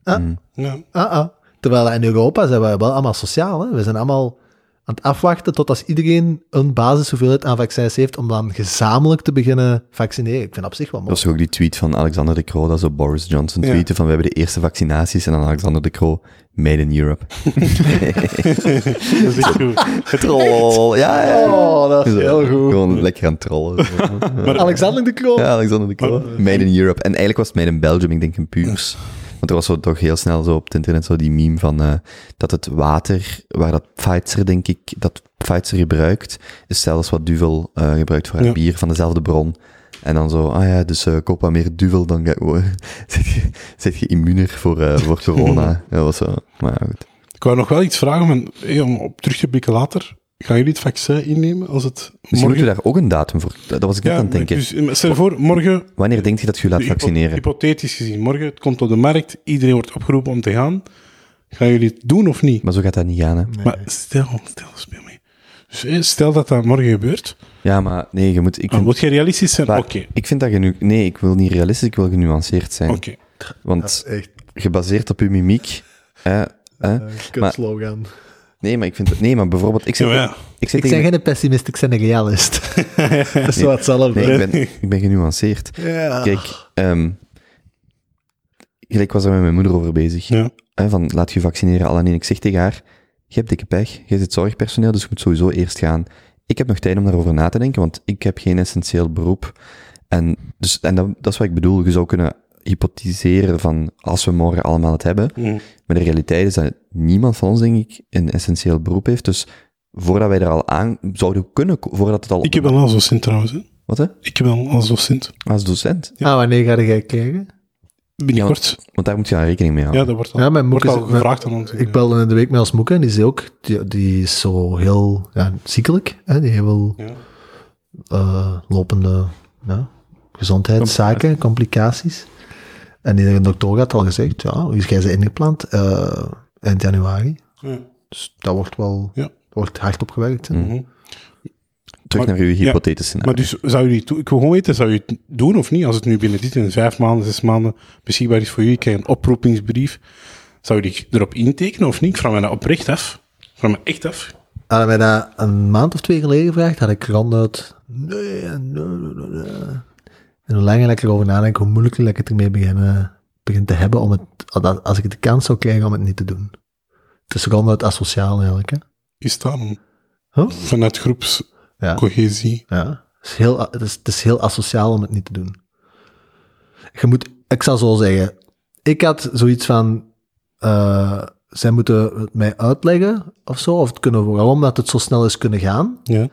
H: ah,
G: Ja.
H: ah, ah. Terwijl in Europa zijn wij wel allemaal sociaal, hè? we zijn allemaal aan het afwachten tot als iedereen een basishoeveelheid aan vaccins heeft, om dan gezamenlijk te beginnen vaccineren. Ik vind op zich wel mooi.
C: Dat was ook die tweet van Alexander de Croo, dat zo Boris Johnson
G: Ja.
C: tweeten van we hebben de eerste vaccinaties en dan Alexander de Croo, made in Europe.
G: Dat is echt goed.
C: Troll, ja, ja.
H: Oh, dat is
C: Zo,
H: heel goed.
C: Gewoon lekker aan het trollen.
H: Alexander de Croo.
C: ja, Alexander de Croo,
G: Oh.
C: made in Europe. En eigenlijk was het made in Belgium, ik denk in Puurs. Want er was zo toch heel snel zo op het internet zo die meme van eh, dat het water waar dat Pfizer, denk ik, dat Pfizer gebruikt, is zelfs wat Duvel eh, gebruikt voor haar
G: Ja.
C: bier van dezelfde bron. En dan zo, ah ja, dus eh, koop wat meer Duvel, dan ga- oh, zit, je, zit je immuner voor, eh, voor corona. Dat was zo, maar ja, goed.
G: Ik wou nog wel iets vragen, om, een- hey, om op terug te blikken later. Gaan jullie het vaccin innemen als het
C: Misschien moeten
G: morgen...
C: we daar ook een datum voor, dat was ik net aan het
G: maar
C: denken.
G: dus, maar stel je voor, morgen
C: Wanneer denk je dat je je laat
G: De hypo-
C: vaccineren?
G: Hypothetisch gezien, morgen het komt op de markt, iedereen wordt opgeroepen om te gaan. Gaan jullie het doen of niet?
C: Maar zo gaat dat niet gaan, hè?
G: Maar stel, stel, speel mee. Dus, eh, stel dat dat morgen gebeurt,
C: Ja, maar nee, je moet... Ik
G: dan
C: vind-
G: moet je realistisch zijn.
C: Maar
G: Oké,
C: Ik vind dat genu... Nee, ik wil niet realistisch, ik wil genuanceerd zijn.
G: oké.
C: Want
H: Echt,
C: gebaseerd op uw mimiek... Hè, hè. Maar-
H: kutslogan.
C: Nee, maar ik vind... het- Nee, maar bijvoorbeeld... Ik zeg,
G: Ja, ja.
C: ik zeg
H: Ik ben
C: tegen...
H: geen pessimist, ik ben een realist. dat is wel hetzelfde.
C: Nee, ik ben, ik ben genuanceerd.
G: Ah.
H: Ja.
C: Kijk, ehm gelijk ik was daar met mijn moeder over bezig.
G: Ja.
C: Hè, van laat je vaccineren, al en ik zeg tegen haar, je hebt dikke pech, je zit zorgpersoneel, dus je moet sowieso eerst gaan. Ik heb nog tijd om daarover na te denken, want ik heb geen essentieel beroep. En, dus, en dat, dat is wat ik bedoel, je zou kunnen hypotheseren van als we morgen allemaal het hebben, maar de realiteit is dat niemand van ons, denk ik, een essentieel beroep heeft, dus voordat wij er al aan zouden kunnen, ko- voordat het al...
G: Ik heb een ASO-Sint trouwens. hè.
C: Wat hè?
G: Ik heb een ASO-Sint.
C: Als docent.
H: Ah, wanneer ga jij krijgen?
G: Binnenkort.
C: Want daar moet je aan rekening mee
G: Ja,
C: houden.
G: dat wordt al,
H: Ja, mijn
G: wordt
H: moeder
G: al
H: is-
G: gevraagd aan ons.
H: Ik belde in de week met als moeke en die is ook, die, die is zo heel ja, ziekelijk. Hè? Die heeft wel
G: Ja.
H: eh, lopende ja, gezondheidszaken, complicaties. En die de dokter had al gezegd, ja, dus jij ze ingepland eh, eind januari.
G: Ja.
H: Dus dat wordt wel
G: Ja.
H: dat wordt hard opgewerkt. hè.
C: Mhm. Terug
G: Maar-
C: naar uw
G: ja.
C: hypothetische
G: Maar
C: scenario.
G: dus, zou jullie, toe- ik wil gewoon weten, zou je het doen of niet? Als het nu binnen dit en vijf maanden, zes maanden beschikbaar is voor jullie, ik krijg een oproepingsbrief. Zou jullie erop intekenen of niet? Ik vraag me dat oprecht af. Ik vraag me echt af.
H: Hadden wij dat een maand of twee geleden gevraagd, had ik ronduit. Nee, nee, nee, nee, nee. En hoe langer ik erover nadenk, hoe moeilijker ik het ermee begin, eh, begin te hebben om het, als ik de kans zou krijgen om het niet te doen. Het is ronduit asociaal eigenlijk. Hè?
G: Is dat dan
H: Huh?
G: vanuit groepscohesie?
H: Ja. Ja. Het is, heel, a- het, is, het is heel asociaal om het niet te doen. Je moet, ik zal zo zeggen, ik had zoiets van, eh, zij moeten het mij uitleggen of zo, of het kunnen, waarom dat het zo snel is kunnen gaan.
G: Ja.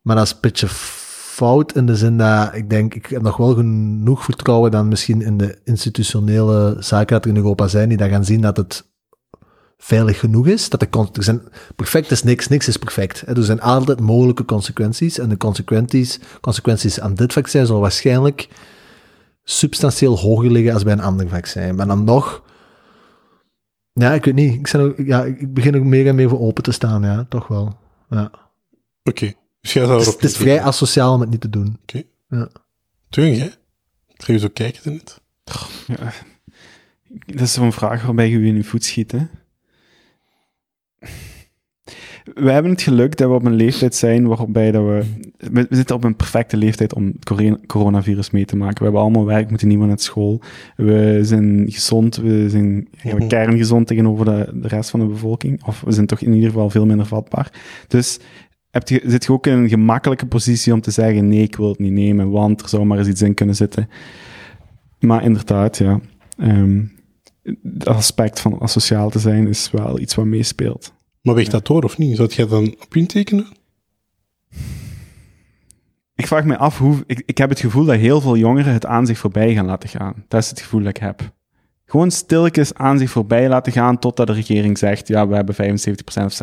H: Maar dat is een beetje fout in de zin dat ik denk, ik heb nog wel genoeg vertrouwen dan misschien in de institutionele zaken dat er in Europa zijn, die dan gaan zien dat het veilig genoeg is. Dat er, con- er zijn, perfect is niks, niks is perfect. hè. Er zijn altijd mogelijke consequenties en de consequenties, consequenties aan dit vaccin zullen waarschijnlijk substantieel hoger liggen als bij een ander vaccin. Maar dan nog, ja, ik weet niet, ik, ben ook- ja, ik begin ook meer en meer voor open te staan, ja, toch wel. Ja.
G: Oké. Dus jij zou
H: Het is,
G: erop
H: het is vrij asociaal om het niet te doen.
G: Tuurlijk, hè? Dat ga je zo kijken net.
B: Ja. Dat is zo'n vraag waarbij je je in je voet schiet. Hè? We hebben het geluk dat we op een leeftijd zijn waarbij dat we... We we zitten op een perfecte leeftijd om het corona- coronavirus mee te maken. We hebben allemaal werk, moeten niemand naar school. We zijn gezond, we zijn ja, we
G: Mhm.
B: kerngezond tegenover de, de rest van de bevolking. Of we zijn toch in ieder geval veel minder vatbaar. Dus heb je, zit je ook in een gemakkelijke positie om te zeggen nee, ik wil het niet nemen, want er zou maar eens iets in kunnen zitten. Maar inderdaad, ja. ehm, het aspect van asociaal te zijn is wel iets wat meespeelt.
G: Maar weegt dat door of niet? Zou jij dan op intekenen?
B: Ik vraag me af hoe. Ik, ik heb het gevoel dat heel veel jongeren het aan zich voorbij gaan laten gaan. Dat is het gevoel dat ik heb. gewoon stilletjes aan zich voorbij laten gaan totdat de regering zegt, ja, we hebben 75% of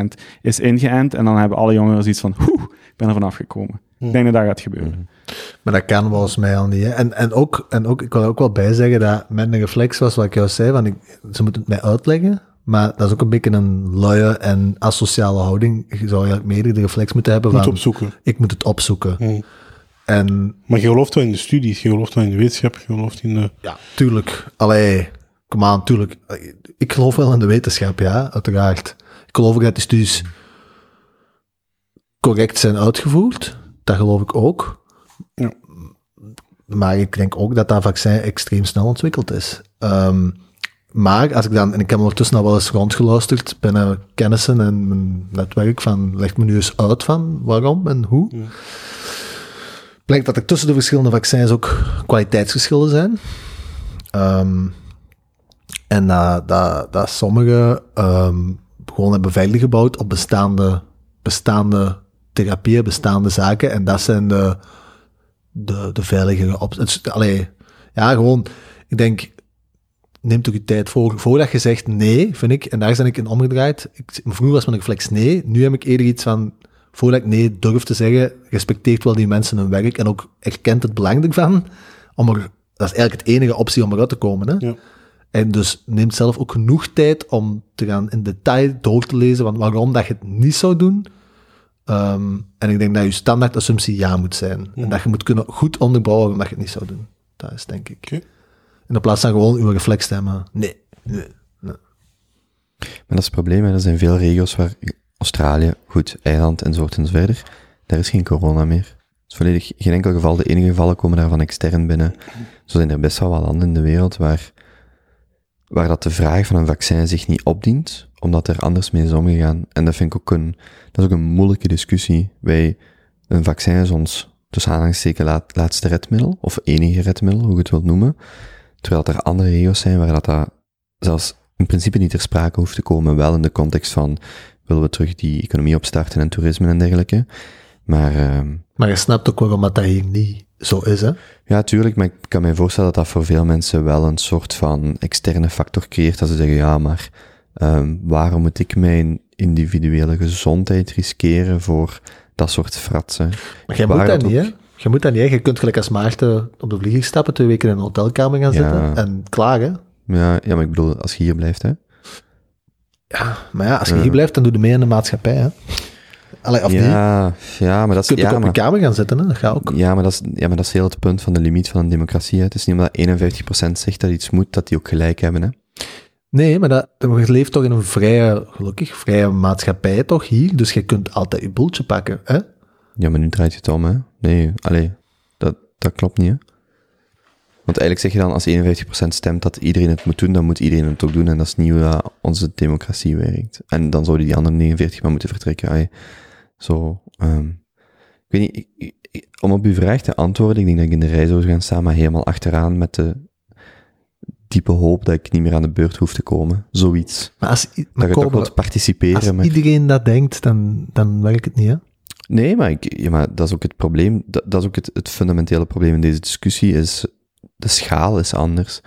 B: 60% is ingeënt. En dan hebben alle jongeren zoiets van, "Oeh, ik ben er vanaf gekomen. Ik denk dat dat gaat gebeuren.
G: Mhm.
H: Maar dat kan volgens mij al niet. Hè. En, en, ook, en ook, ik wil er ook wel bij zeggen dat mijn reflex was wat ik jou zei, want ik, ze moeten het mij uitleggen. Maar dat is ook een beetje een luie en asociale houding. Je zou eigenlijk meer de reflex moeten hebben
G: Moet
H: van...
G: opzoeken.
H: Ik moet het opzoeken. En...
G: Maar je gelooft wel in de studies, je gelooft wel in de wetenschap, je gelooft in de...
H: Ja, tuurlijk. Allee, kom aan, tuurlijk. Ik geloof wel in de wetenschap, ja, uiteraard. Ik geloof ook dat die studies correct zijn uitgevoerd. Dat geloof ik ook. Maar ik denk ook dat dat vaccin extreem snel ontwikkeld is. Ehm, maar als ik dan, en ik heb ondertussen al wel eens rondgeluisterd bij mijn kennissen en mijn netwerk van, leg me nu eens uit van waarom en hoe. Blijkt dat er tussen de verschillende vaccins ook kwaliteitsverschillen zijn. Ehm, en dat, dat, dat sommigen ehm, gewoon hebben veilig gebouwd op bestaande, bestaande therapieën, bestaande zaken. En dat zijn de, de, de veiligere opties. Allee, ja, gewoon, ik denk, neem toch je tijd voor. Voordat je zegt nee, vind ik, en daar ben ik in omgedraaid. Ik, vroeger was mijn reflex nee, nu heb ik eerder iets van, voordat ik nee durf te zeggen, respecteert wel die mensen hun werk en ook erkent het belang ervan. Om er, dat is eigenlijk het enige optie om eruit te komen. Hè? En dus neemt zelf ook genoeg tijd om te gaan in detail door te lezen van waarom dat je het niet zou doen. Ehm, en ik denk dat je standaard assumptie ja moet zijn. En dat je moet kunnen goed onderbouwen waarom dat je het niet zou doen. Dat is denk ik. En in plaats van gewoon uw reflex te hebben. Nee, nee, nee.
C: Maar dat is het probleem, hè. er zijn veel regio's waar Australië, goed, eiland enzovoort enzoverder, daar is geen corona meer. Het is volledig geen enkel geval, de enige gevallen komen daar van extern binnen. Zo zijn er best wel wat landen in de wereld waar, waar dat de vraag van een vaccin zich niet opdient, omdat er anders mee is omgegaan. En dat vind ik ook een, dat is ook een moeilijke discussie. Wij, een vaccin is ons, tussen aanhalingstekens, laat- laatste redmiddel, of enige redmiddel, hoe je het wilt noemen. Terwijl er andere regio's zijn waar dat, dat zelfs in principe niet ter sprake hoeft te komen, wel in de context van willen we terug die economie opstarten en toerisme en dergelijke. Maar ehm,
H: Maar je snapt ook waarom dat dat hier niet zo is, hè?
C: ja, tuurlijk, maar ik kan me voorstellen dat dat voor veel mensen wel een soort van externe factor creëert. Dat ze zeggen, ja, maar ehm, waarom moet ik mijn individuele gezondheid riskeren voor dat soort fratsen?
H: Maar jij moet
C: Waar
H: dat
C: ook-
H: niet, hè? Je moet dat niet, hè? Je kunt gelijk als Maarten op de vlieger stappen, twee weken in een hotelkamer gaan
C: Ja.
H: zitten en klagen.
C: Ja, ja, maar ik bedoel, als je hier blijft, hè?
H: Maar ja, als je
C: Ja.
H: hier blijft, dan doe je mee in de maatschappij, hè? Allee, of niet?
C: ja, ja, maar dat is...
H: Je kunt
C: ja,
H: ook op
C: maar-
H: een kamer gaan zitten, hè? Dat gaat ook.
C: Ja maar, dat is, ja, maar dat is heel het punt van de limiet van een democratie. Hè. Het is niet omdat 51% zegt dat iets moet, dat die ook gelijk hebben. Hè.
H: Nee, maar dat, je leeft toch in een vrije, gelukkig vrije maatschappij, toch hier? Dus je kunt altijd je boeltje pakken, hè?
C: Ja, maar nu draait je het om, hè? Nee, allee, dat, dat klopt niet, hè? Want eigenlijk zeg je dan, als 51% stemt dat iedereen het moet doen, dan moet iedereen het ook doen. En dat is niet hoe dat onze democratie werkt. En dan zouden die andere 49% maar moeten vertrekken. Allee, zo, ehm, ik weet niet, ik- ik- ik- om op uw vraag te antwoorden, ik denk dat ik in de rij zou gaan staan, maar helemaal achteraan met de diepe hoop dat ik niet meer aan de beurt hoef te komen. Zoiets.
H: Maar als, i- maar
C: dat je toch
H: Kobe,
C: wilt participeren.
H: als
C: maar-
H: iedereen dat denkt, dan, dan werkt het niet, hè?
C: Nee, maar, ik, ja, maar dat is ook het probleem. Dat, dat is ook het, het fundamentele probleem in deze discussie. Is de schaal is anders.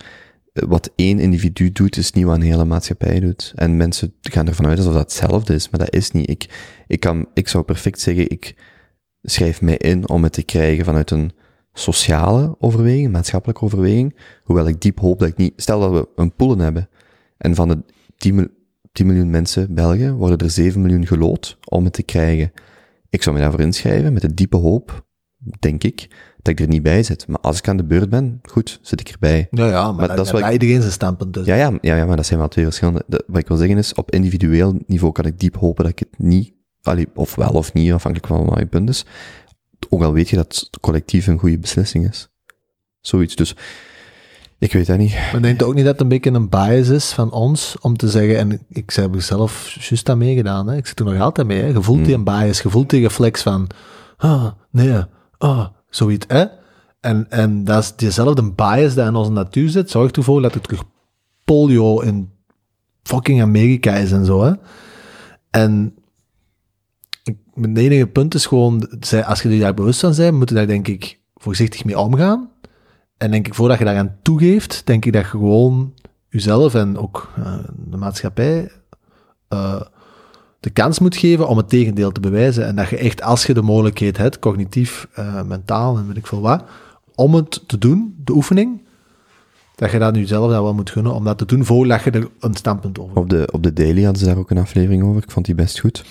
C: Eh, Wat één individu doet, is niet wat een hele maatschappij doet. En mensen gaan ervan uit alsof dat hetzelfde is, maar dat is niet. Ik, ik, kan, ik zou perfect zeggen, ik schrijf mij in om het te krijgen vanuit een sociale overweging, maatschappelijke overweging. Hoewel ik diep hoop dat ik niet... Stel dat we een poelen hebben en van de 10, mil- 10 miljoen mensen, Belgen, worden er 7 miljoen gelood om het te krijgen. Ik zou me daarvoor inschrijven met de diepe hoop, denk ik, dat ik er niet bij zit. Maar als ik aan de beurt ben, goed, zit ik erbij.
H: Ja, ja, maar, dat,
C: wat
H: dat
C: ik-
H: iedereen zijn standpunt dus.
C: ja, ja, ja, ja, maar dat zijn wel twee verschillende. Dat- wat ik wil zeggen is, op individueel niveau kan ik diep hopen dat ik het niet, allee, of wel of niet, afhankelijk van wat je punt is. Ook al weet je dat het collectief een goede beslissing is. Zoiets. Dus ik weet dat niet.
H: Maar denk je ook niet dat het een beetje een bias is van ons om te zeggen, en ik heb er zelf juist aan meegedaan, hè? ik zit er nog altijd mee, hè? je voelt die een bias, je voelt die reflex van, ah, nee, ah, zoiets, hè? En, en dat is diezelfde bias die in onze natuur zit, zorgt ervoor dat er terug polio in fucking Amerika is en zo, hè? En ik- mijn enige punt is gewoon, zij- als je je daar bewust van bent, moet je daar denk ik voorzichtig mee omgaan. En denk ik, voordat je daaraan toegeeft, denk ik dat je gewoon uzelf en ook eh, de maatschappij eh, de kans moet geven om het tegendeel te bewijzen. En dat je echt, als je de mogelijkheid hebt, cognitief, eh, mentaal en weet ik veel wat, om het te doen, de oefening, dat je dat nu zelf dan wel moet gunnen om dat te doen voordat je er een standpunt over
C: Op de, op de Daily hadden ze daar ook een aflevering over. Ik vond die best goed.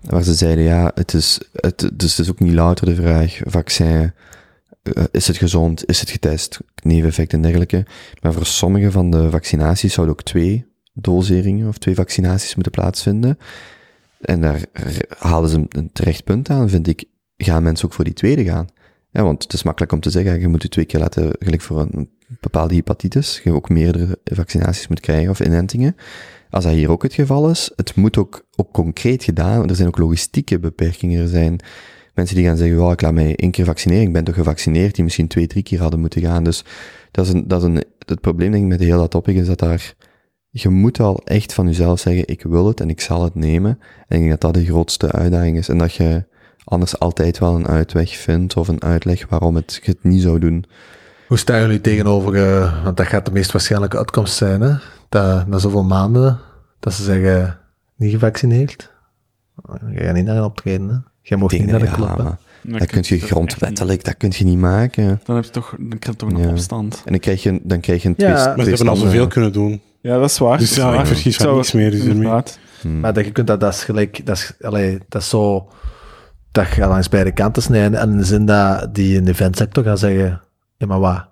C: Waar ze zeiden, ja, het is, het, dus het is ook niet louter de vraag, vaccin, eh, is het gezond, is het getest, neveneffecten en dergelijke. Maar voor sommige van de vaccinaties zouden ook twee doseringen of twee vaccinaties moeten plaatsvinden. En daar r- haalden ze een- een terecht punt aan, vind ik. Gaan mensen ook voor die tweede gaan? Ja, want het is makkelijk om te zeggen, je moet je twee keer laten, gelijk voor een bepaalde hepatitis, je ook meerdere vaccinaties moet krijgen of inentingen. Als dat hier ook het geval is, het moet ook, ook concreet gedaan, want er zijn ook logistieke beperkingen. Er zijn mensen die gaan zeggen, "Wel, ik laat mij één keer vaccineren, ik ben toch gevaccineerd, die misschien twee, drie keer hadden moeten gaan. Dus dat is een, dat is een, het probleem denk ik met heel dat topic is dat daar, je moet al echt van jezelf zeggen, ik wil het en ik zal het nemen. En ik denk dat dat de grootste uitdaging is. En dat je anders altijd wel een uitweg vindt of een uitleg waarom het, je het niet zou doen.
H: Hoe staan jullie tegenover, eh, want dat gaat de meest waarschijnlijke uitkomst zijn, hè? Dat na zoveel maanden, dat ze zeggen, niet gevaccineerd. Je gaat niet naar een optreden, hè? Jij mocht
C: Ik
H: niet
C: denk
H: naar de
C: dat-
H: club,
C: ja,
H: hè?
C: maar
B: Dat
C: Dat, kun
B: kun
C: je
B: je toch echt
C: grondwettelijk, dat kun je niet maken.
B: Dan heb je toch, dan krijg je toch een
C: Ja.
B: opstand.
C: En dan krijg je, dan krijg je een
H: Ja.
C: twist.
H: Maar
G: Maar ze hebben al zoveel kunnen doen.
B: Ja, dat is waar.
G: Dus
B: dat is
G: ja,
B: waar.
G: ik vergis van
B: Zou-
G: niks meer, dus ermee.
B: inderdaad.
H: Maar dat je kunt dat, dat is gelijk, dat is, allee, dat is zo, dat je langs beide kanten snijden. En in de zin dat die in de eventsector gaan zeggen, ja maar wat?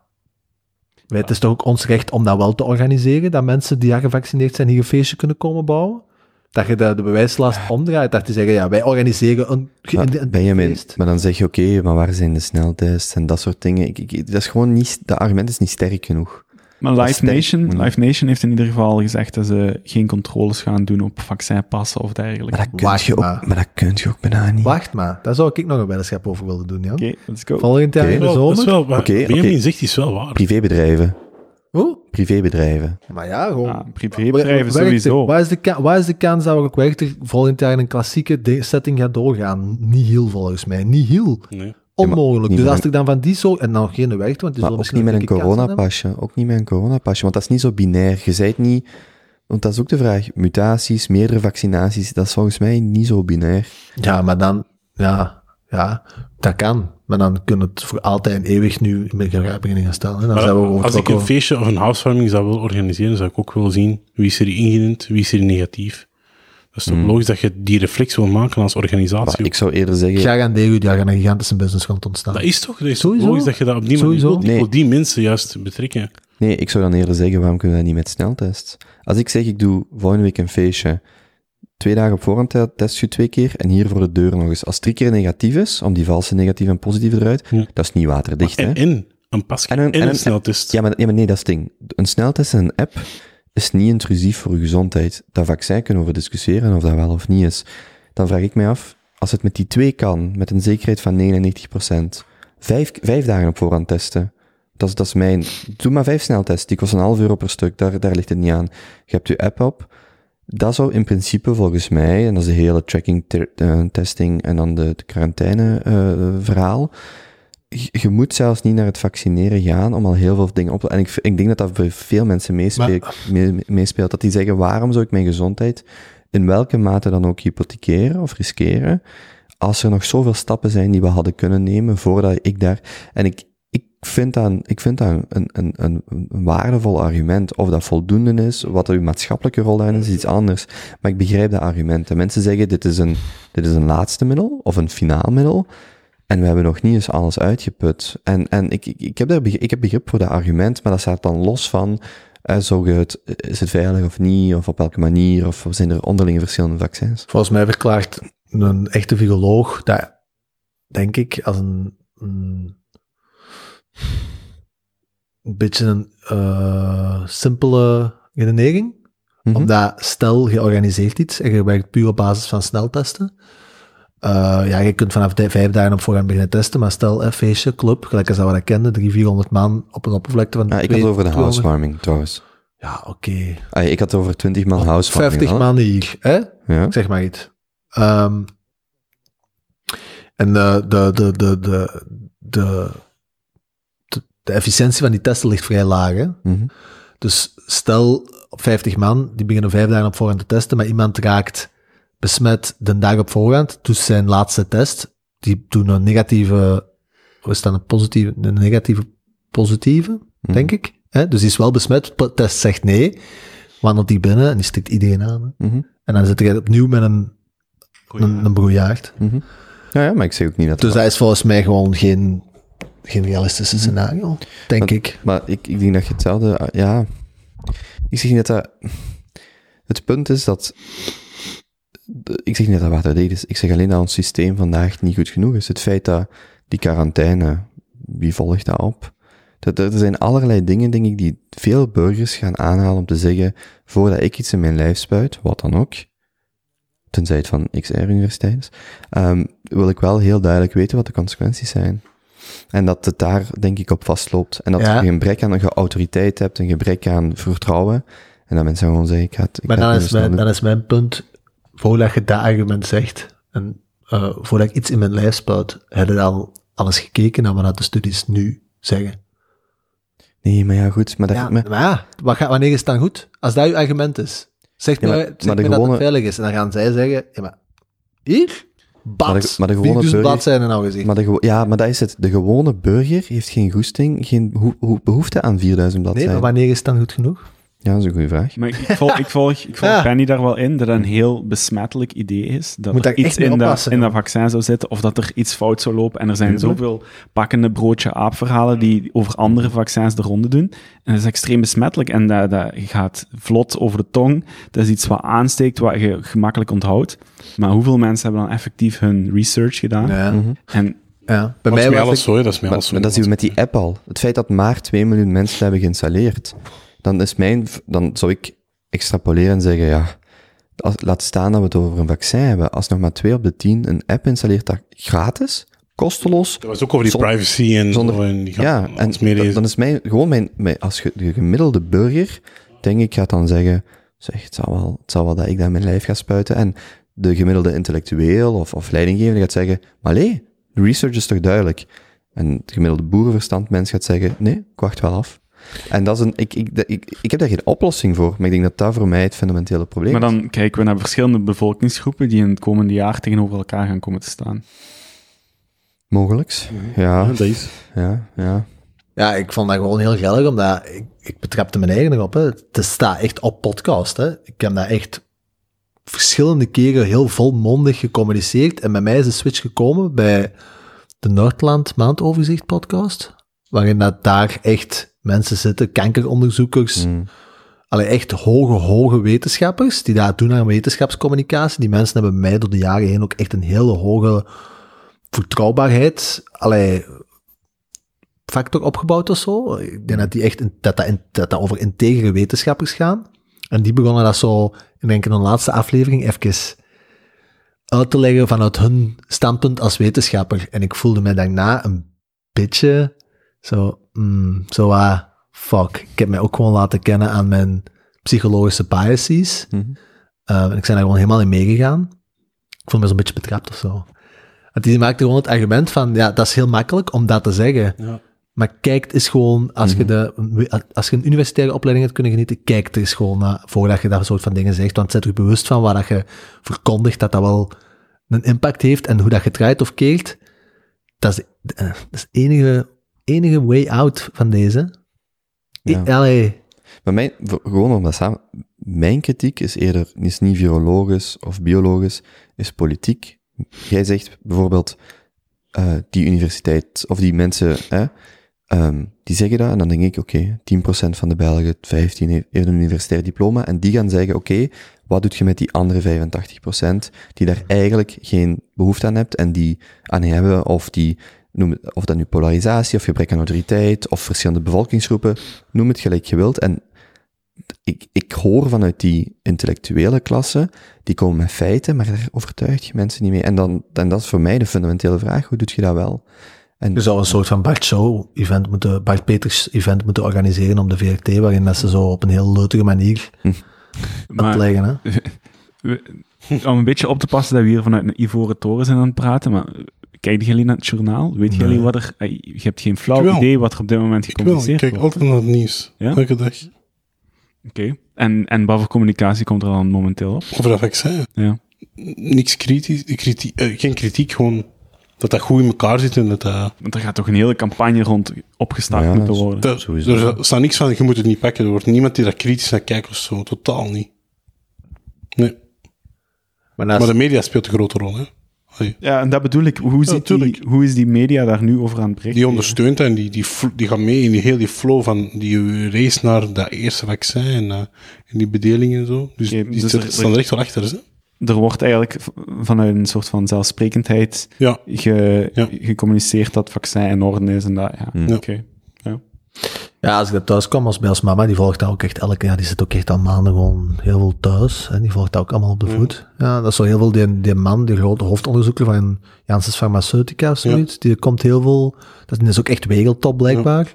H: Wij, het is toch ook ons recht om dat wel te organiseren, dat mensen die ja gevaccineerd zijn hier een feestje kunnen komen bouwen? Dat je de, de bewijslast omdraait, dat die zeggen, ja, wij organiseren een, ge-
C: Maar,
H: een, een
C: Benjamin,
H: feest.
C: maar dan zeg je, oké, maar waar zijn de sneltests en dat soort dingen? Ik, ik- dat is gewoon niet, dat argument is niet sterk genoeg.
B: Maar
C: Dat
B: Live
C: sterk.
B: Nation,
C: Mm.
B: Live Nation heeft in ieder geval gezegd dat ze geen controles gaan doen op vaccinpassen of dergelijke.
C: Maar
B: Oké,
C: dat kun
H: Wacht
C: je ook,
H: maar.
C: maar dat kun je ook bijna niet.
H: Wacht maar, daar zou ik nog een weddenschap over willen doen, Jan.
B: let's go.
H: Volgend jaar in de
G: Wel, dat is
H: zomer.
G: wel waar.
C: Oké,
G: Benjamin
C: oké.
G: zegt, is wel waar.
C: Privébedrijven,
H: Hoe?
C: privébedrijven.
G: Dus
H: Maar ja, gewoon.
B: Ja, Ah, privébedrijven
H: Werkt er-
B: sowieso.
H: Waar is, de, ka- waar is de kans dat we ook Werchter volgend jaar in een klassieke de- setting gaat doorgaan? Niet heel volgens mij. Niet heel.
G: Nee.
H: Onmogelijk.
C: niet
H: dus
C: met
H: als ik dan van die zo... En dan nog geen Werchter, want die
C: Maar
H: zullen
C: ook
H: misschien
C: niet met een
H: dikke kansen hebben.
C: coronapasje. Ook niet met een coronapasje. Want dat is niet zo binair. Je zijt niet. Want dat is ook de vraag. Mutaties, meerdere vaccinaties. Dat is volgens mij niet zo binair.
H: Ja, maar dan... Ja, ja, dat kan. Maar dan kunnen het voor altijd en eeuwig nu met elkaar beginnen gaan staan. Hè. Dan
G: Maar
H: zijn we gewoon
G: als ik een
H: vertrokken.
G: feestje of een housewarming zou willen organiseren, zou ik ook willen zien wie is er ingeënt, wie is er negatief. Dat is toch logisch dat je die reflex wil maken als
C: Maar
G: organisatie.
C: ik zou eerder zeggen.
H: Garandeer u, daar gaat een gigantische business gaan ontstaan.
G: Dat is toch dat is toch
H: Sowieso.
G: logisch dat je dat op die manier
H: Sowieso.
G: wilt. Ik
C: Nee.
G: wil die mensen juist betrekken.
C: Nee, ik zou dan eerder zeggen: waarom kunnen we dat niet met sneltests? Als ik zeg: ik doe volgende week een feestje. Twee dagen op voorhand te- test je twee keer. En hier voor de deur nog eens. Als het drie keer negatief is, om die valse negatief en positieve eruit.
G: Ja.
C: Dat is niet waterdicht. hè?
G: En, en een pasje en
C: En een-
G: een,
C: en een-
G: sneltest.
C: Ja maar, ja, maar nee, dat is het ding. Een sneltest en een app is niet intrusief voor uw gezondheid. Dat vaccin kunnen we over discussiëren of dat wel of niet is. Dan vraag ik mij af, als het met die twee kan, met een zekerheid van 99%, vijf, vijf dagen op voorhand testen. Dat is, dat is mijn... Doe maar vijf sneltests, die kosten een half euro per stuk, daar, daar ligt het niet aan. Je hebt je app op. Dat zou in principe volgens mij, en dat is de hele tracking, ter- eh, testing en dan de, de quarantaine eh, verhaal, je je moet zelfs niet naar het vaccineren gaan om al heel veel dingen op te... En ik, ik denk dat dat bij veel mensen meespeelt, mee- meespeelt. Dat die zeggen, waarom zou ik mijn gezondheid in welke mate dan ook hypothekeren of riskeren, als er nog zoveel stappen zijn die we hadden kunnen nemen voordat ik daar... En ik, ik vind dat, een- ik vind dat een, een, een, een waardevol argument. Of dat voldoende is, wat uw maatschappelijke rol daarin is, is iets anders. Maar ik begrijp dat argument. En mensen zeggen, dit is, een, dit is een laatste middel, of een finaal middel. En we hebben nog niet eens alles uitgeput. En, en ik, ik, ik heb daar begrip, ik heb begrip voor dat argument, maar dat staat dan los van, eh, zou je het, is het veilig of niet, of op welke manier, of zijn er onderlinge verschillende vaccins?
H: Volgens mij verklaart een echte viroloog dat, denk ik, als een. een een beetje een eh, simpele redenering.
C: Mhm.
H: Omdat stel je organiseert iets en je werkt puur op basis van sneltesten. Eh, ja, je kunt vanaf de- vijf dagen op voorhand beginnen testen, maar stel een feestje, club, gelijk als dat we dat kenden, 300, 400 man op een oppervlakte van.
C: Ja, Ah, ik had
H: twee-
C: het over de
H: 200.
C: housewarming trouwens.
H: Ja, oké.
C: Ah, ik had het over 20 man housewarming.
H: 50
C: hè?
H: man hier, hè?
C: Ja.
H: Ik zeg maar iets. Ehm, en eh, de, de, de, de, de, de, de, de efficiëntie van die testen ligt vrij laag. Hè?
C: Mhm.
H: Dus stel op 50 man, die beginnen vijf dagen op voorhand te testen, maar iemand raakt besmet de dag op voorhand, doet zijn laatste test, die doen een negatieve, we staan een positieve, een negatieve positieve, denk ik. Hè? Dus die is wel besmet, p- test zegt nee, wandelt die binnen en die stikt iedereen aan. hè.
C: Mhm.
H: En dan zit je opnieuw met een, een, een broeiaard.
C: mhm. Ja, ja, maar ik zeg ook niet dat
H: Dus dat is volgens mij gewoon geen, geen realistische scenario, denk
C: maar,
H: ik.
C: Maar ik, ik denk dat je hetzelfde... ah, Ja, ik zeg niet dat dat... Het punt is dat... de- Ik zeg niet dat dat wat deed is. Ik zeg alleen dat ons systeem vandaag niet goed genoeg is. Het feit dat die quarantaine, wie volgt dat op? Dat, dat- er zijn allerlei dingen, denk ik, die veel burgers gaan aanhalen om te zeggen, voordat ik iets in mijn lijf spuit, wat dan ook, tenzij het van XR-universiteit is, ehm, wil ik wel heel duidelijk weten wat de consequenties zijn. En dat het daar, denk ik, op vastloopt. En dat
H: Ja.
C: je een gebrek aan een ge- autoriteit hebt, een gebrek aan vertrouwen. En dat mensen gewoon zeggen, ik ga het... Ik
H: Maar
C: ga
H: dan
C: het
H: is, mijn,
C: niet
H: dan
C: verstaan
H: is mijn punt, voordat je dat argument zegt, en eh, voordat ik iets in mijn lijf spuit, heb je al alles gekeken naar wat de studies nu zeggen.
C: doen. Nee, maar ja, goed. Maar dat,
H: Ja,
C: maar-
H: maar ja, wat gaat, wanneer is het dan goed? Als dat je argument is. Zeg
C: Ja,
H: maar,
C: maar-
H: zeg
C: maar de
H: mij dat
C: gewone-
H: het veilig is. En dan gaan zij zeggen, ja, maar hier, bad,
C: Maar de, maar de gewone
H: 4000
C: burger,
H: bladzijden al gezien.
C: Maar de, gewo- ja, maar dat is het. De gewone burger heeft geen goesting, geen hoe- hoe- behoefte aan 4000
H: nee,
C: bladzijden.
H: maar wanneer is het dan goed genoeg?
C: Ja, dat is een goede vraag.
B: Maar ik, ik volg, ik volg, ik volg
H: Ja.
B: Penny daar wel in, dat dat een heel besmettelijk idee is. Dat
H: Moet
B: er
H: daar echt
B: iets
H: mee
B: in dat,
H: oppassen, Mhm.
B: in
H: joh.
B: dat vaccin zou zitten, of dat er iets fout zou lopen. En er zijn zoveel pakkende broodje-aap-verhalen die over andere vaccins de ronde doen. En dat is extreem besmettelijk en dat, dat gaat vlot over de tong. Dat is iets wat aansteekt, wat je gemakkelijk onthoudt. Maar hoeveel mensen hebben dan effectief hun research gedaan?
H: Ja.
B: En
H: Ja, bij
G: Dat is
H: mij
G: mij
H: was
G: alles
H: ik...
G: zo, hè, dat is mij
C: Maar,
G: alles zo.
C: maar dat zien we met die app al. Het feit dat maar 2 miljoen mensen hebben geïnstalleerd, dan, is mijn, v- dan zou ik extrapoleren en zeggen, ja, als- laat staan dat we het over een vaccin hebben. Als nog maar 2 op de 10 een app installeert dat gratis, kosteloos,
G: Dat was ook over die
C: Zon-
G: privacy en
C: zonder-
G: zo. En die gaan
C: Ja, en
G: ons meelezen.
C: dan, dan is mijn, gewoon mijn, mijn als ge- de gemiddelde burger, denk ik, gaat dan zeggen, zeg, het zal wel, het zal wel dat ik dat in mijn lijf ga spuiten. En de gemiddelde intellectueel of, of leidinggevende gaat zeggen, maar nee, de research is toch duidelijk. En het gemiddelde boerenverstandmens gaat zeggen, nee, ik wacht wel af. En dat is een, ik, ik, dat- ik, ik heb daar geen oplossing voor, maar ik denk dat dat voor mij het fundamentele probleem
B: Maar
C: is.
B: dan kijken we naar verschillende bevolkingsgroepen die in het komende jaar tegenover elkaar gaan komen te staan.
C: Mogelijks. Ja,
G: Ja, dat is.
C: ja, ja.
H: Ja, ik vond dat gewoon heel geldig, omdat ik, ik betrapte mijn eigen erop. Hè. Het staat echt op podcast. Hè. Ik heb dat echt verschillende keren heel volmondig gecommuniceerd. En bij mij is de switch gekomen bij de Noordland Maandoverzicht podcast, waarin dat daar echt mensen zitten,
C: Mm.
H: kankeronderzoekers, allee, echt hoge, hoge wetenschappers, die daar doen aan wetenschapscommunicatie. Die mensen hebben mij door de jaren heen ook echt een hele hoge vertrouwbaarheid, allee, factor opgebouwd of zo. Ik denk dat die echt in- dat, dat, in- dat dat over integere wetenschappers gaan. En die begonnen dat zo, ik denk in hun laatste aflevering, even uit te leggen vanuit hun standpunt als wetenschapper. En ik voelde mij daarna een beetje zo, mm, zo ah, fuck. Ik heb mij ook gewoon laten kennen aan mijn psychologische biases. Uh, en ik ben daar gewoon helemaal in meegegaan. Ik voel me zo'n beetje betrapt of zo. Want die maakte gewoon het argument van, ja, dat is heel makkelijk om dat te zeggen. Maar kijk eens gewoon, als, je de, als je een universitaire opleiding hebt kunnen genieten, kijk er eens gewoon naar, voordat je dat soort van dingen zegt. Want zet er bewust van waar dat je verkondigt dat dat wel een impact heeft en hoe dat je het draait of keert. Dat is de eh, dat is de enige, enige way out van deze.
C: Ja.
H: I- allee.
C: Maar mijn, voor- gewoon om dat samen, mijn kritiek is eerder, is niet virologisch of biologisch, is politiek. Jij zegt bijvoorbeeld, eh, die universiteit, of die mensen, hè, ehm, die zeggen dat, en dan denk ik, oké, 10% van de Belgen, 15 heeft, heeft een universitair diploma, en die gaan zeggen, oké, wat doet je met die andere 85% die daar eigenlijk geen behoefte aan hebt en die aan hebben, of die, noem het, of dat nu polarisatie, of gebrek aan autoriteit, of verschillende bevolkingsgroepen, noem het gelijk je wilt. En ik, ik hoor vanuit die intellectuele klasse, die komen met feiten, maar daar overtuig je mensen niet mee. En, dan, en dat is voor mij de fundamentele vraag, hoe doe je dat wel? En,
H: Je zou een soort van Bart Show-event moeten, Bart Peters-event moeten organiseren op de VRT, waarin dat ze zo op een heel leutige manier
B: Maar
H: uitleggen. Hè?
B: we- om een beetje op te passen dat we hier vanuit een ivoren toren zijn aan het praten, maar eh, kijken jullie naar het journaal? Weet jullie wat er... eh, Je hebt geen
G: Ik
B: flauw
G: wel.
B: idee wat er op dit moment
G: Ik wel, ik
B: gecommuniceerd
G: kijk
B: wordt.
G: altijd naar het nieuws.
B: Ja?
G: Elke dag.
B: En, en wat voor communicatie komt er dan momenteel op?
G: Over dat vaccin?
B: Ja.
G: Niks kritisch, kriti- eh, geen kritiek, gewoon dat dat goed in elkaar zit en dat dat...
B: Want er gaat toch een hele campagne rond opgestart moeten worden.
G: Dat- Er staat niks van, je moet het niet pakken. Er wordt niemand die daar kritisch naar kijkt of zo. Totaal niet. Nee. Maar, de media speelt een grote rol, hè.
B: Ja, en dat bedoel ik. Hoe, ziet die, hoe is die media daar nu over aan het berichten?
G: Die ondersteunt en die, die, fl- die gaat mee in die hele die flow van die race naar dat eerste vaccin en, eh, en die bedelingen en zo. Dus die
B: dus
G: zit-
B: er-
G: staan er echt wel achter, hè.
B: Er wordt eigenlijk v- vanuit een soort van zelfsprekendheid
G: Ja.
B: ge- gecommuniceerd dat het vaccin in orde is en dat, ja,
C: Hmm.
B: oké.
C: Ja.
B: Ja.
H: Ja, als ik dat thuis kwam, als bij ons mama, die volgt dat ook echt elke jaar. Die zit ook echt al maanden gewoon heel veel thuis. En die volgt dat ook allemaal op
C: Mm.
H: de voet. Ja, dat is zo heel veel die, die man, die grote hoofdonderzoeker van Janssens Pharmaceutica of zoiets. Die komt heel veel... Dat is ook echt wereldtop, blijkbaar.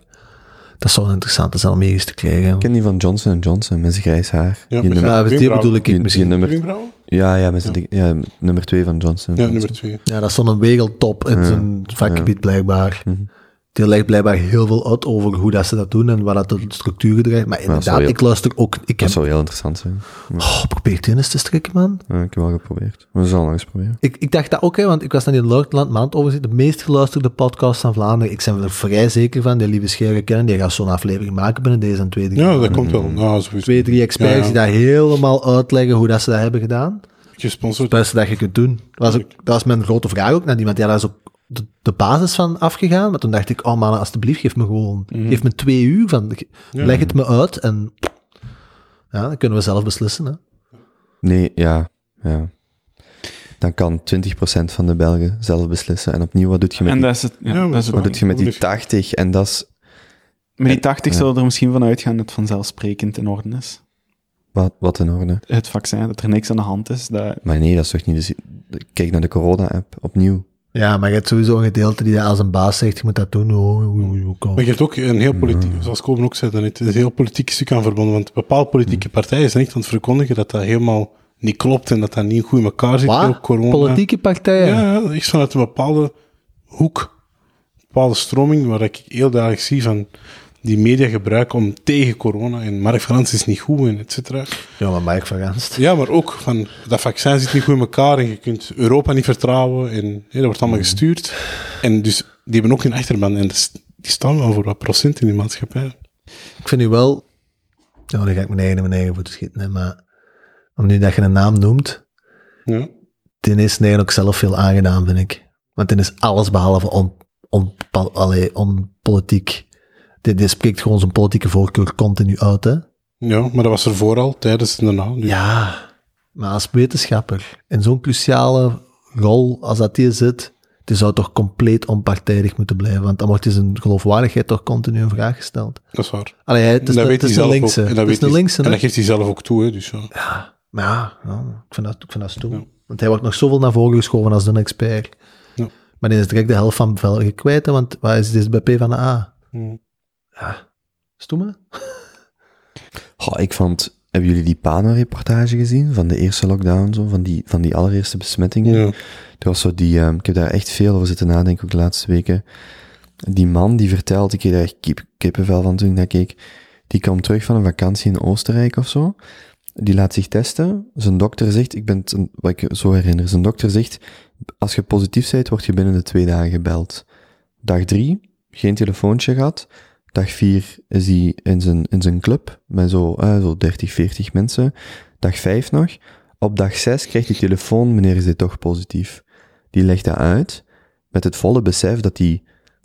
H: Dat zou interessant zijn om hier eens te krijgen.
C: Ik ken die van Johnson Johnson, met zijn grijs haar.
G: Ja,
C: die
G: met zijn
H: die
G: wenkbrauwen.
H: bedoel ik
C: die- die
H: misschien.
C: nummer,
G: Wenkbrauwen?
C: Ja, ja, met zijn dik- ja, nummer twee van Johnson.
G: Ja, nummer twee.
H: Ja, dat is zo'n wereldtop in
C: Ja. Mhm.
H: zijn vakgebied blijkbaar. Die legt blijkbaar heel veel uit over hoe dat ze dat doen en wat dat de structuren dreigt. Maar
C: dat is
H: inderdaad,
C: wel heel-
H: ik luister ook... Ik heb,
C: Dat zou heel interessant zijn.
H: oh, probeer het eens te strikken, man.
C: Ja, ik heb wel geprobeerd. We zullen langs proberen.
H: Ik, ik dacht dat ook, hè, want ik was naar die Lordland maand overzicht, de meest geluisterde podcast van Vlaanderen. Ik ben er vrij zeker van, die lieve Scherer kennen, die gaat zo'n aflevering maken binnen deze en twee, drie
G: Ja, dat komt wel. Ja, sowieso.
H: Twee, drie experts
G: Ja, ja.
H: die dat helemaal uitleggen hoe dat ze dat hebben gedaan.
G: Gesponsord.
H: Het beste dat je kunt doen. Dat was, ook, dat was mijn grote vraag ook naar iemand. Ja, daar is ook de, de basis van afgegaan. Maar toen dacht ik, oh man, alsjeblieft, geef me gewoon... Geef me twee uur van... ge-
G: Mhm. Ja.
H: Leg het me uit en... Ja, dan kunnen we zelf beslissen, hè.
C: Nee, ja. ja. Dan kan 20% van de Belgen zelf beslissen. En opnieuw, wat doet je met
B: En
C: die,
B: dat is het. Ja,
G: Ja, maar
B: dat is
G: zo.
C: wat
B: het.
C: doet je met die 80? En dat is...
B: Met die 80 zullen er misschien van uitgaan dat het vanzelfsprekend in orde is.
C: Wat, wat in orde.
B: Het vaccin, dat er niks aan de hand is. Dat,
C: Maar nee, dat is toch niet... de zi- Kijk naar de corona-app, opnieuw.
H: Ja, maar je hebt sowieso een gedeelte die dat als een baas zegt, je moet dat doen. Oh, oh, oh, oh, oh.
G: Maar je hebt ook een heel politiek,
C: Mm.
G: zoals Koben ook zei, daarnet, een heel politiek stuk aan verbonden. Want bepaalde
C: Mm.
G: politieke partijen zijn echt aan het verkondigen dat dat helemaal niet klopt en dat dat niet goed in elkaar zit.
H: Wat?
G: heel corona.
H: Politieke partijen?
G: Ja, ja, echt vanuit een bepaalde hoek, bepaalde stroming, waar ik heel duidelijk zie van die media gebruiken om tegen corona en Mark Frans is niet goed en et cetera.
H: Ja, maar Mike van Ranst.
G: Ja, maar ook van dat vaccin zit niet goed in elkaar en je kunt Europa niet vertrouwen en hè, dat wordt
H: Mm.
G: allemaal gestuurd. En dus die hebben ook geen achterban en dat is- die staan wel voor wat procent in die maatschappij.
H: Ik vind nu wel... Nou, dan ga ik mijn eigen in mijn eigen voeten schieten, hè, maar... Om nu dat je een naam noemt,
G: Ja.
H: die is Nederland ook zelf veel aangedaan, vind ik. Want die is alles behalve on, on, pa- allee, onpolitiek. Die, die spreekt gewoon zijn politieke voorkeur continu uit, hè.
G: ja, maar dat was er vooral, tijdens en daarna. Dus
H: Ja, maar als wetenschapper, in zo'n cruciale rol als dat hier zit, die zou toch compleet onpartijdig moeten blijven, want dan wordt dus zijn geloofwaardigheid toch continu in vraag gesteld.
G: Dat is waar.
H: Allee, hij- het is,
G: En dat
H: een-
G: weet
H: het is
G: hij
H: een
G: zelf
H: linkse.
G: ook. En
H: Het
G: dat,
H: is
G: weet
H: een
G: hij-
H: linkse,
G: en
H: hè. Ah,
G: dat geeft hij zelf ook toe. Hè, dus, ja.
H: Maar ja, ja, ik vind dat, ik vind dat stoer. Want hij wordt nog zoveel naar voren geschoven als een expert.
G: Ja.
H: Maar die is direct de helft van België kwijt, hè, want waar is dit bij P van de A?
G: Hm.
H: Ja, stomme.
C: Goh, ik vond... Hebben jullie die Pano-reportage gezien? Van de eerste lockdown, zo? Van die, van die allereerste besmettingen?
G: Ja.
C: Er was zo die, ehm, ik heb daar echt veel over zitten nadenken ook de laatste weken. Die man die vertelt, ik kreeg daar echt kip, kippenvel van toen ik dat keek. Die kwam terug van een vakantie in Oostenrijk of zo. Die laat zich testen. Zijn dokter zegt, ik ben het, een- wat ik zo herinner, zijn dokter zegt, als je positief bent, word je binnen de twee dagen gebeld. Dag drie, geen telefoontje gehad. Dag vier is hij in zijn, in zijn club met zo, eh, zo 30, 40 mensen. Dag vijf nog. Op dag zes krijgt hij telefoon, meneer is dit toch positief. Die legt dat uit met het volle besef dat hij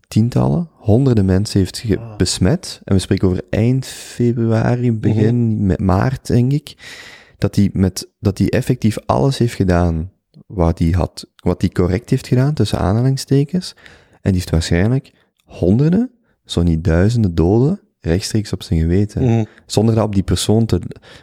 C: tientallen, honderden mensen heeft ge- besmet. En we spreken over eind februari, begin me- maart, denk ik. Dat hij, met, dat hij effectief alles heeft gedaan wat hij, had, wat hij correct heeft gedaan, tussen aanhalingstekens. En die heeft waarschijnlijk honderden, zo niet duizenden doden rechtstreeks op zijn geweten.
G: Mhm.
C: Zonder dat op die persoon te...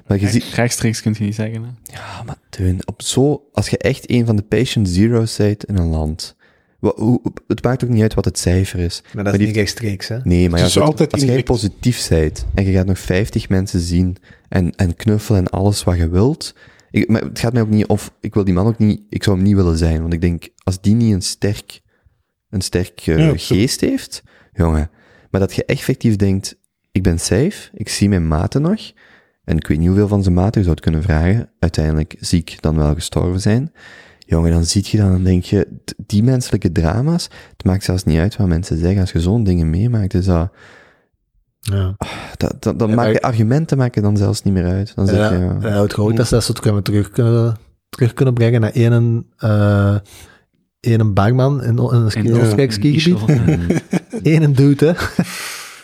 C: Maar je ziet,
B: Rechtstreeks kun je niet zeggen. Hè?
C: Ah, maar Teun, op zo, als je echt een van de patient zero's bent in een land, wa- hoe, het maakt ook niet uit wat het cijfer is.
H: Maar dat is
C: die-
H: niet rechtstreeks, hè?
C: Nee, maar ja,
G: is
C: goed,
G: altijd
C: als jij
G: indirect.
C: positief bent en je gaat nog 50 mensen zien en, en knuffelen en alles wat je wilt, ik, maar het gaat mij ook niet of ik wil die man ook niet, ik zou hem niet willen zijn, want ik denk, als die niet een sterk, een sterk eh,
G: Ja, absoluut.
C: geest heeft, jongen, maar dat je effectief denkt, ik ben safe, ik zie mijn maten nog, En ik weet niet hoeveel van zijn maten je zou het kunnen vragen. Uiteindelijk ziek, dan wel gestorven zijn. Jongen, dan ziet je dan, dan denk je, d- die menselijke drama's, het maakt zelfs niet uit wat mensen zeggen. Als je zo'n dingen meemaakt, is dat...
H: Ja.
C: Dat, dat, dan maak je argumenten maken dan zelfs niet meer uit. Dan zeg
H: Ja,
C: je,
H: ja.
C: ja.
G: eh,
H: het groot is dat ze het kunnen terug kunnen, terug kunnen brengen naar één, eh één barman in, in een ski-
C: In-
H: Oostenrijk
C: in
H: skigebied. Eén dude, hè.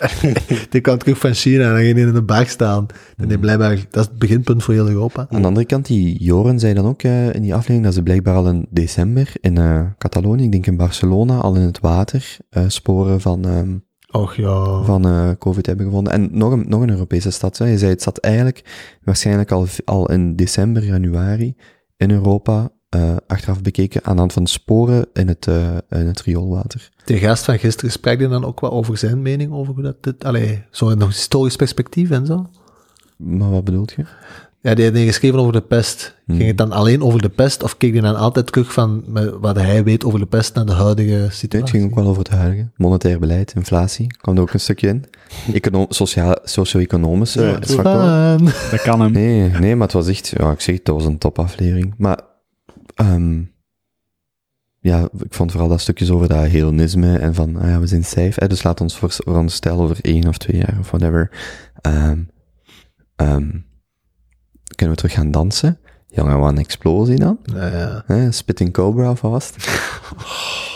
H: die kwam terug van China en dan ging hij in een bar staan. En die blijkbaar, dat is het beginpunt voor heel Europa.
C: Aan de andere kant, die Joren zei dan ook eh, in die aflevering dat ze blijkbaar al in december in eh, Catalonië, ik denk in Barcelona, al in het water eh, sporen van, ehm,
H: Och ja.
C: van eh, COVID hebben gevonden. En nog een, nog een Europese stad. Hè. Je zei, het zat eigenlijk waarschijnlijk al, al in december, januari in Europa, eh, achteraf bekeken aan de hand van sporen in het, eh, in het rioolwater.
H: De gast van gisteren sprak die dan ook wat over zijn mening over hoe dat dit, allee, zo in een historisch perspectief en zo.
C: Maar wat bedoelt je?
H: Ja, die had die geschreven over de pest. Ging
C: Hmm.
H: het dan alleen over de pest of keek die dan altijd terug van me- wat hij weet over de pest naar de huidige
C: Nee, het
H: situatie?
C: ging ook wel over het huidige. Monetair beleid, inflatie, kwam er ook een stukje in. Econo sociaal- Socio-economische
B: Ja,
C: eh, factoren.
H: Fun.
B: Dat kan hem.
C: Nee, nee, maar het was echt, ja, ik zeg, het, dat was een topaflevering. Maar, ehm, ja, ik vond vooral dat stukjes over dat hedonisme en van, ah ja, we zijn safe, hè, dus laat ons voor- veronderstellen over één of twee jaar of whatever. ehm, ehm, kunnen we terug gaan dansen? Jongen, wat een explosie dan.
H: Ja, ja.
C: Hè, spitting Cobra of wat was het?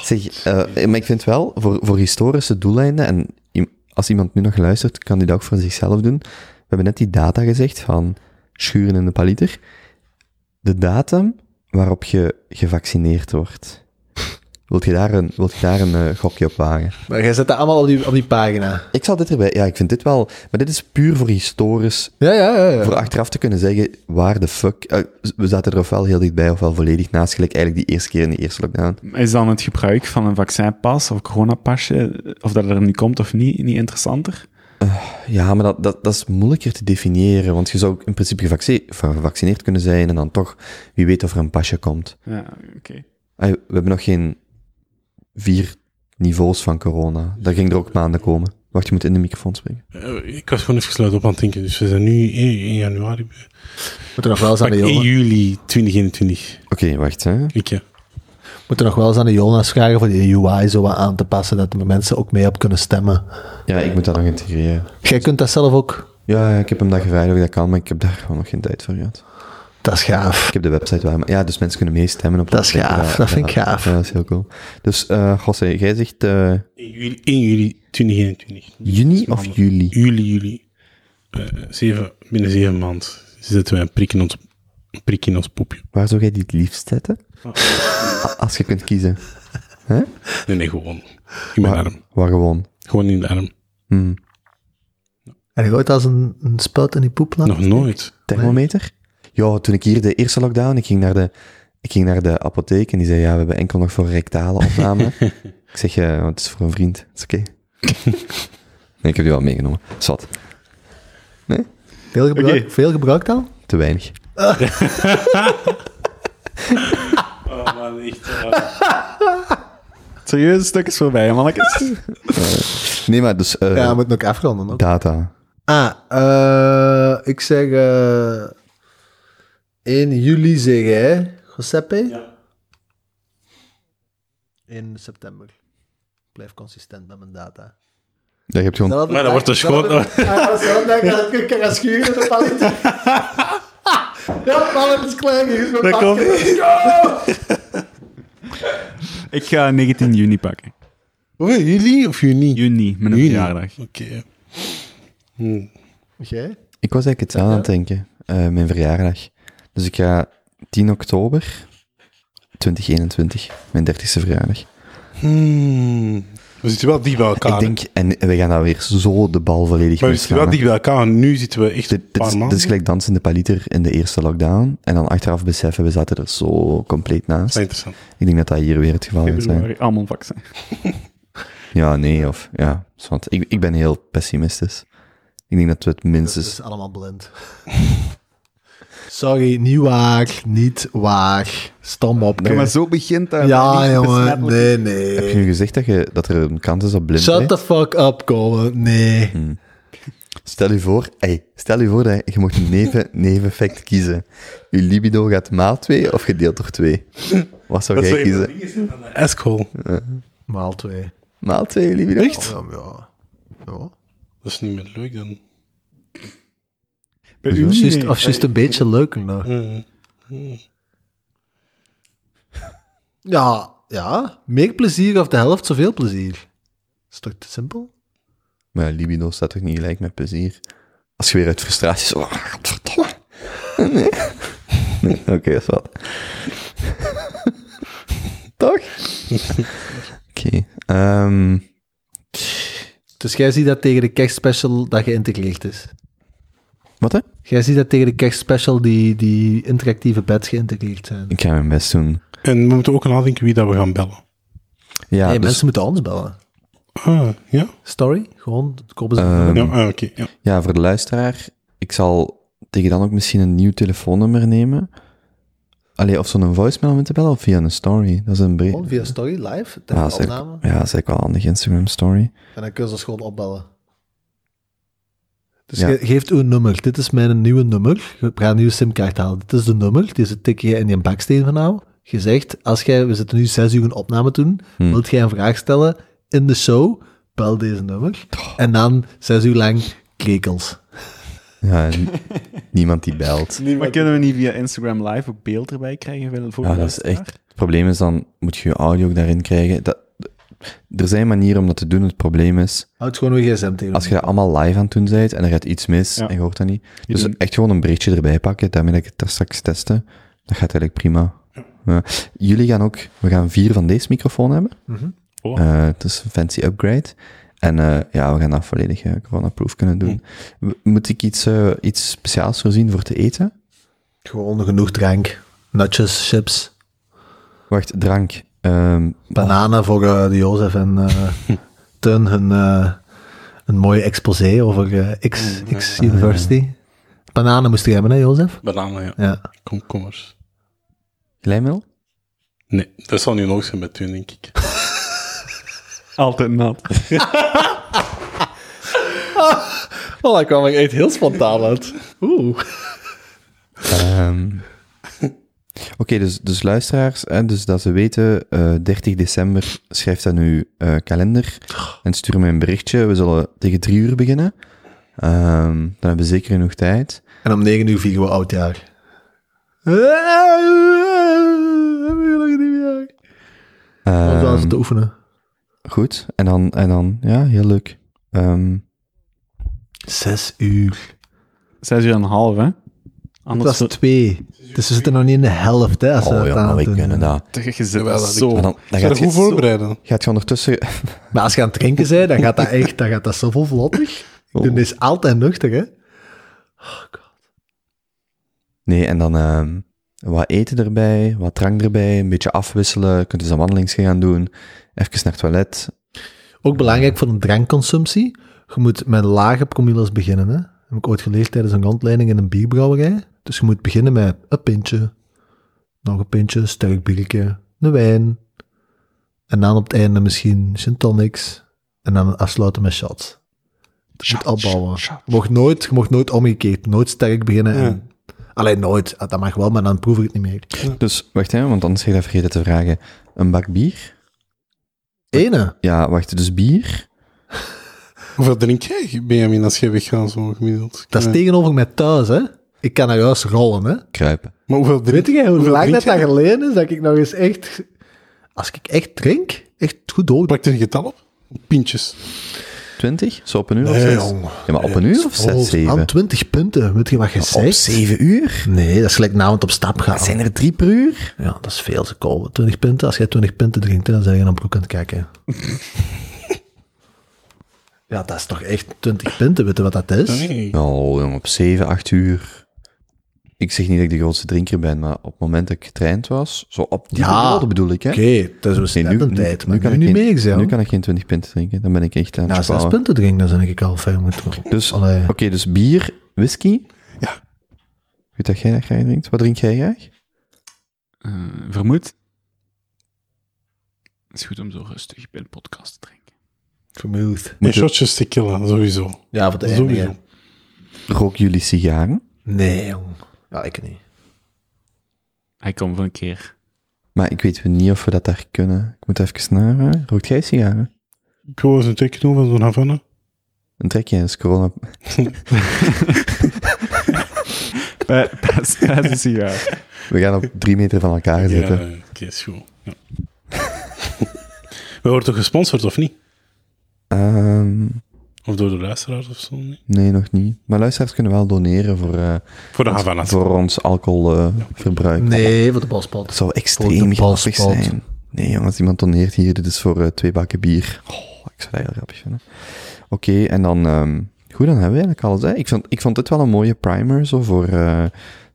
C: zeg, eh, maar ik vind wel, voor, voor historische doeleinden, en i- als iemand nu nog luistert, kan die dat ook voor zichzelf doen. We hebben net die data gezegd van schuren in de paliter. De datum waarop je gevaccineerd wordt. Wilt je daar een, wilt je daar een eh, gokje op wagen?
H: Maar jij zet dat allemaal op die, op die pagina.
C: Ik zal dit erbij, ja, ik vind dit wel, maar dit is puur voor historisch eh,
H: Ja, ja, ja. ja.
C: voor achteraf te kunnen zeggen, waar de fuck... eh, we zaten er ofwel heel dichtbij, ofwel volledig naast, gelijk eigenlijk die eerste keer in die eerste lockdown.
B: Is dan het gebruik van een vaccinpas of coronapasje, of dat er nu komt of niet, niet interessanter?
C: Ja, maar dat, dat, dat is moeilijker te definiëren, want je zou in principe gevacci- van gevaccineerd kunnen zijn en dan toch, wie weet of er een pasje komt.
B: Ja, oké.
C: Ah, we hebben nog geen vier niveaus van corona. Dat ging er ook maanden komen. Wacht, je moet in de microfoon spreken.
G: Eh, ik was gewoon even gesluit op aan het denken, dus we zijn nu 1, januari.
H: Moet er nog wel eens aan
G: Pak
H: de
G: 1
C: E
H: Jonas,
G: juli 2021.
C: Oké, wacht hè.
G: Ik ja.
H: moet er nog wel eens aan de Jonas vragen voor die UI zo wat aan te passen, dat de mensen ook mee op kunnen stemmen.
C: Ja, ik moet dat nog integreren.
H: Jij kunt dat zelf ook.
C: Ja, ik heb hem dat gevraagd of ik dat kan, maar ik heb daar gewoon nog geen tijd voor gehad.
H: Dat is gaaf.
C: Ik heb de website waar. Ja, dus mensen kunnen meestemmen op
H: Dat is gaaf, dat vind ik
C: ja,
H: gaaf.
C: Ja, dat is heel cool. Dus, eh José, jij zegt eh,
G: 1 juli, 1 juli 2021.
C: juni of juli?
G: Juli, juli. Eh, zeven, binnen zeven maanden zetten wij een prik in ons, een prik in ons poepje.
C: Waar zou jij die het liefst zetten? A- Als je kunt kiezen. Hè?
G: Nee, nee, gewoon. In mijn arm.
C: Waar gewoon.
G: Gewoon in de arm.
C: Hm.
H: En je ooit als een, een spuit in die poep laten?
G: Nog nooit.
C: Thermometer? Ja, toen ik hier de eerste lockdown, ik ging naar de, ik ging naar de apotheek en die zei, ja, we hebben enkel nog voor rectale opname. ik zeg, eh, het is voor een vriend, het is oké. nee, ik heb die wel meegenomen. Zat,
H: Veel gebruikt, veel gebruikt al?
C: te weinig.
G: Oh, man, echt.
C: eh.
B: Serieus, stuk is voorbij, mannetjes.
C: Nee, maar dus eh,
H: Ja, moet nog afronden ook.
C: data.
H: Ah, eh, ik zeg eh 1 juli zeg jij, Giuseppe? Ja. 1 september. Blijf consistent met mijn data.
C: Ja, je hebt gewoon...
G: Maar dat wordt een schoon-
H: Zelfde dag dat ik kan schuren, dat pallet. Ja, pallet is klein, hier is mijn
B: Dat
H: pakje.
B: Ik ga 19 juni pakken.
G: Oei, Oh, juli of juni?
B: Juni, mijn
G: Juni.
B: verjaardag.
G: Oké. Hm.
H: Jij?
C: Ik was eigenlijk het aan het denken, eh, mijn verjaardag. Dus ik ga 10 oktober 2021, mijn 30ste verjaardag.
G: Hmm. We zitten wel dicht bij elkaar.
C: ik
G: hè.
C: denk, en we gaan daar weer zo de bal volledig
G: maar we
C: mee
G: zitten wel Ah,
C: slaan.
G: dicht bij elkaar. Nu zitten we echt
C: Dit,
G: een
C: dit,
G: paar
C: is, dit
G: maanden.
C: is gelijk dansende paliter in de eerste lockdown. En dan achteraf beseffen, we zaten er zo compleet
G: Dat
C: naast.
G: is interessant.
C: Ik denk dat dat hier weer het geval gaat zijn.
B: Februari, allemaal vaccin.
C: Ja, nee, of ja. Want ik, ik ben heel pessimistisch. Ik denk dat we het
H: Dat
C: minstens...
H: is allemaal blind. Sorry, niet waar, niet waar. Stom op.
B: Ja, maar zo begint dat.
H: Ja,
B: Niet
H: jongen,
B: besmettelijk.
H: nee,
C: Heb
H: nee.
C: je nu gezegd dat, je, dat er een kans is op blindheid? Hm.
H: Shut the fuck up, komen. Nee.
C: Stel u voor, ey, stel u voor dat je mocht een neven, neveneffect kiezen. Uw libido gaat maal 2 of gedeeld door 2? Wat zou
G: Dat
C: jij
G: zou je
C: kiezen?
G: beliezen van de Asshole.
H: Maal twee.
C: Maal 2 libido?
G: Echt?
H: Ja, ja. ja.
G: Dat is niet meer leuk dan.
B: Bij
H: Of
B: u
H: juist- Of juist een beetje leuker nog.
G: Mm.
H: Hm.
G: Mm.
H: Ja, ja. Meer plezier of de helft zoveel plezier. Is toch te simpel?
C: Maar libido staat toch niet gelijk met plezier? Als je weer uit frustratie zo... "Ah, Godverdomme. Nee. Nee, Oké, dat is wat. Toch? Oké. ehm,
H: Dus jij ziet dat tegen de kerstspecial dat geïntegreerd is.
C: wat hè?
H: Jij ziet dat tegen de kerstspecial die, die interactieve beds geïntegreerd zijn.
C: Ik ga mijn best doen.
G: En we moeten ook nadenken wie dat we gaan bellen.
C: Ja,
H: nee,
C: dus-
H: mensen moeten ons bellen.
G: Ah, ja?
H: Story? Gewoon, kopen ze
C: Ehm,
G: ja ah, oké. ja.
C: Ja, voor de luisteraar, ik zal tegen dan ook misschien een nieuw telefoonnummer nemen. Allee, of zo'n voicemail om te bellen of via een story. Dat is een breed.
H: gewoon via story, live, ter
C: Ja, dat is eigenlijk-
H: opname.
C: ja, dat is eigenlijk wel handig, Instagram story.
H: En dan kun je ze gewoon opbellen. Dus
C: Ja.
H: je geeft uw nummer. Dit is mijn nieuwe nummer. We gaan een nieuwe simkaart halen. Dit is de nummer. Deze tik je in die baksteen van nou. Je zegt, als jij, we zitten nu zes uur een opname te doen,
C: Hm.
H: wilt jij een vraag stellen in de show, bel deze nummer. En dan zes uur lang krekels.
C: Ja, en niemand die belt.
B: Maar kunnen we niet via Instagram Live ook beeld erbij krijgen? Wel, Voor
C: Ja,
B: de
C: dat is
B: luisteraar?
C: echt. Het probleem is dan, moet je je audio ook daarin krijgen. Dat, er zijn manieren om dat te doen. Het probleem is,
H: Houd gewoon uw gsm tegen.
C: als je dat allemaal live aan het doen bent en er gaat iets mis
B: Ja.
C: en je hoort dat niet. Dus
B: doen-
C: echt gewoon een berichtje erbij pakken, daarmee dat ik het daar straks testen. Dat gaat eigenlijk prima. Ja. Jullie gaan ook, we gaan vier van deze microfoon hebben.
B: Oh.
C: Eh, het is een fancy upgrade. En eh, ja, we gaan dat volledig eh, corona-proof kunnen doen. W- Moet ik iets, eh, iets speciaals voorzien voor te eten?
H: Gewoon genoeg drank. Nutjes, chips,
C: Wacht, drank. Ehm,
H: bananen voor eh, de Jozef en eh Teun hun eh, een mooie exposé over eh, X,
C: Mm,
H: X University. Bananen moest je hebben, hè, Jozef?
G: Bananen, ja.
H: Ja.
G: Komkommers.
C: glijmiddel?
G: Nee, dat zal nu nog zijn met toen, denk ik.
B: Altijd nat.
H: Oh, dat kwam echt heel spontaan uit. Oeh.
C: Ehm, Oké, dus, dus luisteraars, hè, dus dat ze weten, eh, 30 december schrijf dat in uw eh, kalender en stuur mij een berichtje. We zullen tegen drie uur beginnen. Ehm, dan hebben we zeker genoeg tijd.
H: En om 9 uur vieren we oudjaar. Hebben jullie nog nieuwjaar? Om
C: Ehm,
H: dan eens te oefenen.
C: goed, en dan, en dan, ja, heel leuk. Ehm,
H: Zes uur.
B: Zes uur en een half, hè?
H: Het
B: Anders
H: was
B: dat
H: twee. Dus we zitten nog niet in de helft, hè. Als we
C: oh
H: dat
C: ja,
H: aan
C: maar
H: het
C: we
H: doen
C: kunnen
H: zijn.
C: dat.
B: je zit
G: Jawel, dat ik-
B: zo.
C: Maar dan, dan
G: Ga je
C: gaat,
G: goed
C: je,
G: voorbereiden?
C: gaat je ondertussen...
H: Maar als je aan het drinken bent, dan gaat dat echt, dan gaat dat zoveel vlotter.
C: Oh.
H: Toen is altijd nuchter, hè.
C: Nee, en dan ehm, wat eten erbij, wat drank erbij, een beetje afwisselen. Je kunt dus een wandelingsje gaan doen. Even naar het toilet.
H: Ook belangrijk voor een drankconsumptie. Je moet met lage promilles beginnen, hè. Heb ik ooit geleerd tijdens een rondleiding in een bierbrouwerij. Dus je moet beginnen met een pintje, nog een pintje, sterk biertje, een wijn. En dan op het einde misschien gin tonics. En dan afsluiten met shots. Dus je moet opbouwen. Je mocht nooit, je mocht nooit omgekeerd, nooit sterk beginnen. En, alleen nooit, Ah, dat mag wel, maar dan proef ik het niet meer.
C: Dus wacht, hè, want anders ga ik dat vergeten te vragen. Een bak bier?
H: Ene.
C: Ja, wacht, dus bier.
G: Hoeveel drink jij, Benjamin, als jij weggaat, zo gemiddeld?
H: Dat is
G: Ja.
H: tegenover mij thuis, hè. Ik kan naar huis rollen, hè.
C: Kruipen.
G: Maar hoeveel drink
H: Weet jij hoe
G: hoeveel
H: lang
G: drink
H: dat dat
G: jij?
H: geleden is dat ik nog eens echt... Als ik echt drink, echt goed dood.
G: Pak er een getal op. Pintjes.
C: Twintig? Zo op een uur of
G: Nee,
C: zes?
G: jong.
C: Ja, maar op een uur of zes,
H: Aan
C: zeven?
H: 20 Oh, punten, weet je wat je zegt?
C: Op zeven uur?
H: Nee, dat is gelijk namelijk op stap gaan.
C: Dat zijn er drie per uur?
H: Ja, dat is veel te komen. 20 punten, als jij 20 punten drinkt, hè, dan zijn je naar broek aan het kijken. ja, dat is toch echt 20 punten, weet je wat dat is?
G: Nee.
C: Oh, jong, op zeven, acht uur. Ik zeg niet dat ik de grootste drinker ben, maar op het moment dat ik getraind was, zo op die
H: Ja,
C: periode bedoel ik, hè?
H: Oké, dat is
C: Nee,
H: een nu, tijd, maar nu, kan ik niet
C: geen,
H: mee, zeg.
C: nu kan ik geen 20 punten drinken. Dan ben ik echt aan
H: Na
C: het
H: 6
C: spouwen.
H: punten drinken, dan ben ik al ver moeten.
C: Dus,
H: Allee.
C: Oké, dus bier, whisky.
G: Ja.
C: Goed dat jij dat graag drinkt. Wat drink jij graag?
B: Eh, vermoed. Het is goed om zo rustig bij een podcast te drinken.
H: Vermoeid.
G: En shotjes tequila, sowieso.
H: Ja, wat
G: Sowieso.
H: eindigen.
C: Roken jullie sigaren?
H: Nee, jong. Ja, ik niet.
K: Hij komt van een keer.
C: Maar ik weet niet of we dat daar kunnen. Ik moet even naar. eh, Rookt jij sigaren?
G: Ik wil eens een trekje doen van zo'n Havana.
C: Een trekje en scrollen.
B: Pas een sigaar.
C: We gaan op drie meter van elkaar
G: Ja, eh,
C: zitten.
G: oké, is goed. Ja. We worden toch gesponsord of niet?
C: Ehm,
G: Of door de luisteraars of zo? Nee.
C: nee, nog niet. Maar luisteraars kunnen wel doneren voor, eh,
G: Voor de
C: ons-
G: Havana's.
C: voor ons alcoholverbruik.
H: Nee, voor de balspot.
C: Het zou extreem grappig zijn. Nee, jongens, iemand doneert hier. Dit is voor eh, twee bakken bier. Oh, ik zou dat heel grappig vinden. Oké, en dan... ehm, goed, dan hebben we eigenlijk alles. Hè? Ik, vond, ik vond dit wel een mooie primer zo voor eh,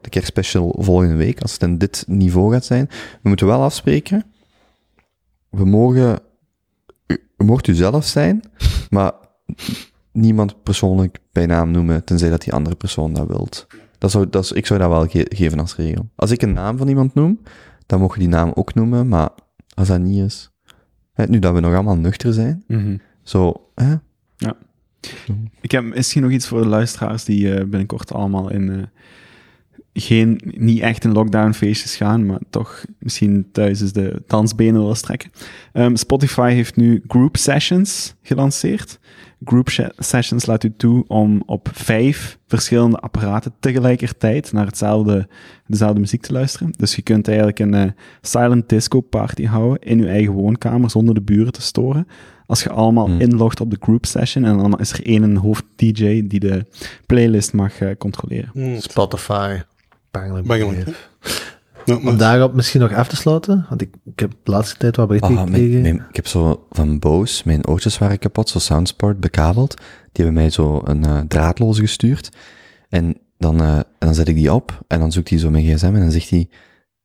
C: de kerstspecial volgende week. Als het in dit niveau gaat zijn. We moeten wel afspreken. We mogen... U, u mocht u zelf zijn, maar niemand persoonlijk bij naam noemen, tenzij dat die andere persoon dat wilt. Dat zou, dat is, ik zou dat wel ge- geven als regel. Als ik een naam van iemand noem, dan mogen die naam ook noemen, maar als dat niet is... Hè, nu dat we nog allemaal nuchter zijn,
B: Mhm.
C: zo... Hè?
B: Ja. Ik heb misschien nog iets voor de luisteraars die eh, binnenkort allemaal in eh, geen, niet echt in lockdown feestjes gaan, maar toch misschien thuis eens de dansbenen willen strekken. Ehm, Spotify heeft nu Group Sessions gelanceerd. Group Sh- Sessions laat u toe om op vijf verschillende apparaten tegelijkertijd naar hetzelfde, dezelfde muziek te luisteren. Dus je kunt eigenlijk een eh, silent disco party houden in uw eigen woonkamer zonder de buren te storen. Als je allemaal inlogt op de group session en dan is er één een hoofd DJ die de playlist mag eh, controleren.
G: Hmm,
H: Spotify. Bangelijk.
G: Bangelijk.
H: bedrijf. Om daarop misschien nog af te sluiten, want ik, ik heb de laatste tijd wat berichten
C: Ah, mijn-
H: gekregen.
C: mijn- ik heb zo van Bose, mijn oortjes waren kapot, zo Soundsport bekabeld. Die hebben mij zo een eh, draadloze gestuurd. En dan, eh, en dan zet ik die op en dan zoekt hij zo mijn gsm en dan zegt hij,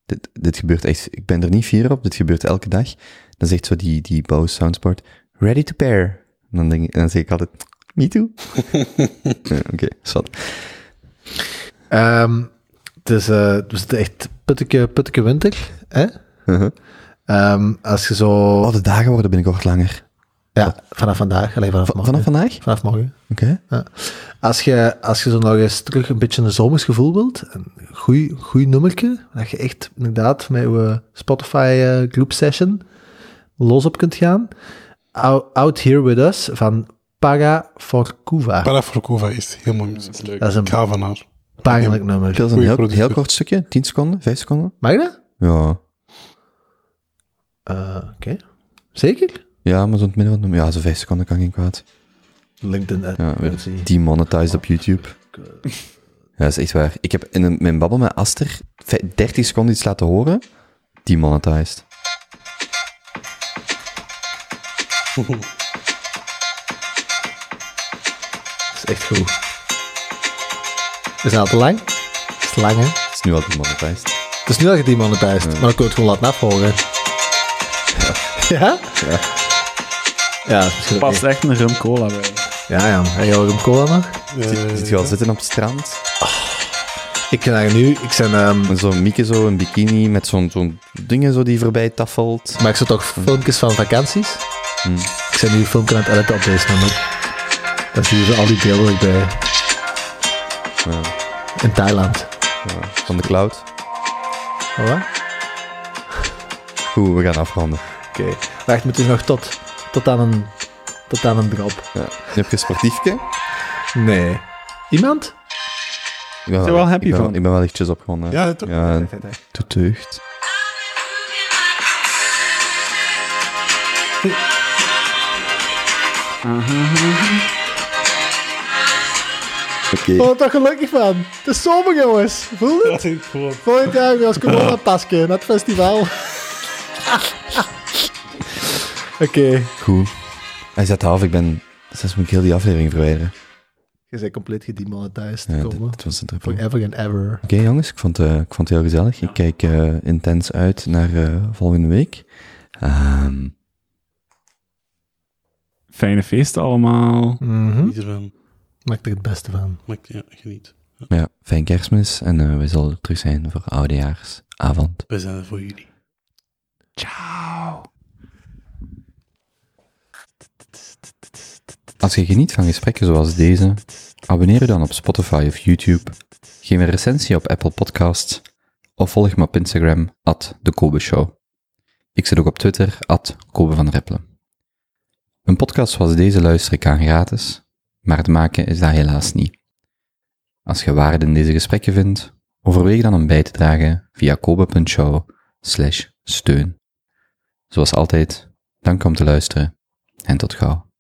C: dit, dit gebeurt echt, ik ben er niet fier op, dit gebeurt elke dag. Dan zegt zo die, die Bose Soundsport, ready to pair. En dan, denk ik, en dan zeg ik altijd, me too. Ja, Oké, zat.
H: Ehm, het is eh, het was echt putteke, putteke winter. Hè?
C: Eh,
H: Ehm, als je zo... Oh,
C: de dagen worden binnenkort langer.
H: Ja, vanaf vandaag. Alleen vanaf morgen.
C: vanaf vandaag?
H: Vanaf morgen.
C: Oké.
H: Ja. Als, je, als je zo nog eens terug een beetje een zomers gevoel wilt, een goeie, goeie nummerke, dat je echt inderdaad met je Spotify eh, group session los op kunt gaan. Out, Out Here With Us van Para for Cuba.
G: Para for Cuba is helemaal muziek. Dat is
H: Dat is een-
G: Ik hou van haar.
H: Pijnlijk nummer.
C: Dat is een heel, heel kort stukje, 10 seconden, 5 seconden.
H: Mag dat?
C: Ja.
H: Eh, Oké. Zeker?
C: Ja, maar zo'n midden van de... Ja, zo'n vijf seconden kan geen kwaad.
H: LinkedIn ad.
C: Ja, weer demonetized op YouTube. Ja, dat is echt waar. Ik heb in een- mijn babbel met Aster vij- 30 seconden iets laten horen. Demonetized.
H: Dat is echt goed. Is dat al te lang? Dat is te lang, hè?
C: Het is nu al demonetized.
H: Het is nu al gedemonetized, maar dan kun je het gewoon laten afhoren. Ja?
C: Ja.
H: Ja, dat is
B: Past echt een rum cola bij.
H: Ja, ja. En jouw rum cola nog?
C: Zit, zit je al zitten op het strand?
H: Ik ga nu... Ik ehm, zijn...
C: Zo'n Mieke zo, een bikini met zo'n zo'n dingen zo die voorbij taffelt.
H: Maar ik zou toch filmpjes van vakanties? Ik ben nu een filmpje aan het editen op deze nummer. Daar zie je zo al die beelden ook bij.
C: Ja.
H: In Thailand.
C: Ja, van de cloud.
H: Oh, wat?
C: Goed, we gaan afronden.
H: Oké. Wacht, moet dus nog tot... Tot aan een... Tot aan een drop.
C: Ja. Heb je een sportiefje?
H: Nee. Iemand?
C: Ik ben
H: Zijn we wel happy
C: ik ben,
H: van?
C: Ik ben wel lichtjes opgewonden.
H: Ja, dat ook.
C: Ja,
H: Ja, ja, ja.
C: tot deugd. Oké.
H: Ik word er toch Oh, gelukkig van. Het is zomer, jongens. Voel je het? Volgend jaar weer als
C: Ah.
H: corona-pasje naar het festival. Oké.
C: Goed. Hij zet af, ik ben... Zes moet ik heel die aflevering verwijderen.
H: Je bent compleet gedemonetized.
C: Ja,
H: Kobo.
C: dit, dit was een druppel. Oké
H: Forever and ever.
C: jongens, ik vond, eh, ik vond het heel gezellig. Ik kijk eh, intens uit naar eh, volgende week. Ehm,
B: Fijne feesten allemaal.
G: Iedereen.
H: Maak er het beste van.
G: Maakt- Ja, geniet.
C: ja, fijn kerstmis en eh, we zullen terug zijn voor oudejaarsavond.
G: Wij zijn er voor jullie.
B: Ciao.
C: Als je geniet van gesprekken zoals deze, abonneer je dan op Spotify of YouTube, geef een recensie op Apple Podcasts of volg me op Instagram, at de Kobe Show. Ik zit ook op Twitter, at Kobe van Reppelen. Een podcast zoals deze luister ik aan gratis, maar het maken is daar helaas niet. Als je waarde in deze gesprekken vindt, overweeg dan om bij te dragen via kobe.show slash steun. Zoals altijd, dank om te luisteren en tot gauw.